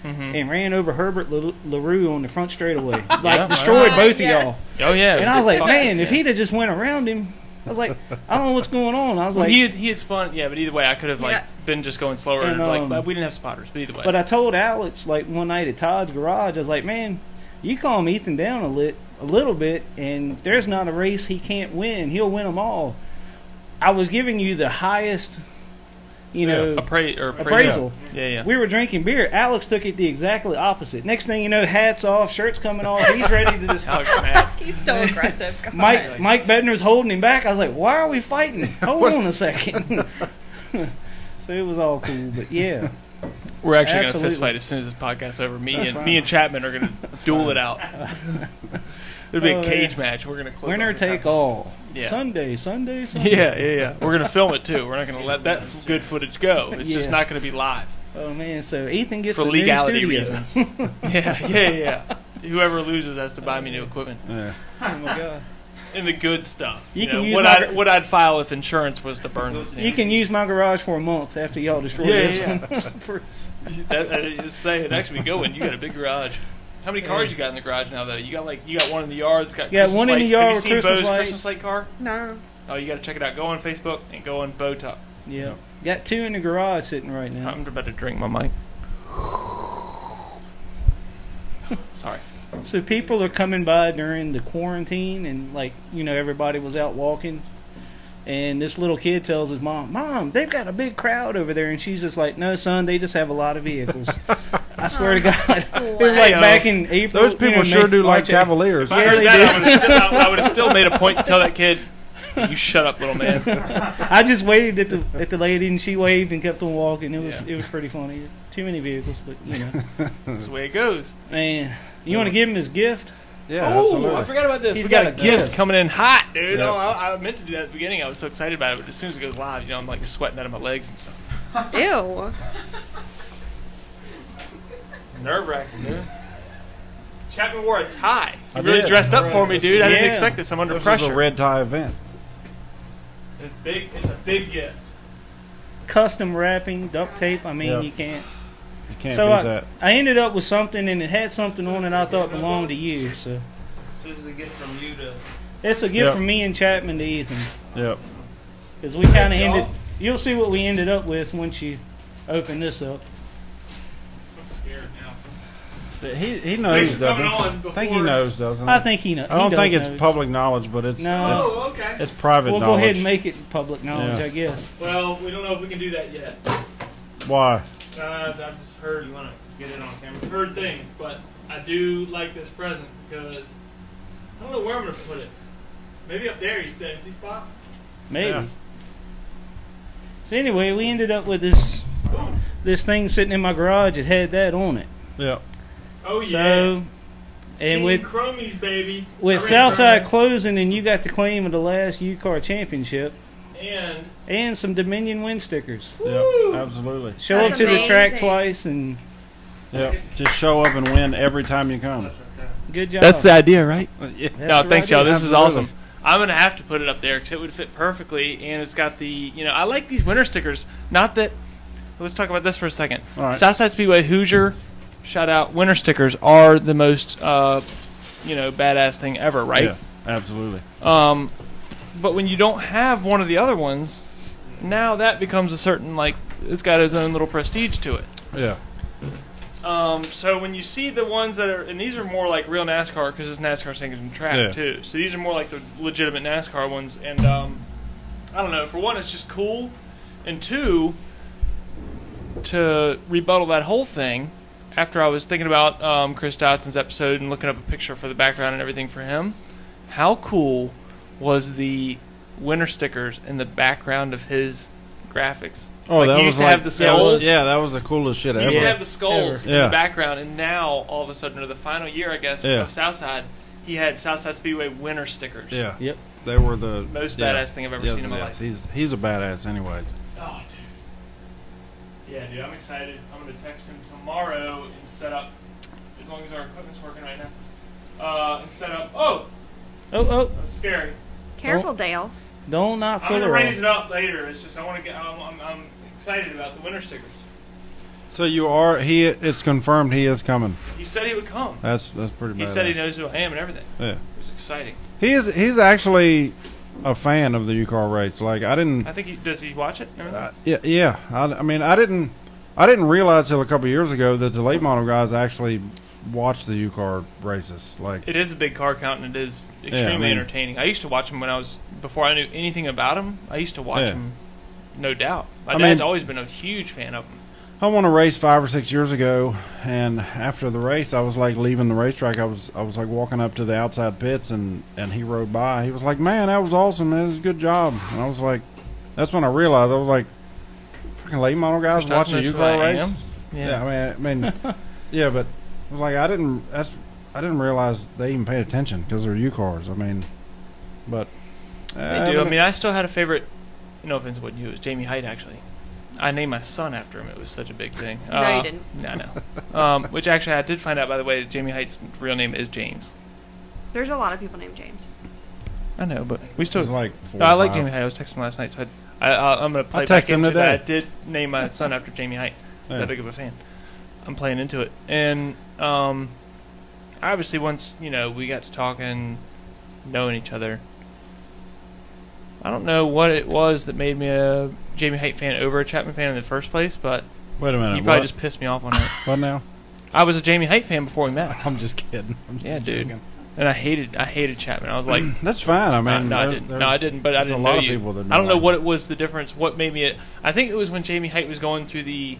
[SPEAKER 1] Mm-hmm.
[SPEAKER 3] and ran over Herbert La- Larue on the front straightaway, like
[SPEAKER 1] Yeah.
[SPEAKER 3] destroyed
[SPEAKER 8] Ah,
[SPEAKER 3] both
[SPEAKER 8] yes.
[SPEAKER 3] of y'all.
[SPEAKER 1] Oh yeah.
[SPEAKER 3] And I was like,
[SPEAKER 1] Fuck,
[SPEAKER 3] man, if
[SPEAKER 1] yeah.
[SPEAKER 3] he'd have just went around him, I was like, I don't know what's going on. I was
[SPEAKER 1] Well,
[SPEAKER 3] like,
[SPEAKER 1] he had, he had spun, yeah, but either way, I could have like
[SPEAKER 8] Yeah.
[SPEAKER 1] been just going slower.
[SPEAKER 3] And,
[SPEAKER 1] And, like,
[SPEAKER 3] um,
[SPEAKER 1] but we didn't have spotters, but either way,
[SPEAKER 3] But uh, I told Alex like one night at Todd's garage, I was like, "Man, you calm Ethan down a lit a little bit, and there's not a race he can't win. He'll win them all." I was giving you the highest, you know.
[SPEAKER 1] appra- or
[SPEAKER 3] Appraisal.
[SPEAKER 1] Yeah, yeah.
[SPEAKER 3] we were drinking beer. Alex took it the exactly opposite. Next thing you know, hats off, shirts coming off. He's ready to just.
[SPEAKER 1] I was mad.
[SPEAKER 8] He's so aggressive. God.
[SPEAKER 3] Mike Mike Bedner's holding him back. I was like, "Why are we fighting? Hold on a second. so it was all cool, but yeah.
[SPEAKER 1] We're actually going to
[SPEAKER 3] Absolutely.
[SPEAKER 1] fist fight as soon as this podcast's over. Me
[SPEAKER 3] That's
[SPEAKER 1] and
[SPEAKER 3] fine.
[SPEAKER 1] me and Chapman are going to duel it out. It'll be
[SPEAKER 3] Oh,
[SPEAKER 1] a
[SPEAKER 3] yeah.
[SPEAKER 1] cage match. We're going to
[SPEAKER 3] Winner take all.
[SPEAKER 1] Yeah.
[SPEAKER 3] Sunday, Sunday, Sunday.
[SPEAKER 1] Yeah, yeah, yeah. We're going to film it too. We're not going to let that f- good footage go. It's just
[SPEAKER 3] Yeah.
[SPEAKER 1] not going to be live
[SPEAKER 3] Oh man, so Ethan gets
[SPEAKER 1] for
[SPEAKER 3] a
[SPEAKER 1] legality
[SPEAKER 3] new studio.
[SPEAKER 1] reasons. yeah, yeah, yeah. yeah. Whoever loses has to buy me new equipment
[SPEAKER 2] Yeah.
[SPEAKER 3] Oh my god.
[SPEAKER 1] and the good stuff.
[SPEAKER 3] You
[SPEAKER 1] You,
[SPEAKER 3] can
[SPEAKER 1] know,
[SPEAKER 3] use
[SPEAKER 1] what
[SPEAKER 3] my-
[SPEAKER 1] I'd what I'd file if insurance was to burn this.
[SPEAKER 3] You can use my garage for a month after y'all destroy
[SPEAKER 1] Yeah,
[SPEAKER 3] this
[SPEAKER 1] yeah,
[SPEAKER 3] one. For-
[SPEAKER 1] that, uh, that is saying actually going. You got a big garage. How many cars you got in the garage now though? You got like you got one in the yard. It's got
[SPEAKER 3] Yeah,
[SPEAKER 1] Christmas
[SPEAKER 3] one in the
[SPEAKER 1] lights. Have you
[SPEAKER 3] yard with
[SPEAKER 1] seen
[SPEAKER 3] Christmas
[SPEAKER 1] Bo's
[SPEAKER 3] lights.
[SPEAKER 1] Christmas light car?
[SPEAKER 8] No.
[SPEAKER 1] Oh, you got to check it out. Go on Facebook and go on Bowtop.
[SPEAKER 3] yeah. Got two in the garage sitting right now.
[SPEAKER 1] I'm about to drink my mic. Sorry.
[SPEAKER 3] So people are coming by during the quarantine and like, you know, everybody was out walking. And this little kid tells his mom, Mom, they've got a big crowd over there. And she's just like, No, son, they just have a lot of vehicles. I swear to
[SPEAKER 4] Oh.
[SPEAKER 3] God. They're like
[SPEAKER 1] Wow.
[SPEAKER 3] back in April.
[SPEAKER 7] Those
[SPEAKER 3] you
[SPEAKER 7] people
[SPEAKER 3] know,
[SPEAKER 7] sure
[SPEAKER 3] May-
[SPEAKER 7] do like
[SPEAKER 3] March, April.
[SPEAKER 7] Cavaliers.
[SPEAKER 1] If I heard that, I would, have still, I would have still made a point to tell that kid, "You shut up, little man."
[SPEAKER 3] I just waved at the at the lady, and she waved and kept on walking. It was
[SPEAKER 1] Yeah.
[SPEAKER 3] it was pretty funny. Too many vehicles, but you know,
[SPEAKER 1] That's the way it goes.
[SPEAKER 3] man, you want to give him his gift?
[SPEAKER 2] Yeah,
[SPEAKER 1] Oh,
[SPEAKER 2] absolutely.
[SPEAKER 1] I forgot about this.
[SPEAKER 3] He's
[SPEAKER 1] we got,
[SPEAKER 3] got
[SPEAKER 1] a
[SPEAKER 3] a
[SPEAKER 1] gift
[SPEAKER 3] gift.
[SPEAKER 1] coming in hot, dude.
[SPEAKER 2] Yep.
[SPEAKER 1] Oh, I, I meant to do that at the beginning. I was so excited about it, but as soon as it goes live, you know, I'm like sweating out of my legs and stuff.
[SPEAKER 4] Ew.
[SPEAKER 1] Nerve wracking, dude. Chapman wore a tie. He
[SPEAKER 2] I
[SPEAKER 1] really
[SPEAKER 2] did.
[SPEAKER 1] dressed up for me, dude. I didn't
[SPEAKER 3] Yeah.
[SPEAKER 1] expect this. I'm under
[SPEAKER 2] This
[SPEAKER 1] pressure.
[SPEAKER 2] is a red tie event.
[SPEAKER 1] It's big. It's a big gift.
[SPEAKER 3] Custom wrapping, duct tape. I mean,
[SPEAKER 2] Yeah.
[SPEAKER 3] you can't.
[SPEAKER 2] You can't
[SPEAKER 3] so
[SPEAKER 2] beat
[SPEAKER 3] I,
[SPEAKER 2] that.
[SPEAKER 3] I ended up with something, and it had something on it I thought belonged to you. So
[SPEAKER 5] So this is a gift from you to.
[SPEAKER 3] it's a gift
[SPEAKER 2] Yep.
[SPEAKER 3] from me and Chapman to Ethan
[SPEAKER 2] Yep.
[SPEAKER 3] because we kind of
[SPEAKER 5] Thanks,
[SPEAKER 3] ended.
[SPEAKER 5] y'all.
[SPEAKER 3] You'll see what we ended up with once you open this up.
[SPEAKER 1] I'm scared now.
[SPEAKER 2] He, he
[SPEAKER 1] Thanks
[SPEAKER 2] knows,
[SPEAKER 1] for coming on
[SPEAKER 2] doesn't he? I think he
[SPEAKER 1] before-
[SPEAKER 2] knows, doesn't he?
[SPEAKER 3] I think he knows.
[SPEAKER 2] I don't think it's public knowledge, but it's
[SPEAKER 3] No.
[SPEAKER 2] it's-
[SPEAKER 1] Oh, okay.
[SPEAKER 2] it's, private
[SPEAKER 3] We'll go
[SPEAKER 2] knowledge.
[SPEAKER 3] ahead and make it public knowledge,
[SPEAKER 2] Yeah.
[SPEAKER 3] I guess.
[SPEAKER 1] Well, we don't know if we can do that yet.
[SPEAKER 2] Why?
[SPEAKER 1] Uh, I've just heard
[SPEAKER 5] You want to get it on camera?
[SPEAKER 1] heard things, but I do like this present because I don't know where I'm gonna put it. Maybe up there, you said empty spot.
[SPEAKER 3] Maybe.
[SPEAKER 2] Yeah.
[SPEAKER 3] So anyway, we ended up with this this thing sitting in my garage. It had that on it.
[SPEAKER 2] Yeah.
[SPEAKER 1] Oh yeah.
[SPEAKER 3] So, and
[SPEAKER 1] Team
[SPEAKER 3] with
[SPEAKER 1] Chromies, baby. I
[SPEAKER 3] with
[SPEAKER 1] ran
[SPEAKER 3] Southside
[SPEAKER 1] Chromies.
[SPEAKER 3] closing, and you got the claim of the last UCAR championship
[SPEAKER 1] and
[SPEAKER 3] and some Dominion win stickers.
[SPEAKER 2] Yep. Absolutely.
[SPEAKER 3] Show
[SPEAKER 4] That's
[SPEAKER 3] up to the track
[SPEAKER 4] amazing.
[SPEAKER 3] twice, and
[SPEAKER 2] Yep. Just show up and win every time you come.
[SPEAKER 5] That's right there.
[SPEAKER 3] good job.
[SPEAKER 9] That's the idea, right?
[SPEAKER 2] Yeah.
[SPEAKER 3] That's
[SPEAKER 1] no,
[SPEAKER 3] the
[SPEAKER 1] thanks,
[SPEAKER 3] right
[SPEAKER 1] y'all.
[SPEAKER 3] idea.
[SPEAKER 1] This is
[SPEAKER 2] Absolutely.
[SPEAKER 1] awesome. I'm gonna have to put it up there because it would fit perfectly, and it's got the you know I like these winter stickers. Not that. Let's talk about this for a second.
[SPEAKER 2] All right.
[SPEAKER 1] Southside Speedway Hoosier, shout out. Winter stickers are the most uh, you know badass thing ever, right?
[SPEAKER 2] Yeah. Absolutely.
[SPEAKER 1] Um, but when you don't have one of the other ones, now that becomes a certain like it's got its own little prestige to it.
[SPEAKER 2] Yeah.
[SPEAKER 1] Um, so when you see the ones that are, and these are more like real NASCAR because it's NASCAR stickers and track
[SPEAKER 2] Yeah.
[SPEAKER 1] too. So these are more like the legitimate NASCAR ones, and um, I don't know. For one, it's just cool, and two, to rebuttal that whole thing. After I was thinking about um, Chris Dodson's episode and looking up a picture for the background and everything for him, how cool was the winter stickers in the background of his graphics?
[SPEAKER 2] Oh,
[SPEAKER 1] Like,
[SPEAKER 2] that
[SPEAKER 1] he
[SPEAKER 2] was
[SPEAKER 1] used to
[SPEAKER 2] like,
[SPEAKER 1] have the
[SPEAKER 2] that was-
[SPEAKER 1] skulls.
[SPEAKER 2] Yeah, that was the coolest shit
[SPEAKER 1] You
[SPEAKER 2] ever.
[SPEAKER 1] used to have the skulls
[SPEAKER 2] Ever.
[SPEAKER 1] in
[SPEAKER 2] Yeah.
[SPEAKER 1] the background, and now all of a sudden, or the final year, I guess,
[SPEAKER 2] Yeah.
[SPEAKER 1] of Southside, he had Southside Speedway winter stickers.
[SPEAKER 2] yeah.
[SPEAKER 3] Yep.
[SPEAKER 2] They were the
[SPEAKER 1] Most
[SPEAKER 2] yeah.
[SPEAKER 1] badass thing I've ever
[SPEAKER 2] Yes,
[SPEAKER 1] seen in my life.
[SPEAKER 2] yes. He's he's a badass anyway.
[SPEAKER 1] Oh, dude. Yeah, dude, I'm excited. I'm going to text him tomorrow and set up, as long as our equipment's working right now, uh, and set up. Oh,
[SPEAKER 3] Oh, oh,
[SPEAKER 1] that was scary.
[SPEAKER 4] Careful, Dale.
[SPEAKER 3] don't knock
[SPEAKER 2] Oh,
[SPEAKER 1] I'm going to
[SPEAKER 3] further
[SPEAKER 1] raise it up
[SPEAKER 3] off.
[SPEAKER 1] later. It's just, I want to get, I'm, I'm, I'm excited about the winter stickers.
[SPEAKER 2] So you are he? It's confirmed he is coming.
[SPEAKER 1] He said he would come.
[SPEAKER 2] That's that's pretty.
[SPEAKER 1] He
[SPEAKER 2] badass.
[SPEAKER 1] said he knows who I am and everything.
[SPEAKER 2] Yeah.
[SPEAKER 1] It was exciting.
[SPEAKER 2] He is. He's actually a fan of the UCAR race. Like I didn't.
[SPEAKER 1] I think he, does he watch it? and everything?
[SPEAKER 2] Uh, yeah, yeah. I, I mean, I didn't, I didn't realize till a couple years ago that the late model guys actually watch the UCAR races. Like,
[SPEAKER 1] It is a big car count, and it is extremely
[SPEAKER 2] mean-
[SPEAKER 1] entertaining. I used to watch them when I was before I knew anything about them. I used to watch
[SPEAKER 2] Yeah.
[SPEAKER 1] them, no doubt. My
[SPEAKER 2] I
[SPEAKER 1] dad's
[SPEAKER 2] mean-
[SPEAKER 1] always been a huge fan of them.
[SPEAKER 2] I won a race five or six years ago, and after the race, I was like leaving the racetrack. I was, I was like walking up to the outside pits, and and he rode by. He was like, "Man, that was awesome. Man, it was a good job." And I was like, "That's when I realized I was like, fucking late model guys
[SPEAKER 1] Chris
[SPEAKER 2] watching
[SPEAKER 1] Dodson
[SPEAKER 2] a
[SPEAKER 1] knows who I
[SPEAKER 2] UCAR race."
[SPEAKER 1] am.
[SPEAKER 2] Yeah, I mean, I mean, yeah, but I was like, I didn't. That's I didn't realize they even paid attention because they're U cars. I mean, but eh,
[SPEAKER 1] they do. I mean, I still had a favorite. No offense, what you it was Jamie Hyde actually. I named my son after him. It was such a big thing. Uh,
[SPEAKER 4] No, you didn't.
[SPEAKER 1] No, no. Um, which actually, I did find out by the way that Jamie Hyde's real name is James.
[SPEAKER 4] There's a lot of people named James.
[SPEAKER 1] I know, but we
[SPEAKER 2] it
[SPEAKER 1] still.
[SPEAKER 2] was like four
[SPEAKER 1] no, I like
[SPEAKER 2] or
[SPEAKER 1] Jamie
[SPEAKER 2] five.
[SPEAKER 1] Hyde. I was texting him last night, so I'd- I, I, I'm going to play
[SPEAKER 2] I
[SPEAKER 1] back
[SPEAKER 2] text him
[SPEAKER 1] into that. I
[SPEAKER 2] today.
[SPEAKER 1] did name my son after Jamie Hyde.
[SPEAKER 2] Yeah.
[SPEAKER 1] That big of a fan. I'm playing into it, and um, obviously once you know we got to talking, knowing each other. I don't know what it was that made me a Jamie Hyde fan over a Chapman fan in the first place, but
[SPEAKER 2] Wait a
[SPEAKER 1] you
[SPEAKER 2] minute.
[SPEAKER 1] probably
[SPEAKER 2] what?
[SPEAKER 1] just pissed me off on it.
[SPEAKER 2] what now?
[SPEAKER 1] I was a Jamie Hyde fan before we met,
[SPEAKER 2] I'm just kidding. I'm just
[SPEAKER 1] Yeah, dude.
[SPEAKER 2] joking.
[SPEAKER 1] and I hated I hated Chapman. I was like,
[SPEAKER 2] That's fine. I mean,
[SPEAKER 1] Uh, no, no, I
[SPEAKER 2] there-
[SPEAKER 1] didn't. No,
[SPEAKER 2] there's-
[SPEAKER 1] I didn't. But I
[SPEAKER 2] there's
[SPEAKER 1] didn't
[SPEAKER 2] a lot
[SPEAKER 1] know
[SPEAKER 2] of
[SPEAKER 1] you.
[SPEAKER 2] people that
[SPEAKER 1] I don't know
[SPEAKER 2] like
[SPEAKER 1] what it was the difference. What made me? I think it was when Jamie Height was going through the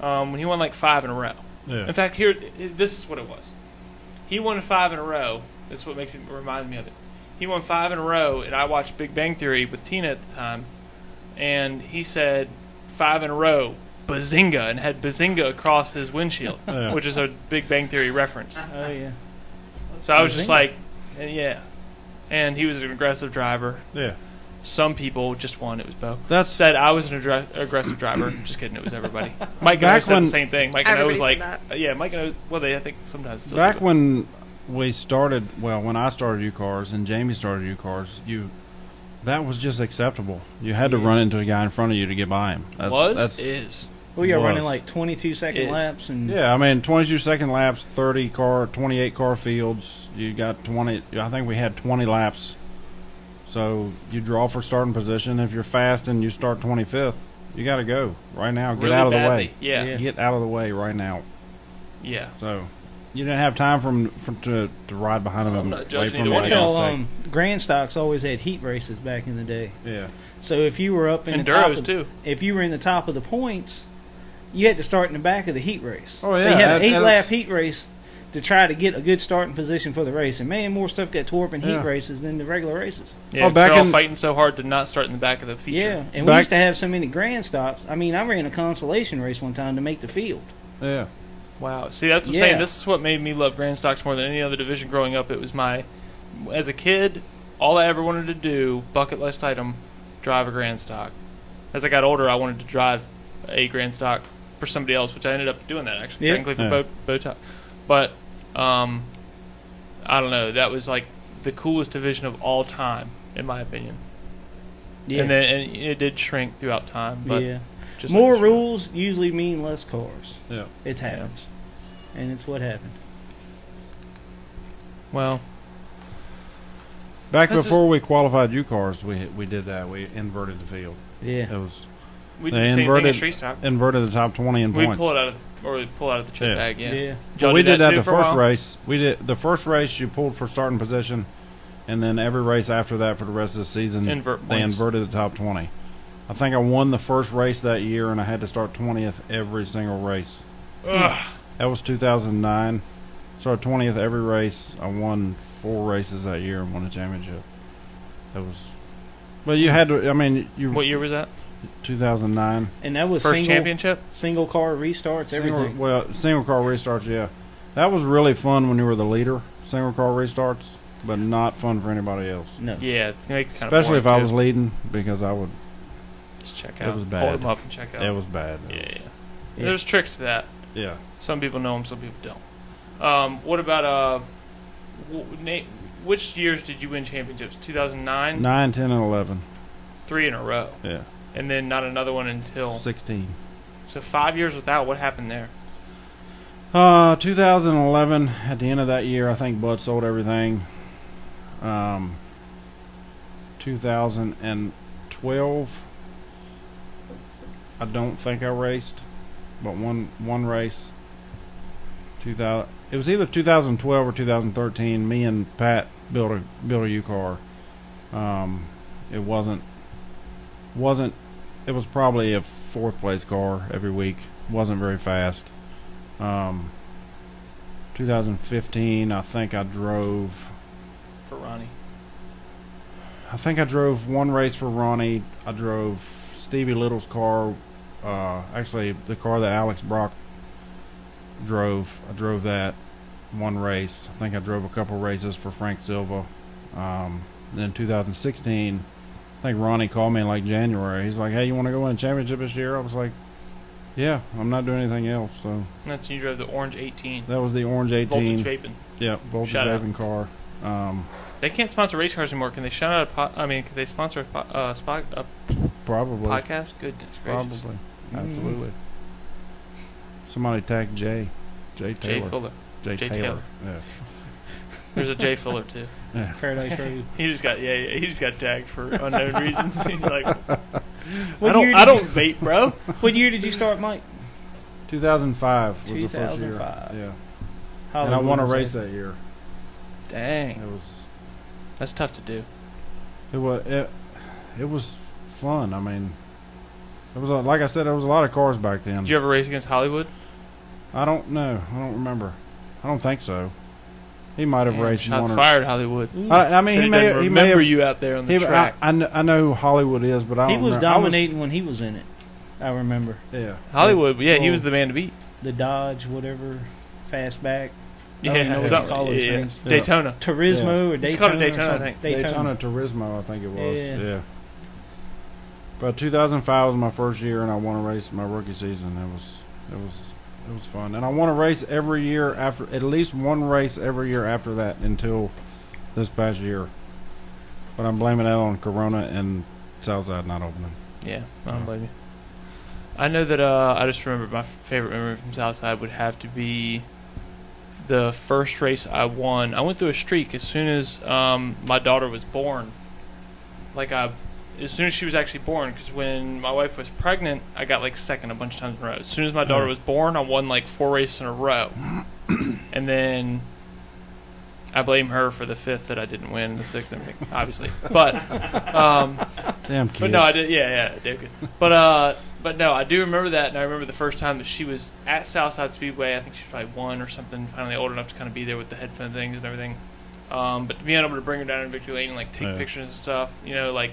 [SPEAKER 1] um, when he won like five in a row.
[SPEAKER 2] Yeah.
[SPEAKER 1] In fact, here this is what it was. He won five in a row. That's what makes it remind me of it. He won five in a row, and I watched Big Bang Theory with Tina at the time, and he said five in a row, bazinga, and had bazinga across his windshield,
[SPEAKER 2] Yeah.
[SPEAKER 1] which is a Big Bang Theory reference.
[SPEAKER 3] Oh yeah.
[SPEAKER 5] What
[SPEAKER 1] So I was
[SPEAKER 3] I've
[SPEAKER 1] just
[SPEAKER 3] seen it.
[SPEAKER 1] like, eh, yeah. And he was an aggressive driver.
[SPEAKER 2] Yeah.
[SPEAKER 1] Some people just one. It was Bo.
[SPEAKER 2] That's
[SPEAKER 1] Said I was an aggre- aggressive driver. Just kidding. It was everybody. Mike and I
[SPEAKER 2] Back
[SPEAKER 1] said
[SPEAKER 2] when-
[SPEAKER 1] the same thing. Mike and I was
[SPEAKER 8] Everybody
[SPEAKER 1] like,
[SPEAKER 8] said
[SPEAKER 1] uh, yeah. Mike and I. Well, they I think sometimes still do
[SPEAKER 2] back
[SPEAKER 1] it.
[SPEAKER 2] when we started well when i started u cars and jamie started u cars you that was just acceptable you had to run into a guy in front of you to get by him That's-
[SPEAKER 1] Mm-hmm. was
[SPEAKER 2] that's-
[SPEAKER 1] is
[SPEAKER 3] We are
[SPEAKER 2] Was.
[SPEAKER 3] running like 22 second
[SPEAKER 1] Is.
[SPEAKER 3] laps and
[SPEAKER 2] yeah i mean 22 second laps 30 car 28 car fields you got 20 i think we had 20 laps so you draw for starting position if you're fast and you start 25th you got to go right now get
[SPEAKER 1] really
[SPEAKER 2] out of
[SPEAKER 1] badly.
[SPEAKER 2] the way
[SPEAKER 1] Yeah. yeah,
[SPEAKER 3] Yeah.
[SPEAKER 2] get out of the way right now So you didn't have time for him for, to to ride behind him.
[SPEAKER 1] I'm
[SPEAKER 2] and
[SPEAKER 1] not
[SPEAKER 2] wait
[SPEAKER 1] judging
[SPEAKER 2] for him
[SPEAKER 1] either
[SPEAKER 2] to
[SPEAKER 1] way.
[SPEAKER 2] make a
[SPEAKER 3] Until
[SPEAKER 2] mistake.
[SPEAKER 3] um, Grand Stocks always had heat races back in the day.
[SPEAKER 2] yeah,
[SPEAKER 3] So if you were up in the top
[SPEAKER 1] Enduros
[SPEAKER 3] of,
[SPEAKER 1] too.
[SPEAKER 3] if you were in the top of the points, you had to start in the back of the heat race.
[SPEAKER 2] Oh,
[SPEAKER 3] so
[SPEAKER 2] yeah,
[SPEAKER 3] you had
[SPEAKER 2] that-
[SPEAKER 3] an eight
[SPEAKER 2] that's-
[SPEAKER 3] lap heat race to try to get a good starting position for the race. And man, more stuff got tore up in heat
[SPEAKER 2] Yeah.
[SPEAKER 3] races than the regular races.
[SPEAKER 1] Yeah,
[SPEAKER 2] Oh, back
[SPEAKER 1] they're all
[SPEAKER 2] in-
[SPEAKER 1] fighting so hard to not start in the back of the feature.
[SPEAKER 3] Yeah, and we
[SPEAKER 2] Back-
[SPEAKER 3] used to have so many grand stops. I mean, I ran a consolation race one time to make the field.
[SPEAKER 2] yeah.
[SPEAKER 1] Wow. See, that's what I'm
[SPEAKER 3] Yeah.
[SPEAKER 1] saying. This is what made me love Grand Stocks more than any other division growing up. It was my, as a kid, all I ever wanted to do, bucket list item, drive a Grand Stock. As I got older, I wanted to drive a Grand Stock for somebody else, which I ended up doing that actually,
[SPEAKER 3] Yeah.
[SPEAKER 1] frankly, for
[SPEAKER 2] Yeah.
[SPEAKER 1] Bo Botox. But, um, I don't know. That was like the coolest division of all time, in my opinion.
[SPEAKER 3] Yeah,
[SPEAKER 1] And then and it did shrink throughout time, but
[SPEAKER 3] yeah.
[SPEAKER 1] just
[SPEAKER 3] More
[SPEAKER 1] understand.
[SPEAKER 3] rules usually mean less cars.
[SPEAKER 2] Yeah.
[SPEAKER 3] It happens, and it's what happened.
[SPEAKER 1] Well,
[SPEAKER 2] Back
[SPEAKER 1] This is-
[SPEAKER 2] before we qualified U cars, we we did that. We inverted the field.
[SPEAKER 3] Yeah.
[SPEAKER 2] It was
[SPEAKER 1] we
[SPEAKER 2] They
[SPEAKER 1] did the same thing
[SPEAKER 2] inverted-
[SPEAKER 1] at Street Stock.
[SPEAKER 2] inverted the top twenty in
[SPEAKER 1] We
[SPEAKER 2] points.
[SPEAKER 1] pull it out of, or we pull it out of the chip
[SPEAKER 2] Yeah.
[SPEAKER 1] bag.
[SPEAKER 3] Yeah.
[SPEAKER 1] Y'all
[SPEAKER 2] we
[SPEAKER 1] did
[SPEAKER 2] did
[SPEAKER 1] that
[SPEAKER 2] that,
[SPEAKER 1] too
[SPEAKER 2] the
[SPEAKER 1] for a
[SPEAKER 2] first
[SPEAKER 1] while?
[SPEAKER 2] race. We did the first race. You pulled for starting position, and then every race after that for the rest of the season,
[SPEAKER 1] Invert
[SPEAKER 2] they
[SPEAKER 1] points.
[SPEAKER 2] inverted the top twenty. I think I won the first race that year, and I had to start twentieth every single race.
[SPEAKER 1] Ugh.
[SPEAKER 2] That was 2009. Started 20th every race. I won four races that year and won a championship. That was. Well, you had to. I mean, you.
[SPEAKER 1] What year was that?
[SPEAKER 2] 2009.
[SPEAKER 3] And that was
[SPEAKER 1] First
[SPEAKER 3] single
[SPEAKER 1] championship?
[SPEAKER 3] single car restarts, everything.
[SPEAKER 2] Single, well, single car restarts. Yeah, that was really fun when you were the leader. Single car restarts, but not fun for anybody else.
[SPEAKER 3] No.
[SPEAKER 1] Yeah, it makes kind
[SPEAKER 2] Especially
[SPEAKER 1] of
[SPEAKER 2] if I was leading, because I would.
[SPEAKER 1] Just check
[SPEAKER 2] it
[SPEAKER 1] out.
[SPEAKER 2] was
[SPEAKER 1] Pull
[SPEAKER 2] bad.
[SPEAKER 1] them up and check out.
[SPEAKER 2] It was bad.
[SPEAKER 1] yeah, yeah.
[SPEAKER 3] Yeah.
[SPEAKER 1] There's tricks to that.
[SPEAKER 2] Yeah.
[SPEAKER 1] Some people know them, some people don't. Um, what about uh, wh- na- which years did you win championships? 2009,
[SPEAKER 2] Nine, ten, and eleven.
[SPEAKER 1] three in a row,
[SPEAKER 2] Yeah.
[SPEAKER 1] and then not another one until
[SPEAKER 2] Sixteen.
[SPEAKER 1] so five years without. What happened there?
[SPEAKER 2] Uh, 2011. At the end of that year, I think Bud sold everything. Um, 2012. I don't think I raced, but one one race. 2000. It was either 2012 or 2013. Me and Pat built a built a U car. Um, it wasn't wasn't. It was probably a fourth place car every week. wasn't very fast. Um, 2015, I think I drove.
[SPEAKER 1] For Ronnie,
[SPEAKER 2] I think I drove one race for Ronnie. I drove Stevie Little's car. Uh, actually, the car that Alex Brock drove. I drove that one race. I think I drove a couple races for Frank Silva. Um, then 2016, I think Ronnie called me in like January. He's like, "Hey, you want to go win a championship this year?" I was like, "Yeah, I'm not doing anything else." So
[SPEAKER 1] And that's when you drove the orange 18,
[SPEAKER 2] that was the Orange 18.
[SPEAKER 1] Voltage Vaping.
[SPEAKER 2] Yeah,
[SPEAKER 1] Shout out.
[SPEAKER 2] Volkswagen car. Um,
[SPEAKER 1] They can't sponsor race cars anymore. Can they shout out? A po- I mean, can they sponsor a, po- uh, spot, a
[SPEAKER 2] probably,
[SPEAKER 1] podcast? Goodness gracious.
[SPEAKER 2] probably, absolutely. Somebody tagged Jay, Jay
[SPEAKER 1] Jay
[SPEAKER 2] Taylor,
[SPEAKER 1] Fuller.
[SPEAKER 2] Jay,
[SPEAKER 1] Jay
[SPEAKER 2] Taylor.
[SPEAKER 1] There's a Jay Fuller too.
[SPEAKER 3] Paradise Road.
[SPEAKER 1] He just got yeah, yeah he just got tagged for unknown reasons. He's like, I
[SPEAKER 3] What year
[SPEAKER 1] don't
[SPEAKER 3] did
[SPEAKER 1] I
[SPEAKER 3] you-
[SPEAKER 1] don't vape, bro.
[SPEAKER 3] What year did you start, Mike?
[SPEAKER 2] Yeah, 2005 was the first year.
[SPEAKER 3] 2005.
[SPEAKER 2] Yeah,
[SPEAKER 3] How
[SPEAKER 2] and I
[SPEAKER 3] old
[SPEAKER 2] won a
[SPEAKER 3] was
[SPEAKER 2] race
[SPEAKER 3] I?
[SPEAKER 2] that year. It
[SPEAKER 1] Dang,
[SPEAKER 2] was,
[SPEAKER 1] that's tough to
[SPEAKER 2] Mm.
[SPEAKER 1] do.
[SPEAKER 2] it was, it, it was fun. I mean, it was a, like I said, there was a lot of cars back then.
[SPEAKER 1] Did you ever race against Hollywood?
[SPEAKER 2] I don't know. I don't remember. I don't think so. He might have
[SPEAKER 1] Damn,
[SPEAKER 2] raced
[SPEAKER 1] shots
[SPEAKER 2] one or.
[SPEAKER 1] fired, Hollywood.
[SPEAKER 2] I, I mean, he
[SPEAKER 1] Should've
[SPEAKER 2] may,
[SPEAKER 1] done
[SPEAKER 2] he may
[SPEAKER 1] remember
[SPEAKER 2] have
[SPEAKER 1] you out there on the
[SPEAKER 2] He, I,
[SPEAKER 1] track.
[SPEAKER 2] I, kn- I know Hollywood is, but I
[SPEAKER 3] He
[SPEAKER 2] don't
[SPEAKER 3] was
[SPEAKER 2] remember. I
[SPEAKER 3] dominating when he was in it. I remember
[SPEAKER 2] yeah,
[SPEAKER 1] Hollywood, yeah, he
[SPEAKER 3] Well-
[SPEAKER 1] was the man to beat.
[SPEAKER 3] the Dodge, whatever, fastback. I don't even know what
[SPEAKER 1] something-
[SPEAKER 3] you call those
[SPEAKER 1] yeah, yeah.
[SPEAKER 3] things.
[SPEAKER 2] Yeah.
[SPEAKER 1] Daytona.
[SPEAKER 3] Turismo or Daytona.
[SPEAKER 1] It's called a
[SPEAKER 3] or
[SPEAKER 1] Daytona, I
[SPEAKER 3] something.
[SPEAKER 1] think.
[SPEAKER 3] Daytona.
[SPEAKER 2] Daytona Turismo, I think it was.
[SPEAKER 3] Yeah.
[SPEAKER 2] Yeah. But 2005 was my first year, and I won a race my rookie season. It was it was it was fun, and I won a race every year after at least one race every year after that until this past year. But I'm blaming that on Corona and Southside not opening.
[SPEAKER 1] Yeah, I don't blame you. I know that uh, I just remember my f- favorite memory from Southside would have to be the first race I won. I went through a streak as soon as um, my daughter was born. Like I, as soon as she was actually born, because when my wife was pregnant, I got like second a bunch of times in a row. As soon as my daughter was born, I won like four races in a row, and then I blame her for the fifth that I didn't win, the sixth, and everything, obviously. But um,
[SPEAKER 2] Damn kids.
[SPEAKER 1] but no, I did. Yeah, yeah, I did. good. But uh, but no, I do remember that, and I remember the first time that she was at Southside Speedway. I think she was probably one or something. Finally, old enough to kind of be there with the headphone things and everything. Um, but being able to bring her down in victory lane and like take
[SPEAKER 2] Yeah.
[SPEAKER 1] pictures and stuff, you know, like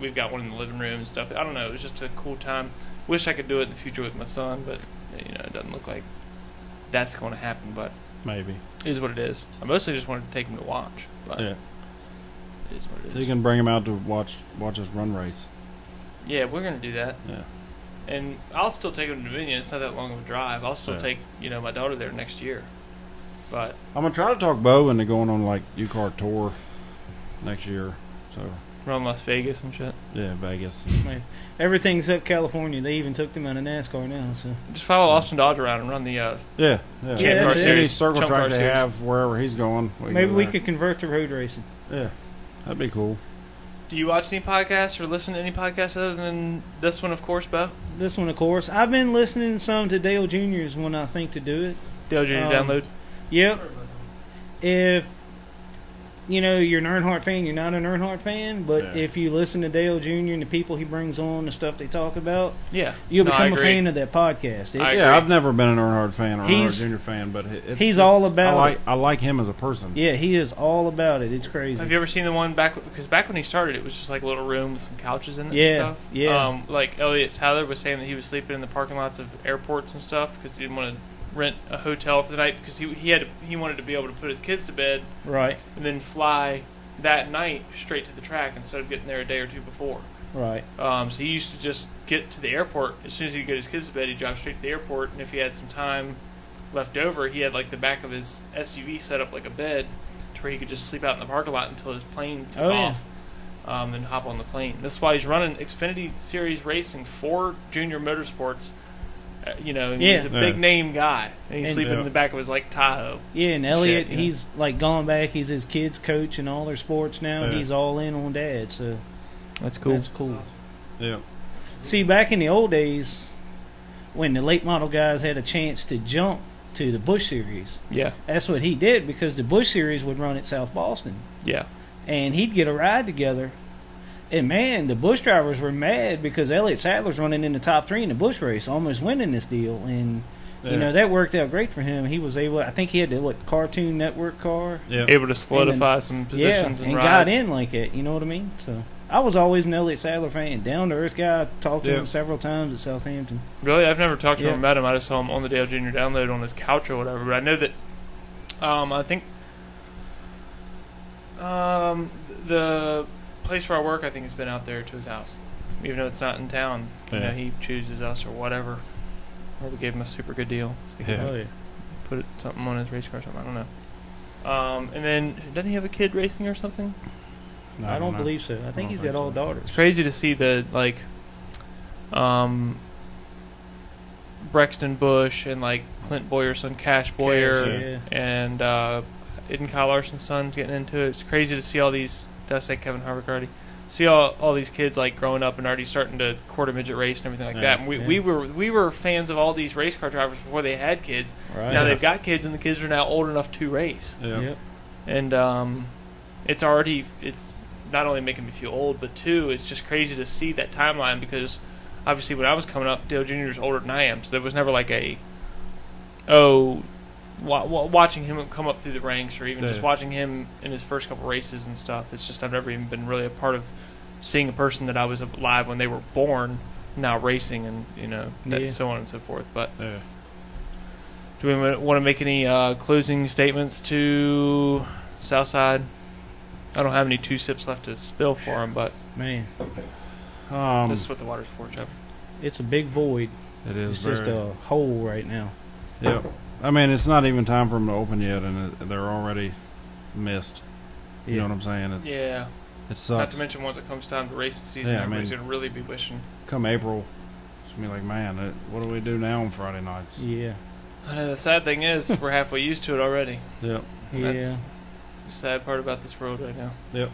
[SPEAKER 1] we've got one in the living room and stuff. I don't know. It was just a cool time. Wish I could do it in the future with my son, but you know, it doesn't look like that's going to happen. But
[SPEAKER 2] Maybe
[SPEAKER 1] it is what it is. I mostly just wanted to take him to watch. But
[SPEAKER 2] Yeah.
[SPEAKER 1] it is what it is.
[SPEAKER 2] you can bring him out to watch watch us run race.
[SPEAKER 1] Yeah, we're gonna do that.
[SPEAKER 2] Yeah.
[SPEAKER 1] And I'll still take them to Dominion. It's not that long of a drive. I'll still
[SPEAKER 2] Yeah.
[SPEAKER 1] take you know my daughter there next year. But
[SPEAKER 2] I'm gonna try to talk Bo into going on like UCar tour next year. So
[SPEAKER 1] run Las Vegas and shit.
[SPEAKER 2] yeah, Vegas.
[SPEAKER 3] Everything except California. They even took them out of NASCAR now. So
[SPEAKER 1] Just follow Austin Dodge around and run the. Uh,
[SPEAKER 2] Yeah, yeah.
[SPEAKER 3] Yeah, that's
[SPEAKER 2] any
[SPEAKER 3] it.
[SPEAKER 2] any circle
[SPEAKER 1] Jump car
[SPEAKER 2] track they
[SPEAKER 1] series.
[SPEAKER 2] have wherever he's going. we can
[SPEAKER 3] maybe
[SPEAKER 2] go
[SPEAKER 3] we
[SPEAKER 2] there.
[SPEAKER 3] could convert to road racing.
[SPEAKER 2] Yeah, that'd be cool.
[SPEAKER 1] do you watch any podcasts or listen to any podcasts other than this one, of course, Bo?
[SPEAKER 3] This one, of course. I've been listening some to Dale Jr.'s when I think to do it.
[SPEAKER 1] Dale Jr.
[SPEAKER 3] Um,
[SPEAKER 1] download.
[SPEAKER 3] Yep. If you know you're an Earnhardt fan, you're not an Earnhardt fan, but
[SPEAKER 2] Yeah.
[SPEAKER 3] if you listen to Dale Jr. and the people he brings on, the stuff they talk about,
[SPEAKER 1] Yeah.
[SPEAKER 3] you'll
[SPEAKER 1] No, I
[SPEAKER 3] become a
[SPEAKER 1] agree.
[SPEAKER 3] fan of that podcast. It's,
[SPEAKER 1] I
[SPEAKER 2] yeah,
[SPEAKER 1] agree.
[SPEAKER 2] I've never been an Earnhardt fan or
[SPEAKER 3] He's-
[SPEAKER 2] Earnhardt Jr. fan, but it- it's,
[SPEAKER 3] he's
[SPEAKER 2] it's-
[SPEAKER 3] all
[SPEAKER 2] I
[SPEAKER 3] about
[SPEAKER 2] like I like him as a person.
[SPEAKER 3] yeah, he is all about it. It's crazy.
[SPEAKER 1] Have you ever seen the one back? Because back when he started, it was just like a little room with some couches in it
[SPEAKER 3] Yeah,
[SPEAKER 1] and stuff.
[SPEAKER 3] yeah.
[SPEAKER 1] Um, like Elliot Sadler was saying that he was sleeping in the parking lots of airports and stuff because he didn't want to rent a hotel for the night because he he had to, he wanted to be able to put his kids to bed
[SPEAKER 3] right,
[SPEAKER 1] and then fly that night straight to the track instead of getting there a day or two before.
[SPEAKER 3] right.
[SPEAKER 1] Um, so he used to just get to the airport as soon as he'd get his kids to bed. He'd drive straight to the airport, and if he had some time left over, he had like the back of his SUV set up like a bed to where he could just sleep out in the parking lot until his plane took
[SPEAKER 3] Oh, yeah.
[SPEAKER 1] off. Um, and hop on the plane. That's why he's running Xfinity Series Racing for Junior Motorsports. Uh, you know, and he's a
[SPEAKER 2] Yeah.
[SPEAKER 1] big
[SPEAKER 2] Yeah.
[SPEAKER 1] name guy, and he's
[SPEAKER 3] And- uh,
[SPEAKER 1] sleeping
[SPEAKER 2] Yeah.
[SPEAKER 1] in the back of his like Tahoe.
[SPEAKER 3] Yeah, and Elliot,
[SPEAKER 1] yeah.
[SPEAKER 3] he's like gone back. He's his kids' coach in all their sports now.
[SPEAKER 2] Yeah.
[SPEAKER 3] He's all in on dad, so
[SPEAKER 1] That's
[SPEAKER 3] that's cool.
[SPEAKER 2] yeah.
[SPEAKER 3] See, back in the old days, when the late model guys had a chance to jump to the Bush Series,
[SPEAKER 1] Yeah,
[SPEAKER 3] that's what he did because the Bush Series would run at South Boston,
[SPEAKER 1] yeah.
[SPEAKER 3] and he'd get a ride together. And man, the Bush drivers were mad because Elliot Sadler's running in the top three in the Bush race, almost winning this deal. And
[SPEAKER 2] Yeah.
[SPEAKER 3] you know that worked out great for him. He was able, I think he had the what Cartoon Network car.
[SPEAKER 2] Yeah.
[SPEAKER 1] Able to solidify some positions
[SPEAKER 3] yeah,
[SPEAKER 1] and, rides.
[SPEAKER 3] got in like it. You know what I mean? So I was always an Elliot Sadler fan, down to earth guy. I Talked to
[SPEAKER 2] Yeah.
[SPEAKER 3] him several times at Southampton.
[SPEAKER 1] Really, I've never talked to
[SPEAKER 3] Yeah.
[SPEAKER 1] him about him. I just saw him on the Dale Jr. download on his couch or whatever. But I know that, um, I think, um, the place where I work, I think, has been out there to his house, even though it's not in town. You
[SPEAKER 2] Yeah.
[SPEAKER 1] know, he chooses us or whatever, or we gave him a super good deal. So he
[SPEAKER 2] Oh, Yeah.
[SPEAKER 1] could Put it, something on his race car or something. I don't know. Um, and then doesn't he have a kid racing or something?
[SPEAKER 2] No,
[SPEAKER 3] I, don't
[SPEAKER 2] know.
[SPEAKER 3] believe so. I think
[SPEAKER 2] don't
[SPEAKER 3] he's
[SPEAKER 2] think
[SPEAKER 3] got all
[SPEAKER 2] so.
[SPEAKER 3] daughters.
[SPEAKER 1] It's crazy to see the like, um, Brexton Bush and like Clint Boyer's son Cash Boyer
[SPEAKER 2] Cash,
[SPEAKER 3] yeah.
[SPEAKER 1] and uh, Eden Kyle Larson's son getting into it. It's crazy to see all these. Did I say Kevin Harvick already? See all, all these kids like growing up and already starting to quarter midget race and everything like
[SPEAKER 2] Yeah,
[SPEAKER 1] that. And we,
[SPEAKER 3] yeah.
[SPEAKER 1] we were we were fans of all these race car drivers before they had kids.
[SPEAKER 3] Right.
[SPEAKER 1] Now
[SPEAKER 2] Yeah.
[SPEAKER 1] they've got kids and the kids are now old enough to race
[SPEAKER 2] Yeah.
[SPEAKER 3] Yep.
[SPEAKER 1] and um, it's already it's not only making me feel old, but two, it's just crazy to see that timeline because obviously when I was coming up, Dale Jr. was older than I am, so there was never like a oh wa- wa- watching him come up through the ranks or even just
[SPEAKER 2] Yeah.
[SPEAKER 1] watching him in his first couple races and stuff. It's just I've never even been really a part of seeing a person that I was alive when they were born now racing and you know that
[SPEAKER 3] Yeah.
[SPEAKER 1] so on and so forth. But
[SPEAKER 2] Yeah.
[SPEAKER 1] Do we want to make any uh, closing statements to Southside? I don't have any two sips left to spill for him, but
[SPEAKER 3] Man,
[SPEAKER 2] Um,
[SPEAKER 1] this is what the water's for, Chuck.
[SPEAKER 3] it's a big void.
[SPEAKER 2] it is
[SPEAKER 3] It's just
[SPEAKER 2] very-
[SPEAKER 3] a hole right now.
[SPEAKER 2] Yep. I mean, it's not even time for them to open yet, and it, they're already missed. You know what I'm saying? It's,
[SPEAKER 1] Yeah. Not
[SPEAKER 2] It sucks.
[SPEAKER 1] to mention once it comes time to racing season,
[SPEAKER 2] Yeah, I
[SPEAKER 1] everybody's
[SPEAKER 2] mean-
[SPEAKER 1] gonna really be wishing.
[SPEAKER 2] Come April, it's gonna be like, man, it, what do we do now on Friday nights?
[SPEAKER 3] Yeah.
[SPEAKER 1] I know the sad thing is we're halfway used to it already.
[SPEAKER 2] Yep.
[SPEAKER 3] Yeah.
[SPEAKER 1] That's the sad part about this world right now.
[SPEAKER 3] Yep.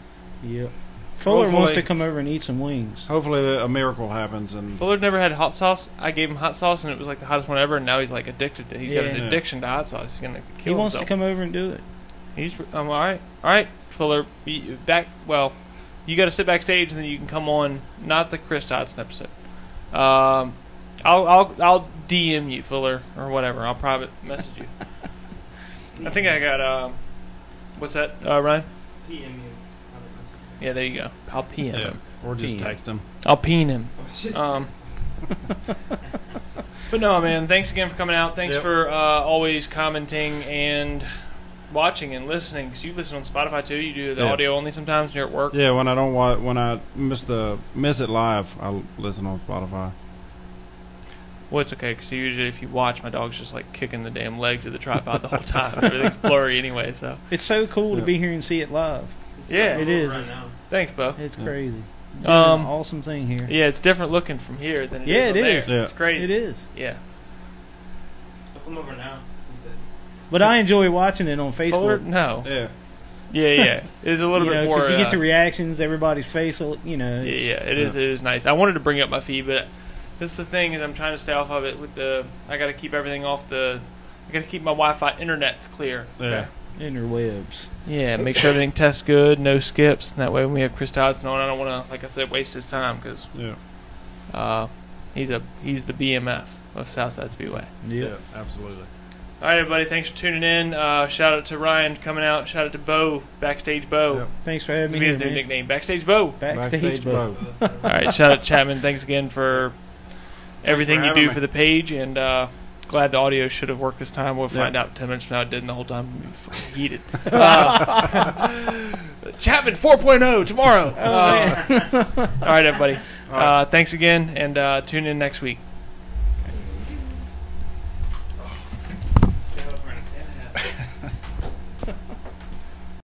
[SPEAKER 3] Fuller wants to
[SPEAKER 2] Hopefully-
[SPEAKER 3] come over and eat some wings.
[SPEAKER 2] Hopefully, the, a miracle happens, and
[SPEAKER 1] Fuller never had hot sauce. I gave him hot sauce, and it was like the hottest one ever. And now he's like addicted to. He's got an
[SPEAKER 2] Yeah.
[SPEAKER 1] addiction to hot sauce. He's gonna
[SPEAKER 3] He
[SPEAKER 1] kill
[SPEAKER 3] wants to
[SPEAKER 1] himself.
[SPEAKER 3] come over and do it.
[SPEAKER 1] He's um, all right. All right, Fuller, be back. Well, you got to sit backstage, and then you can come on. Not the Chris Dodson episode. Um, I'll I'll I'll DM you, Fuller, or whatever. I'll private message you. I think I got um, what's that, uh, Ryan?
[SPEAKER 5] PM you.
[SPEAKER 1] Yeah, there you go. I'll PM
[SPEAKER 2] yeah,
[SPEAKER 1] him.
[SPEAKER 2] or just
[SPEAKER 3] Yeah.
[SPEAKER 2] text him.
[SPEAKER 1] I'll peen him.
[SPEAKER 5] Just,
[SPEAKER 1] Um, but no, man. Thanks again for coming out. Thanks
[SPEAKER 2] Yep.
[SPEAKER 1] for uh, always commenting and watching and listening. Cause you listen on Spotify too. You do the
[SPEAKER 2] Yeah.
[SPEAKER 1] audio only sometimes. when You're at work.
[SPEAKER 2] Yeah, when I don't want, when I miss the miss it live, I listen on Spotify.
[SPEAKER 1] Well, it's okay because usually if you watch, my dog's just like kicking the damn leg to the tripod the whole time. Everything's blurry anyway. So
[SPEAKER 3] It's so cool to
[SPEAKER 2] Yeah.
[SPEAKER 3] be here and see it live.
[SPEAKER 5] it's
[SPEAKER 1] yeah,
[SPEAKER 5] not
[SPEAKER 1] it
[SPEAKER 5] over
[SPEAKER 3] is.
[SPEAKER 5] Right now.
[SPEAKER 1] thanks, Bo.
[SPEAKER 3] It's
[SPEAKER 2] Yeah.
[SPEAKER 3] crazy. Doing an
[SPEAKER 1] Um,
[SPEAKER 3] awesome thing here.
[SPEAKER 1] yeah, it's different looking from here than it is
[SPEAKER 3] Yeah, it
[SPEAKER 1] on there.
[SPEAKER 3] is.
[SPEAKER 2] Yeah.
[SPEAKER 1] It's crazy.
[SPEAKER 3] It is.
[SPEAKER 1] Yeah.
[SPEAKER 5] I'll come over now. He said.
[SPEAKER 3] But I enjoy watching it on Facebook.
[SPEAKER 1] Fuller? No.
[SPEAKER 2] Yeah,
[SPEAKER 1] Yeah, yeah. It's a little
[SPEAKER 3] you
[SPEAKER 1] bit
[SPEAKER 3] know,
[SPEAKER 1] more.
[SPEAKER 3] 'cause you get
[SPEAKER 1] uh,
[SPEAKER 3] the reactions, everybody's face, will, you know.
[SPEAKER 1] Yeah,
[SPEAKER 3] it's-
[SPEAKER 1] yeah, it is. It is nice. I wanted to bring up my feed, but this is the thing is I'm trying to stay off of it with the. I got to keep everything off the. I got to keep my Wi-Fi internet's clear.
[SPEAKER 2] yeah.
[SPEAKER 3] Interwebs.
[SPEAKER 1] Yeah. Make sure everything tests good, no skips. And that way, when we have Chris Dodson on, I don't want to, like I said, waste his time because
[SPEAKER 2] Yeah,
[SPEAKER 1] uh, he's a he's the BMF of Southside Speedway.
[SPEAKER 2] yeah, absolutely.
[SPEAKER 1] All right, everybody. Thanks for tuning in. Uh, shout out to Ryan coming out. Shout out to Bo, backstage
[SPEAKER 2] Yeah.
[SPEAKER 1] Bo.
[SPEAKER 3] Thanks for
[SPEAKER 1] That's
[SPEAKER 3] having me
[SPEAKER 1] his
[SPEAKER 3] here,
[SPEAKER 1] new
[SPEAKER 3] man.
[SPEAKER 1] nickname, backstage Bo.
[SPEAKER 3] Backstage,
[SPEAKER 2] Backstage
[SPEAKER 3] bro.
[SPEAKER 2] bro.
[SPEAKER 1] All right, shout out Chapman. Thanks again for everything
[SPEAKER 2] for
[SPEAKER 1] you
[SPEAKER 2] having
[SPEAKER 1] do
[SPEAKER 2] me.
[SPEAKER 1] for the page, and uh, glad the audio should have worked this time. We'll
[SPEAKER 2] Yeah.
[SPEAKER 1] find out ten minutes from now it didn't the whole time. We fucking heated. Uh, Chapman 4.0
[SPEAKER 2] Oh,
[SPEAKER 3] Oh,
[SPEAKER 1] tomorrow. Uh, all right, everybody. Uh, thanks again, and uh, tune in next week.